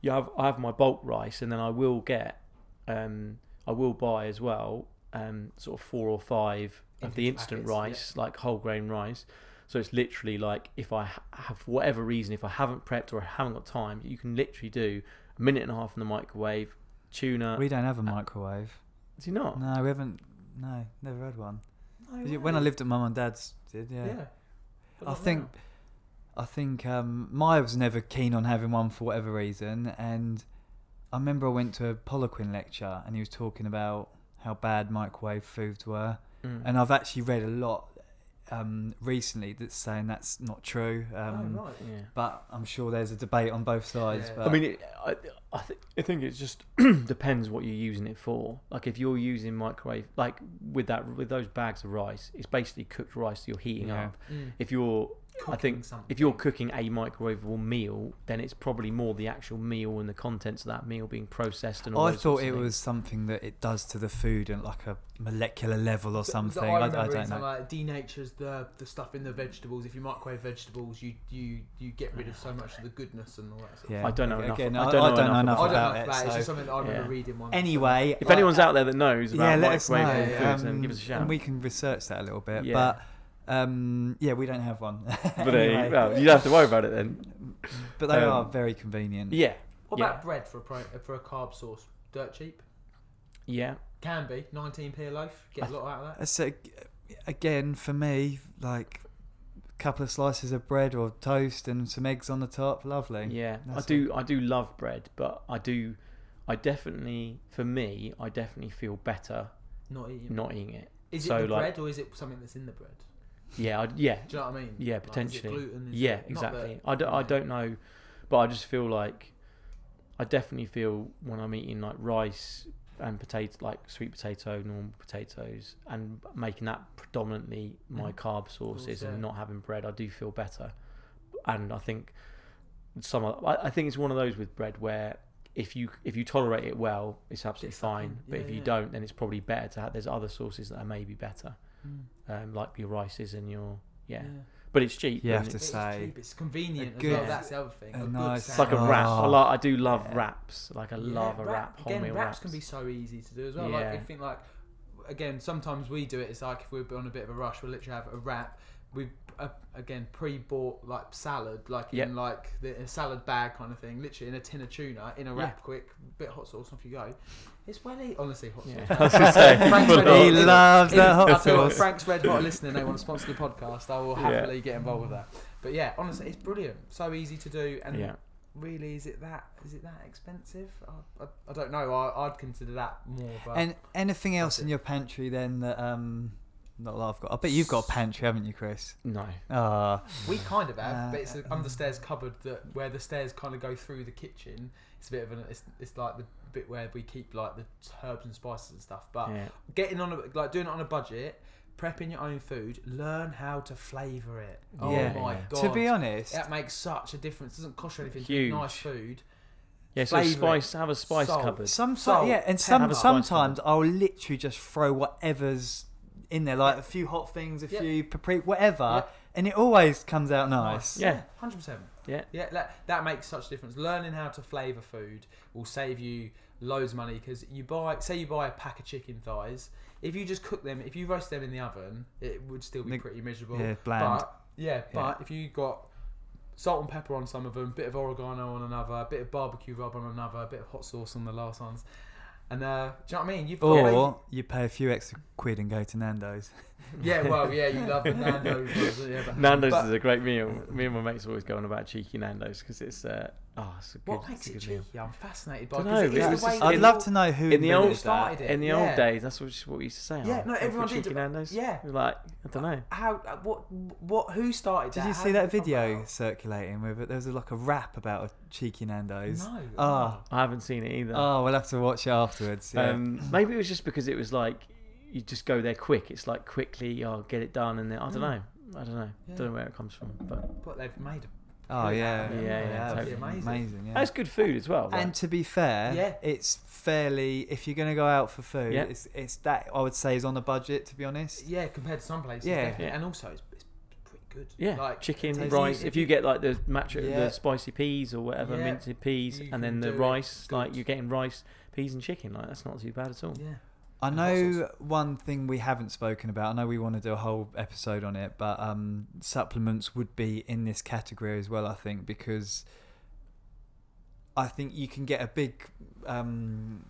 Speaker 6: you have I have my bulk rice, and then I will get, um, I will buy as well, um, sort of four or five of the
Speaker 5: Individual
Speaker 6: instant
Speaker 5: packets, yeah.
Speaker 6: rice, like whole grain rice. So it's literally like if I ha- have for whatever reason, if I haven't prepped or I haven't got time, you can literally do a minute and a half in the microwave, tuna.
Speaker 4: we don't have a microwave.
Speaker 6: do you not?
Speaker 4: No, we haven't. No, never had one.
Speaker 5: No
Speaker 4: When I
Speaker 5: way.
Speaker 4: lived at mum and dad's, did
Speaker 5: Oh, yeah. But
Speaker 4: I
Speaker 5: not
Speaker 4: think,
Speaker 5: now.
Speaker 4: I think um, Maya was never keen on having one for whatever reason, and I remember I went to a Poliquin lecture and he was talking about how bad microwave foods were,
Speaker 6: Mm.
Speaker 4: and I've actually read a lot um, recently that's saying that's not true. Um,
Speaker 5: oh, right.
Speaker 6: yeah.
Speaker 4: But I'm sure there's a debate on both sides.
Speaker 5: Yeah.
Speaker 4: But
Speaker 6: I mean, it, I, I, th- I think it just depends what you're using it for. Like if you're using microwave, like with that with those bags of rice, it's basically cooked rice you're heating
Speaker 4: Yeah.
Speaker 6: up.
Speaker 5: Mm.
Speaker 6: If you're
Speaker 5: Cooking
Speaker 6: I think
Speaker 5: something.
Speaker 6: if you're cooking a microwavable meal, then it's probably more the actual meal and the contents of that meal being processed and all.
Speaker 4: I
Speaker 6: those
Speaker 4: thought
Speaker 6: sorts of
Speaker 4: it
Speaker 6: things.
Speaker 4: was something that it does to the food and like a molecular level or
Speaker 5: So- so
Speaker 4: something.
Speaker 5: I,
Speaker 4: I, I
Speaker 5: remember
Speaker 4: don't
Speaker 5: something
Speaker 4: know.
Speaker 5: Like denatures the the stuff in the vegetables. If you microwave vegetables, you you you get rid of so much of the goodness and all that. Sort
Speaker 4: Yeah.
Speaker 6: I don't know enough-
Speaker 4: Again,
Speaker 6: I
Speaker 4: I
Speaker 6: don't
Speaker 4: I
Speaker 6: know
Speaker 4: don't know
Speaker 6: enough
Speaker 5: of
Speaker 4: enough
Speaker 5: stuff. I
Speaker 4: about
Speaker 5: don't know
Speaker 4: it.
Speaker 5: if that. It's
Speaker 4: so-
Speaker 5: just something I remember
Speaker 6: Yeah.
Speaker 5: reading once.
Speaker 4: Anyway,
Speaker 6: If
Speaker 4: like-
Speaker 6: anyone's out there that knows about
Speaker 4: yeah, let us know.
Speaker 6: microwavable foods, then
Speaker 4: um,
Speaker 6: give us a shout.
Speaker 4: And we can research that a little bit.
Speaker 6: Yeah.
Speaker 4: But um, yeah, we don't have one.
Speaker 6: but uh, there you-
Speaker 4: Anyway,
Speaker 6: well, you don't have to worry about it then.
Speaker 4: but they
Speaker 6: um,
Speaker 4: are very convenient.
Speaker 6: Yeah,
Speaker 5: What
Speaker 6: Yeah.
Speaker 5: about bread for a pro, for a carb source? Dirt cheap.
Speaker 6: yeah.
Speaker 5: Can be 19p a loaf. Get
Speaker 6: I
Speaker 5: a lot out of that.
Speaker 4: Uh, So again, for me, like a couple of slices of bread or toast and some eggs on the top, lovely.
Speaker 6: Yeah, I
Speaker 4: That's
Speaker 6: do. I do love bread, but I do. I definitely, for me, I definitely feel better
Speaker 5: Not eating.
Speaker 6: not eating it.
Speaker 5: Is it
Speaker 6: so,
Speaker 5: the
Speaker 6: like-
Speaker 5: bread or is it something that's in the bread?
Speaker 6: yeah, I, yeah,
Speaker 5: Do you know what I mean?
Speaker 6: yeah,
Speaker 5: Like, is it
Speaker 6: potentially.
Speaker 5: gluten? Is
Speaker 6: yeah,
Speaker 5: it- Mm. not that-
Speaker 6: exactly. I, do, I
Speaker 5: yeah.
Speaker 6: don't know, but I just feel like I definitely feel when I'm eating like rice and potato, like sweet potato, normal potatoes, and making that predominantly my
Speaker 5: Mhm.
Speaker 6: carb sources
Speaker 5: yeah.
Speaker 6: and not having bread, I do feel better. And I think some, of- I, I think it's one of those with bread where if you if you tolerate it well, it's absolutely
Speaker 5: It's fine.
Speaker 6: fine. But
Speaker 5: Yeah,
Speaker 6: if you
Speaker 5: yeah.
Speaker 6: don't, then it's probably better to have. There's other sources that are maybe better,
Speaker 5: Mm.
Speaker 6: um, like your rices and your yeah. But it's cheap.
Speaker 4: You have
Speaker 6: and
Speaker 4: to
Speaker 5: It's
Speaker 4: say
Speaker 5: cheap, it's convenient as well.
Speaker 4: good-
Speaker 5: That's the other thing.
Speaker 4: a
Speaker 5: good
Speaker 4: nice
Speaker 6: It's like a
Speaker 5: sandwich.
Speaker 6: wrap. I
Speaker 4: Oh.
Speaker 6: like. I do love
Speaker 4: Yeah.
Speaker 6: wraps. Like I
Speaker 5: Yeah,
Speaker 6: love a
Speaker 5: wrap-
Speaker 6: wrap.
Speaker 5: Again,
Speaker 6: Wholemeal
Speaker 5: wraps,
Speaker 6: wraps.
Speaker 5: can be so easy to do as well.
Speaker 6: Yeah.
Speaker 5: Like I think like again, sometimes we do it. It's like if we're on a bit of a rush, we'll literally have a wrap. We uh, again pre-bought like salad, like
Speaker 6: Yep.
Speaker 5: in like the, a salad bag kind of thing. Literally in a tin of tuna, in a
Speaker 6: Yeah.
Speaker 5: wrap, quick bit of hot sauce, off you go. It's well eat. Honestly, hot sauce.
Speaker 6: Yeah.
Speaker 5: man.
Speaker 6: I was gonna say,
Speaker 5: Frank's
Speaker 6: full
Speaker 5: Red
Speaker 6: on.
Speaker 5: Hot-
Speaker 4: He
Speaker 5: if-
Speaker 4: loves
Speaker 5: if-
Speaker 4: that hot
Speaker 5: I feel like
Speaker 4: sauce.
Speaker 5: Frank's Red Hot are listening. They want to sponsor the podcast. I will
Speaker 6: Yeah.
Speaker 5: happily get involved with that. But yeah, honestly, it's brilliant. So easy to do, and
Speaker 6: yeah.
Speaker 5: really is it that is it that expensive i, I, I don't know I, i'd consider that more of a
Speaker 4: And anything else
Speaker 5: That's
Speaker 4: in
Speaker 5: it.
Speaker 4: your pantry then that um, not a lot I've got. I bet you've got a pantry, haven't you, Chris?
Speaker 6: No.
Speaker 4: Ah,
Speaker 5: we kind of have but it's an
Speaker 4: Uh,
Speaker 5: understairs cupboard that where the stairs kind of go through the kitchen it's a bit of an it's, it's like the bit where we keep like the herbs and spices and stuff but
Speaker 6: Yeah.
Speaker 5: getting on a like doing it on a budget prepping your own food learn how to flavor it oh
Speaker 4: Yeah.
Speaker 5: my god
Speaker 4: to be honest,
Speaker 5: that makes such a difference doesn't cost you anything to eat
Speaker 6: Huge.
Speaker 5: nice food
Speaker 6: Yeah. So
Speaker 5: Flavour it.
Speaker 6: spice. Have a spice
Speaker 5: Salt.
Speaker 6: cupboard.
Speaker 4: some
Speaker 5: Salt,
Speaker 4: yeah, and
Speaker 6: pepper. Have
Speaker 4: some
Speaker 6: a spice
Speaker 4: sometimes I'll literally just throw whatever's in there, like a few hot things, a
Speaker 5: Yeah.
Speaker 4: few paprika, whatever,
Speaker 5: Yeah.
Speaker 4: and it always comes out nice.
Speaker 6: Yeah.
Speaker 5: hundred percent.
Speaker 6: Yeah.
Speaker 5: yeah. That, that makes such a difference. Learning how to flavour food will save you loads of money because you buy, say, you buy a pack of chicken thighs. If you just cook them, if you roast them in the oven, it would still be
Speaker 4: Neg-
Speaker 5: pretty miserable.
Speaker 4: yeah, bland.
Speaker 5: But yeah, but if you got salt and pepper on some of them, bit of oregano on another, a bit of barbecue rub on another, a bit of hot sauce on the last ones, and uh, do you know what I mean? You've got
Speaker 4: Or you pay a few extra quid and go to Nando's.
Speaker 5: yeah, well, yeah, you love the Nando's. ones, yeah, but-
Speaker 6: Nando's
Speaker 5: but-
Speaker 6: is a great meal. Me and my mates always go on about cheeky Nando's because it's uh, oh, it's a good,
Speaker 5: What
Speaker 6: it's
Speaker 5: makes
Speaker 6: a
Speaker 5: it
Speaker 6: good
Speaker 5: cheeky?
Speaker 6: meal.
Speaker 5: I'm fascinated by.
Speaker 6: Dunno,
Speaker 5: 'cause
Speaker 6: it
Speaker 5: is the
Speaker 6: was
Speaker 5: way
Speaker 6: just-
Speaker 5: that
Speaker 4: I'd
Speaker 6: in-
Speaker 4: love to know who
Speaker 6: in the old
Speaker 4: invented that.
Speaker 5: started it.
Speaker 6: In the
Speaker 5: yeah.
Speaker 6: old days, that's what, just what we used to say.
Speaker 5: Yeah, no,
Speaker 6: oh, go for
Speaker 5: everyone did
Speaker 6: cheeky
Speaker 5: it.
Speaker 6: Nando's.
Speaker 5: Yeah.
Speaker 6: We're like I don't know.
Speaker 5: How? uh, What? What? Who started
Speaker 4: Did
Speaker 5: that?
Speaker 4: you
Speaker 5: How
Speaker 4: see
Speaker 5: did
Speaker 4: that
Speaker 5: it come
Speaker 4: video
Speaker 5: about?
Speaker 4: circulating with it? There was like a rap about a cheeky Nando's.
Speaker 5: No.
Speaker 4: Ah.
Speaker 6: I haven't seen it either.
Speaker 4: Oh, we'll have to watch it afterwards. Yeah.
Speaker 6: Um, maybe it was just because it was like you just go there quick. It's like quickly, oh, get it done, and then I don't know. I don't know.
Speaker 5: Mm. Yeah.
Speaker 6: Don't know where it comes from, but
Speaker 5: But they've made.
Speaker 4: oh yeah,
Speaker 5: Yeah,
Speaker 6: yeah,
Speaker 4: that'd
Speaker 6: totally.
Speaker 4: be
Speaker 5: Amazing.
Speaker 4: amazing. yeah.
Speaker 6: that's good food as well.
Speaker 4: and to be fair,
Speaker 5: Yeah.
Speaker 4: it's fairly. If you're gonna go out for food,
Speaker 6: Yeah.
Speaker 4: it's it's that I would say is on a budget. To be honest,
Speaker 5: Yeah, compared to some places.
Speaker 4: Yeah.
Speaker 5: definitely.
Speaker 6: Yeah.
Speaker 5: And also, it's, it's pretty good.
Speaker 6: Yeah,
Speaker 5: Like
Speaker 6: chicken,
Speaker 4: tasty.
Speaker 6: rice. If you get like the matcha,
Speaker 4: Yeah.
Speaker 6: the spicy peas or whatever,
Speaker 5: Yeah,
Speaker 6: minted peas,
Speaker 5: you
Speaker 6: and then
Speaker 5: can
Speaker 6: the
Speaker 5: do it
Speaker 6: rice, like
Speaker 5: good.
Speaker 6: you're getting rice, peas, and chicken. Like that's not too bad at all.
Speaker 5: Yeah.
Speaker 4: I
Speaker 5: And hot
Speaker 4: know one thing we haven't spoken about. I know we want to do a whole episode on it, but um, supplements would be in this category as well. I think because I think you can get a big, um,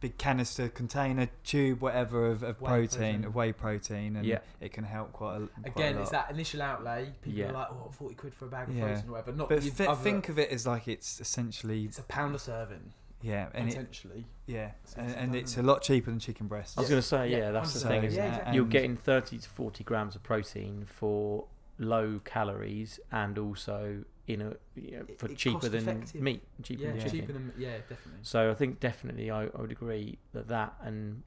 Speaker 4: big canister, container, tube, whatever of, of
Speaker 5: Whey
Speaker 4: protein,
Speaker 5: protein.
Speaker 4: of whey protein, and
Speaker 6: Yeah.
Speaker 4: it can help quite a quite
Speaker 5: Again,
Speaker 4: a lot.
Speaker 5: it's that initial outlay. People
Speaker 6: Yeah.
Speaker 5: are like, "Oh, 40 quid for a bag of
Speaker 4: Yeah.
Speaker 5: protein or whatever." Not
Speaker 4: But
Speaker 5: the
Speaker 4: thi-
Speaker 5: other-
Speaker 4: think of it as like it's essentially
Speaker 5: It's a pound a serving
Speaker 4: yeah, and it,
Speaker 5: potentially.
Speaker 4: yeah,
Speaker 5: it's
Speaker 4: and,
Speaker 5: actually
Speaker 4: and
Speaker 5: done,
Speaker 4: it's a
Speaker 5: isn't
Speaker 4: lot cheaper than chicken breast.
Speaker 6: I was gonna say, Uh, yeah,
Speaker 5: Yeah,
Speaker 6: that's the
Speaker 5: so-
Speaker 6: thing. Is
Speaker 5: yeah,
Speaker 4: that-
Speaker 5: exactly.
Speaker 6: you're
Speaker 4: and-
Speaker 6: getting 30 to 40 grams of protein for low calories and also in a you know,
Speaker 5: It-
Speaker 6: for
Speaker 5: it
Speaker 6: cheaper
Speaker 5: cost
Speaker 6: than
Speaker 5: effective.
Speaker 6: meat, cheaper
Speaker 5: Yeah,
Speaker 6: than chicken.
Speaker 5: cheaper than yeah, definitely.
Speaker 6: So I think definitely I, I would agree that that and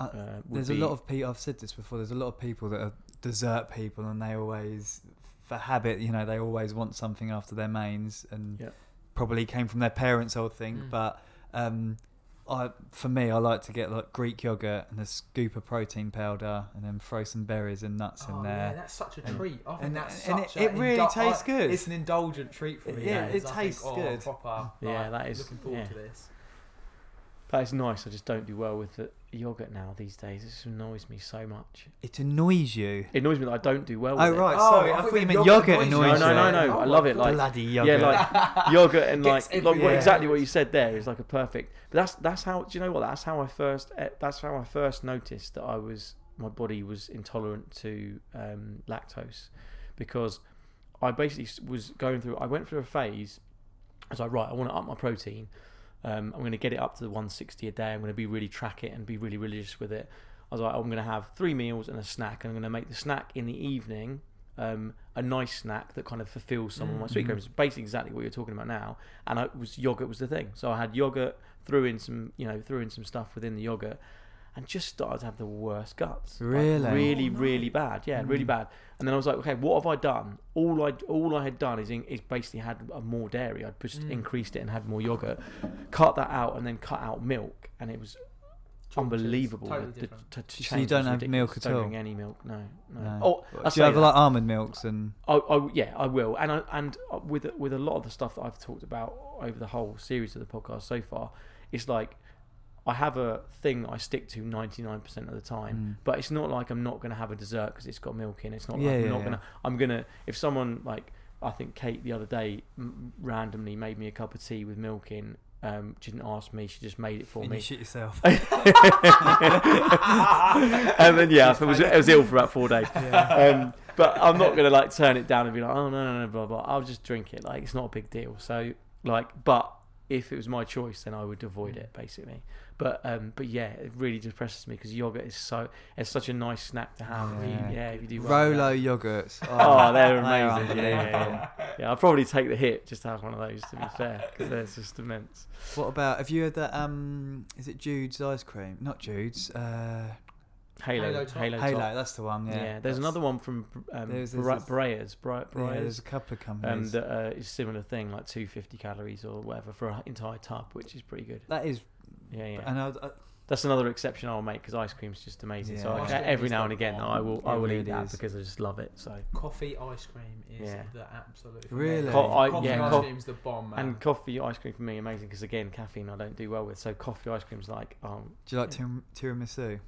Speaker 4: Uh,
Speaker 6: uh, would
Speaker 4: There's
Speaker 6: be,
Speaker 4: a lot of people. I've said this before. There's a lot of people that are dessert people, and they always, for habit, you know, they always want something after their mains, and
Speaker 6: Yeah.
Speaker 4: probably came from their parents, I would think.
Speaker 5: Mm.
Speaker 4: But um, I, for me, I like to get like Greek yogurt and a scoop of protein powder, and then throw some berries and nuts
Speaker 5: Oh,
Speaker 4: in
Speaker 5: yeah,
Speaker 4: there.
Speaker 5: that's such a
Speaker 4: And-
Speaker 5: treat. I think
Speaker 4: and-
Speaker 5: that's
Speaker 4: and it-
Speaker 5: such
Speaker 4: it
Speaker 5: a
Speaker 4: really
Speaker 5: indul- I-
Speaker 4: tastes good.
Speaker 5: It's an indulgent treat for me.
Speaker 6: Yeah,
Speaker 5: that
Speaker 6: it
Speaker 5: is. I think,
Speaker 4: tastes
Speaker 5: oh,
Speaker 4: good.
Speaker 5: Proper,
Speaker 6: Yeah,
Speaker 5: like,
Speaker 6: that is-
Speaker 5: Looking forward
Speaker 6: yeah.
Speaker 5: to this.
Speaker 6: That is nice. I just don't do well with the yogurt now these days. It just annoys me so much.
Speaker 4: It annoys you.
Speaker 6: It annoys me that I don't do well.
Speaker 4: Oh
Speaker 6: with
Speaker 4: right,
Speaker 5: Oh,
Speaker 4: sorry.
Speaker 5: I
Speaker 4: I
Speaker 5: thought
Speaker 4: thought you
Speaker 5: you
Speaker 4: meant
Speaker 5: meant
Speaker 4: yogurt
Speaker 5: yogurt
Speaker 4: annoys
Speaker 6: It. No,
Speaker 4: you.
Speaker 6: no, no, no.
Speaker 5: Oh my
Speaker 6: I love it. Like
Speaker 4: Bloody yogurt.
Speaker 6: Yeah, like yogurt and like,
Speaker 5: Gets
Speaker 6: like what-
Speaker 5: everywhere.
Speaker 6: exactly what you said there is like a perfect. But that's that's how do you know what? That's how I first eh, that's how I first noticed that I was my body was intolerant to um, lactose because I basically s- was going through. I went through a phase. I was like, right, I want to up my protein. Um, I'm going to get it up to the 160 a day. I'm going to be really track it and be really religious with it. I was like, I'm going to have three meals and a snack. And I'm going to make the snack in the evening um, a nice snack that kind of fulfills some of my sweet cravings. Basically, exactly what you're talking about now. And I it was yogurt was the thing. So I had yogurt, threw in some, you know, threw in some stuff within the yogurt, and just started to have the worst guts. Like,
Speaker 4: Really?
Speaker 6: really, really bad. Yeah, really bad. And then I was like, okay, what have I done? All I all I had done is in, is basically had a more dairy. I'd just increased it and had more yogurt, cut that out, and then cut out milk, and it was.
Speaker 5: Chalk and cheese.
Speaker 6: Unbelievable!
Speaker 5: Totally
Speaker 6: the- the-
Speaker 5: different.
Speaker 6: to- to
Speaker 4: So you
Speaker 6: change
Speaker 4: don't
Speaker 6: was
Speaker 4: have milk
Speaker 6: ridiculous.
Speaker 4: at
Speaker 6: Don't
Speaker 4: all?
Speaker 6: drink any milk, no, no.
Speaker 4: No.
Speaker 6: Oh, I
Speaker 4: do
Speaker 6: say
Speaker 4: you have
Speaker 6: that.
Speaker 4: like almond milks and
Speaker 6: I, I oh, yeah, I will, and I, and uh, with with a lot of the stuff that I've talked about over the whole series of the podcast so far, it's like I have a thing that I stick to ninety nine percent of the time, but it's not like I'm not going to have a dessert because it's got milk in. It's not like
Speaker 4: Mm. Yeah,
Speaker 6: I'm
Speaker 4: yeah,
Speaker 6: not
Speaker 4: yeah.
Speaker 6: gonna. I'm gonna if someone like I think Kate the other day m- randomly made me a cup of tea with milk in. Um, she didn't ask me; she just made it for
Speaker 4: and
Speaker 6: me.
Speaker 4: you shit yourself.
Speaker 6: and then yeah, I was, I was ill for about four days. Um, but I'm not gonna like turn it down and be like, oh no, no, no, blah blah. I'll just drink it. Like it's not a big deal. So like, but if it was my choice, then I would avoid it basically. But um, but yeah, it really depresses me because yogurt is so it's such a nice snack to have. if
Speaker 4: Yeah.
Speaker 6: you, yeah if you do well with that.
Speaker 4: Rolo yogurts.
Speaker 6: Oh, they're
Speaker 4: they are
Speaker 6: amazing. Yeah, yeah, yeah. yeah, I'll probably take the hit just to have one of those. To be fair, because they're just immense.
Speaker 4: What about have you had that? Um, is it Jude's ice cream? Not Jude's. Uh,
Speaker 6: Halo,
Speaker 5: Halo
Speaker 6: Halo,
Speaker 5: top.
Speaker 6: Halo,
Speaker 4: Halo. That's the one. Yeah.
Speaker 6: Yeah, there's
Speaker 4: that's-
Speaker 6: another one from um,
Speaker 4: There's-
Speaker 6: Bre-
Speaker 4: there's-
Speaker 6: Breyers. Bre-
Speaker 4: Yeah,
Speaker 6: Breyers.
Speaker 4: there's a couple of
Speaker 6: um,
Speaker 4: companies.
Speaker 6: that uh, is similar thing, like 250 calories or whatever for an entire tub, which is pretty good.
Speaker 4: that is,
Speaker 6: Yeah, yeah.
Speaker 4: and I, I,
Speaker 6: That's another exception I'll make because ice cream's just amazing. So
Speaker 4: Yeah.
Speaker 6: I,
Speaker 4: Ice cream
Speaker 6: every
Speaker 5: is
Speaker 6: now
Speaker 5: the
Speaker 6: and again,
Speaker 5: bomb.
Speaker 6: I will, I
Speaker 4: It
Speaker 6: will
Speaker 4: really
Speaker 6: eat that
Speaker 4: is.
Speaker 6: because I just love it. So
Speaker 5: Coffee ice cream is
Speaker 6: Yeah.
Speaker 5: the absolute.
Speaker 4: Really?
Speaker 6: Co- I-
Speaker 5: coffee
Speaker 6: yeah,
Speaker 5: ice
Speaker 6: co-
Speaker 5: cream's the bomb, man.
Speaker 6: and coffee ice cream for me amazing because again, caffeine I don't do well with. So coffee ice cream's like um,
Speaker 4: do you like tir-
Speaker 6: Mm,
Speaker 4: tiramisu?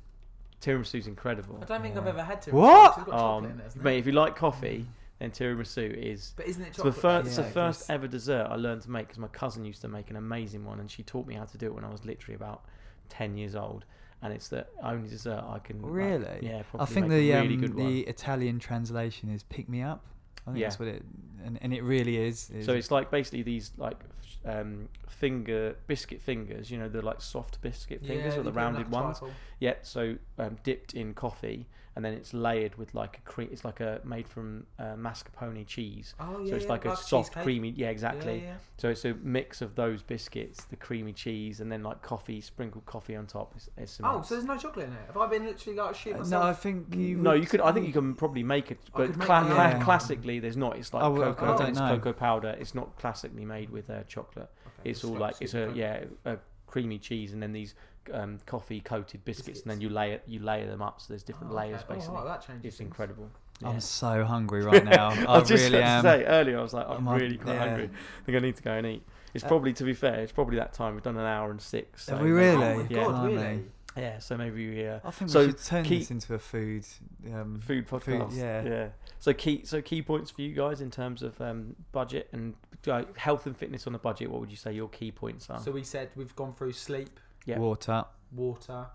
Speaker 6: tiramisu's incredible.
Speaker 5: I don't think I've
Speaker 4: Yeah.
Speaker 5: ever had to.
Speaker 4: What?
Speaker 5: It's got chocolate in
Speaker 6: Um,
Speaker 5: it, hasn't it?
Speaker 6: mate, if you like coffee, then tiramisu is
Speaker 5: But isn't it
Speaker 6: It's the
Speaker 5: chocolate?
Speaker 6: first, it's the
Speaker 4: Yeah, it
Speaker 6: first
Speaker 4: is.
Speaker 6: ever dessert I learned to make because my cousin used to make an amazing one, and she taught me how to do it when I was literally about ten years old. And it's the only dessert I can. like,
Speaker 4: Oh, Really?
Speaker 6: yeah,
Speaker 4: I
Speaker 6: probably
Speaker 4: think
Speaker 6: make
Speaker 4: the
Speaker 6: a really
Speaker 4: um,
Speaker 6: good
Speaker 4: the
Speaker 6: one.
Speaker 4: Italian translation is "pick me up." I think
Speaker 6: Yeah.
Speaker 4: that's what it, and, and it really is. is Uh,
Speaker 6: So it's like basically these like f- um, finger biscuit fingers, you know, the like soft biscuit fingers
Speaker 5: yeah,
Speaker 6: or
Speaker 5: they
Speaker 6: the
Speaker 5: put them
Speaker 6: rounded
Speaker 5: like
Speaker 6: ones.
Speaker 5: title.
Speaker 6: Yep. So um, dipped in coffee, and then it's layered with like a cream. It's like a made from uh, mascarpone cheese.
Speaker 5: Oh,
Speaker 6: So
Speaker 5: yeah,
Speaker 6: it's
Speaker 5: yeah,
Speaker 6: like a
Speaker 5: like
Speaker 6: soft,
Speaker 5: cheesecake.
Speaker 6: creamy. Yeah, exactly.
Speaker 5: Yeah, yeah.
Speaker 6: So it's a mix of those biscuits, the creamy cheese, and then like coffee, sprinkled coffee on top. It's, it's
Speaker 5: Oh,
Speaker 6: immense.
Speaker 5: so there's no chocolate in it. Have I been literally like shit
Speaker 4: Uh,
Speaker 5: myself?
Speaker 4: no, I think you.
Speaker 6: Mm, no,
Speaker 4: would-
Speaker 6: you could. I think you can probably make it,
Speaker 5: I
Speaker 6: but
Speaker 5: could make
Speaker 6: cla-
Speaker 5: my
Speaker 6: cla-
Speaker 4: own.
Speaker 6: classically, there's not. It's like
Speaker 4: I would- I
Speaker 6: cocoa.
Speaker 5: don't
Speaker 6: it's
Speaker 4: know.
Speaker 6: cocoa powder. It's not classically made with uh, chocolate.
Speaker 5: Okay,
Speaker 6: It's all
Speaker 5: so
Speaker 6: like it's a
Speaker 5: super-
Speaker 6: yeah, a creamy cheese, and then these um, coffee coated biscuits, and then
Speaker 5: Biscuits.
Speaker 6: you layer you layer them up. So there's different
Speaker 5: Oh, okay.
Speaker 6: layers
Speaker 5: Oh,
Speaker 6: basically.
Speaker 5: wow, that changes
Speaker 6: It's
Speaker 5: things.
Speaker 6: incredible.
Speaker 4: I'm
Speaker 6: Yeah.
Speaker 4: so hungry right now. I,
Speaker 6: I was just
Speaker 4: really
Speaker 6: about
Speaker 4: am.
Speaker 6: to say earlier, I was like, I'm
Speaker 4: I'm on-
Speaker 6: really quite
Speaker 4: yeah.
Speaker 6: hungry. I think I need to go and eat. It's
Speaker 4: Uh,
Speaker 6: probably, to be fair, it's probably that time. We've done an hour and six.
Speaker 4: Have
Speaker 6: so
Speaker 4: we
Speaker 6: maybe-
Speaker 5: Oh
Speaker 4: really?
Speaker 5: my
Speaker 6: Yeah.
Speaker 5: god,
Speaker 4: Blimey.
Speaker 5: really?
Speaker 6: Yeah, so maybe we uh,
Speaker 4: I think
Speaker 6: So
Speaker 4: we should turn
Speaker 6: keep-
Speaker 4: this into a food. Um,
Speaker 6: food podcast.
Speaker 4: yeah.
Speaker 6: yeah. So key, so key points for you guys in terms of um, budget and uh, health and fitness on the budget. What would you say your key points are?
Speaker 5: So we said we've gone through sleep,
Speaker 6: Yeah.
Speaker 4: Water.
Speaker 5: water,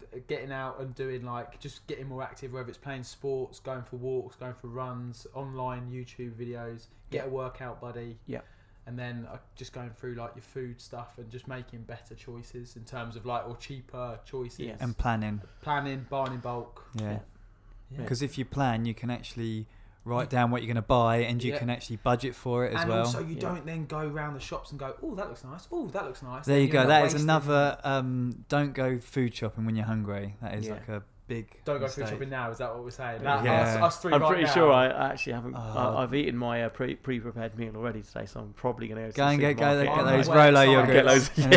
Speaker 5: th- getting out and doing like just getting more active, whether it's playing sports, going for walks, going for runs, online YouTube videos, get a workout buddy.
Speaker 6: Yeah.
Speaker 5: And then uh, just going through like your food stuff and just making better choices in terms of like or cheaper choices.
Speaker 6: Yes.
Speaker 4: and planning.
Speaker 5: Planning, buying in bulk.
Speaker 4: Yeah.
Speaker 5: Yeah.
Speaker 4: Because if you plan, you can actually write down what you're going to buy, and you
Speaker 5: Yeah.
Speaker 4: can actually budget for it as
Speaker 5: and
Speaker 4: well.
Speaker 5: also, you
Speaker 6: Yeah.
Speaker 5: don't then go round the shops and go, "Oh, that looks nice. Oh, that looks nice."
Speaker 4: there
Speaker 5: Then
Speaker 4: you
Speaker 5: you
Speaker 4: go.
Speaker 5: end
Speaker 4: That
Speaker 5: up
Speaker 4: is
Speaker 5: wasting-
Speaker 4: another. Um, don't go food shopping when you're hungry. That is
Speaker 6: Yeah.
Speaker 4: like a big.
Speaker 5: Don't go
Speaker 4: mistake.
Speaker 5: food shopping now. Is that what we're saying?
Speaker 6: Yeah.
Speaker 5: That, us,
Speaker 4: Yeah.
Speaker 5: us three
Speaker 6: I'm
Speaker 5: right
Speaker 6: pretty
Speaker 5: now.
Speaker 6: sure I I actually haven't.
Speaker 4: Oh.
Speaker 6: I, I've eaten my uh, pre pre prepared meal already today, so I'm probably going to go. To
Speaker 4: Go
Speaker 6: the
Speaker 4: and get, go,
Speaker 6: supermarket
Speaker 4: get
Speaker 5: Oh,
Speaker 6: and,
Speaker 4: those
Speaker 6: like,
Speaker 5: well,
Speaker 4: Rolo
Speaker 5: sorry.
Speaker 4: yogurts
Speaker 6: Get those.
Speaker 4: and a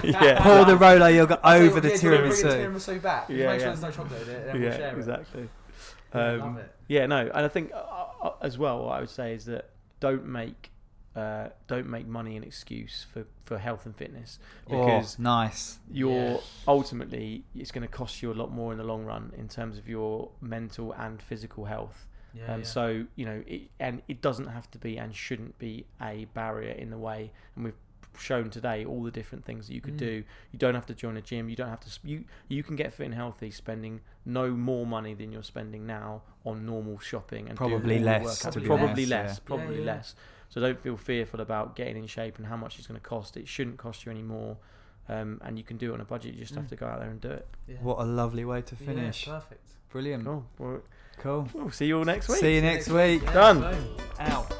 Speaker 4: tiramisu.
Speaker 6: yeah.
Speaker 4: Pour the Rolo yogurt
Speaker 5: So,
Speaker 4: over the
Speaker 5: yeah, do you wanna bring
Speaker 4: tiramisu.
Speaker 5: the tiramisu back.
Speaker 6: Yeah,
Speaker 5: Yeah, make
Speaker 6: yeah.
Speaker 5: sure there's no chocolate in it, and then we'll
Speaker 6: yeah,
Speaker 5: share
Speaker 6: exactly.
Speaker 5: it. Yeah,
Speaker 6: Um,
Speaker 5: love it.
Speaker 6: Yeah, no, and I think uh, uh, as well, what I would say is that don't make uh, don't make money an excuse for, for health and fitness
Speaker 4: Oh,
Speaker 6: because
Speaker 4: nice.
Speaker 6: you're
Speaker 5: Yeah.
Speaker 6: ultimately it's going to cost you a lot more in the long run in terms of your mental and physical health.
Speaker 5: Yeah,
Speaker 6: um,
Speaker 5: yeah.
Speaker 6: So you know, it, and it doesn't have to be and shouldn't be a barrier in the way. And we've shown today all the different things that you could
Speaker 5: Mm.
Speaker 6: do. You don't have to join a gym. You don't have to. sp- You you can get fit and healthy spending no more money than you're spending now on normal shopping and do
Speaker 4: Probably
Speaker 6: normal
Speaker 4: less,
Speaker 6: workouts.
Speaker 5: to be
Speaker 6: Probably
Speaker 4: honest,
Speaker 6: less.
Speaker 4: yeah.
Speaker 6: Probably
Speaker 5: Yeah, yeah.
Speaker 6: less. So don't feel fearful about getting in shape and how much it's going to cost. It shouldn't cost you any more. um, and you can do it on a budget. You just have
Speaker 5: Mm.
Speaker 6: to go out there and do it.
Speaker 5: Yeah.
Speaker 4: What a lovely way to
Speaker 5: Yeah,
Speaker 4: finish.
Speaker 5: perfect.
Speaker 4: Brilliant.
Speaker 6: Cool. Well,
Speaker 4: Cool.
Speaker 6: we'll see you all next week.
Speaker 4: See you next week.
Speaker 5: Yeah,
Speaker 6: Done.
Speaker 5: boom.
Speaker 4: Out.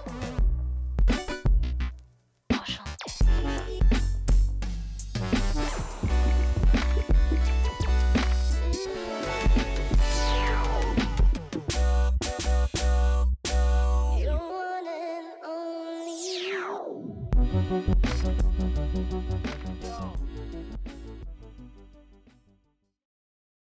Speaker 7: You're one and only.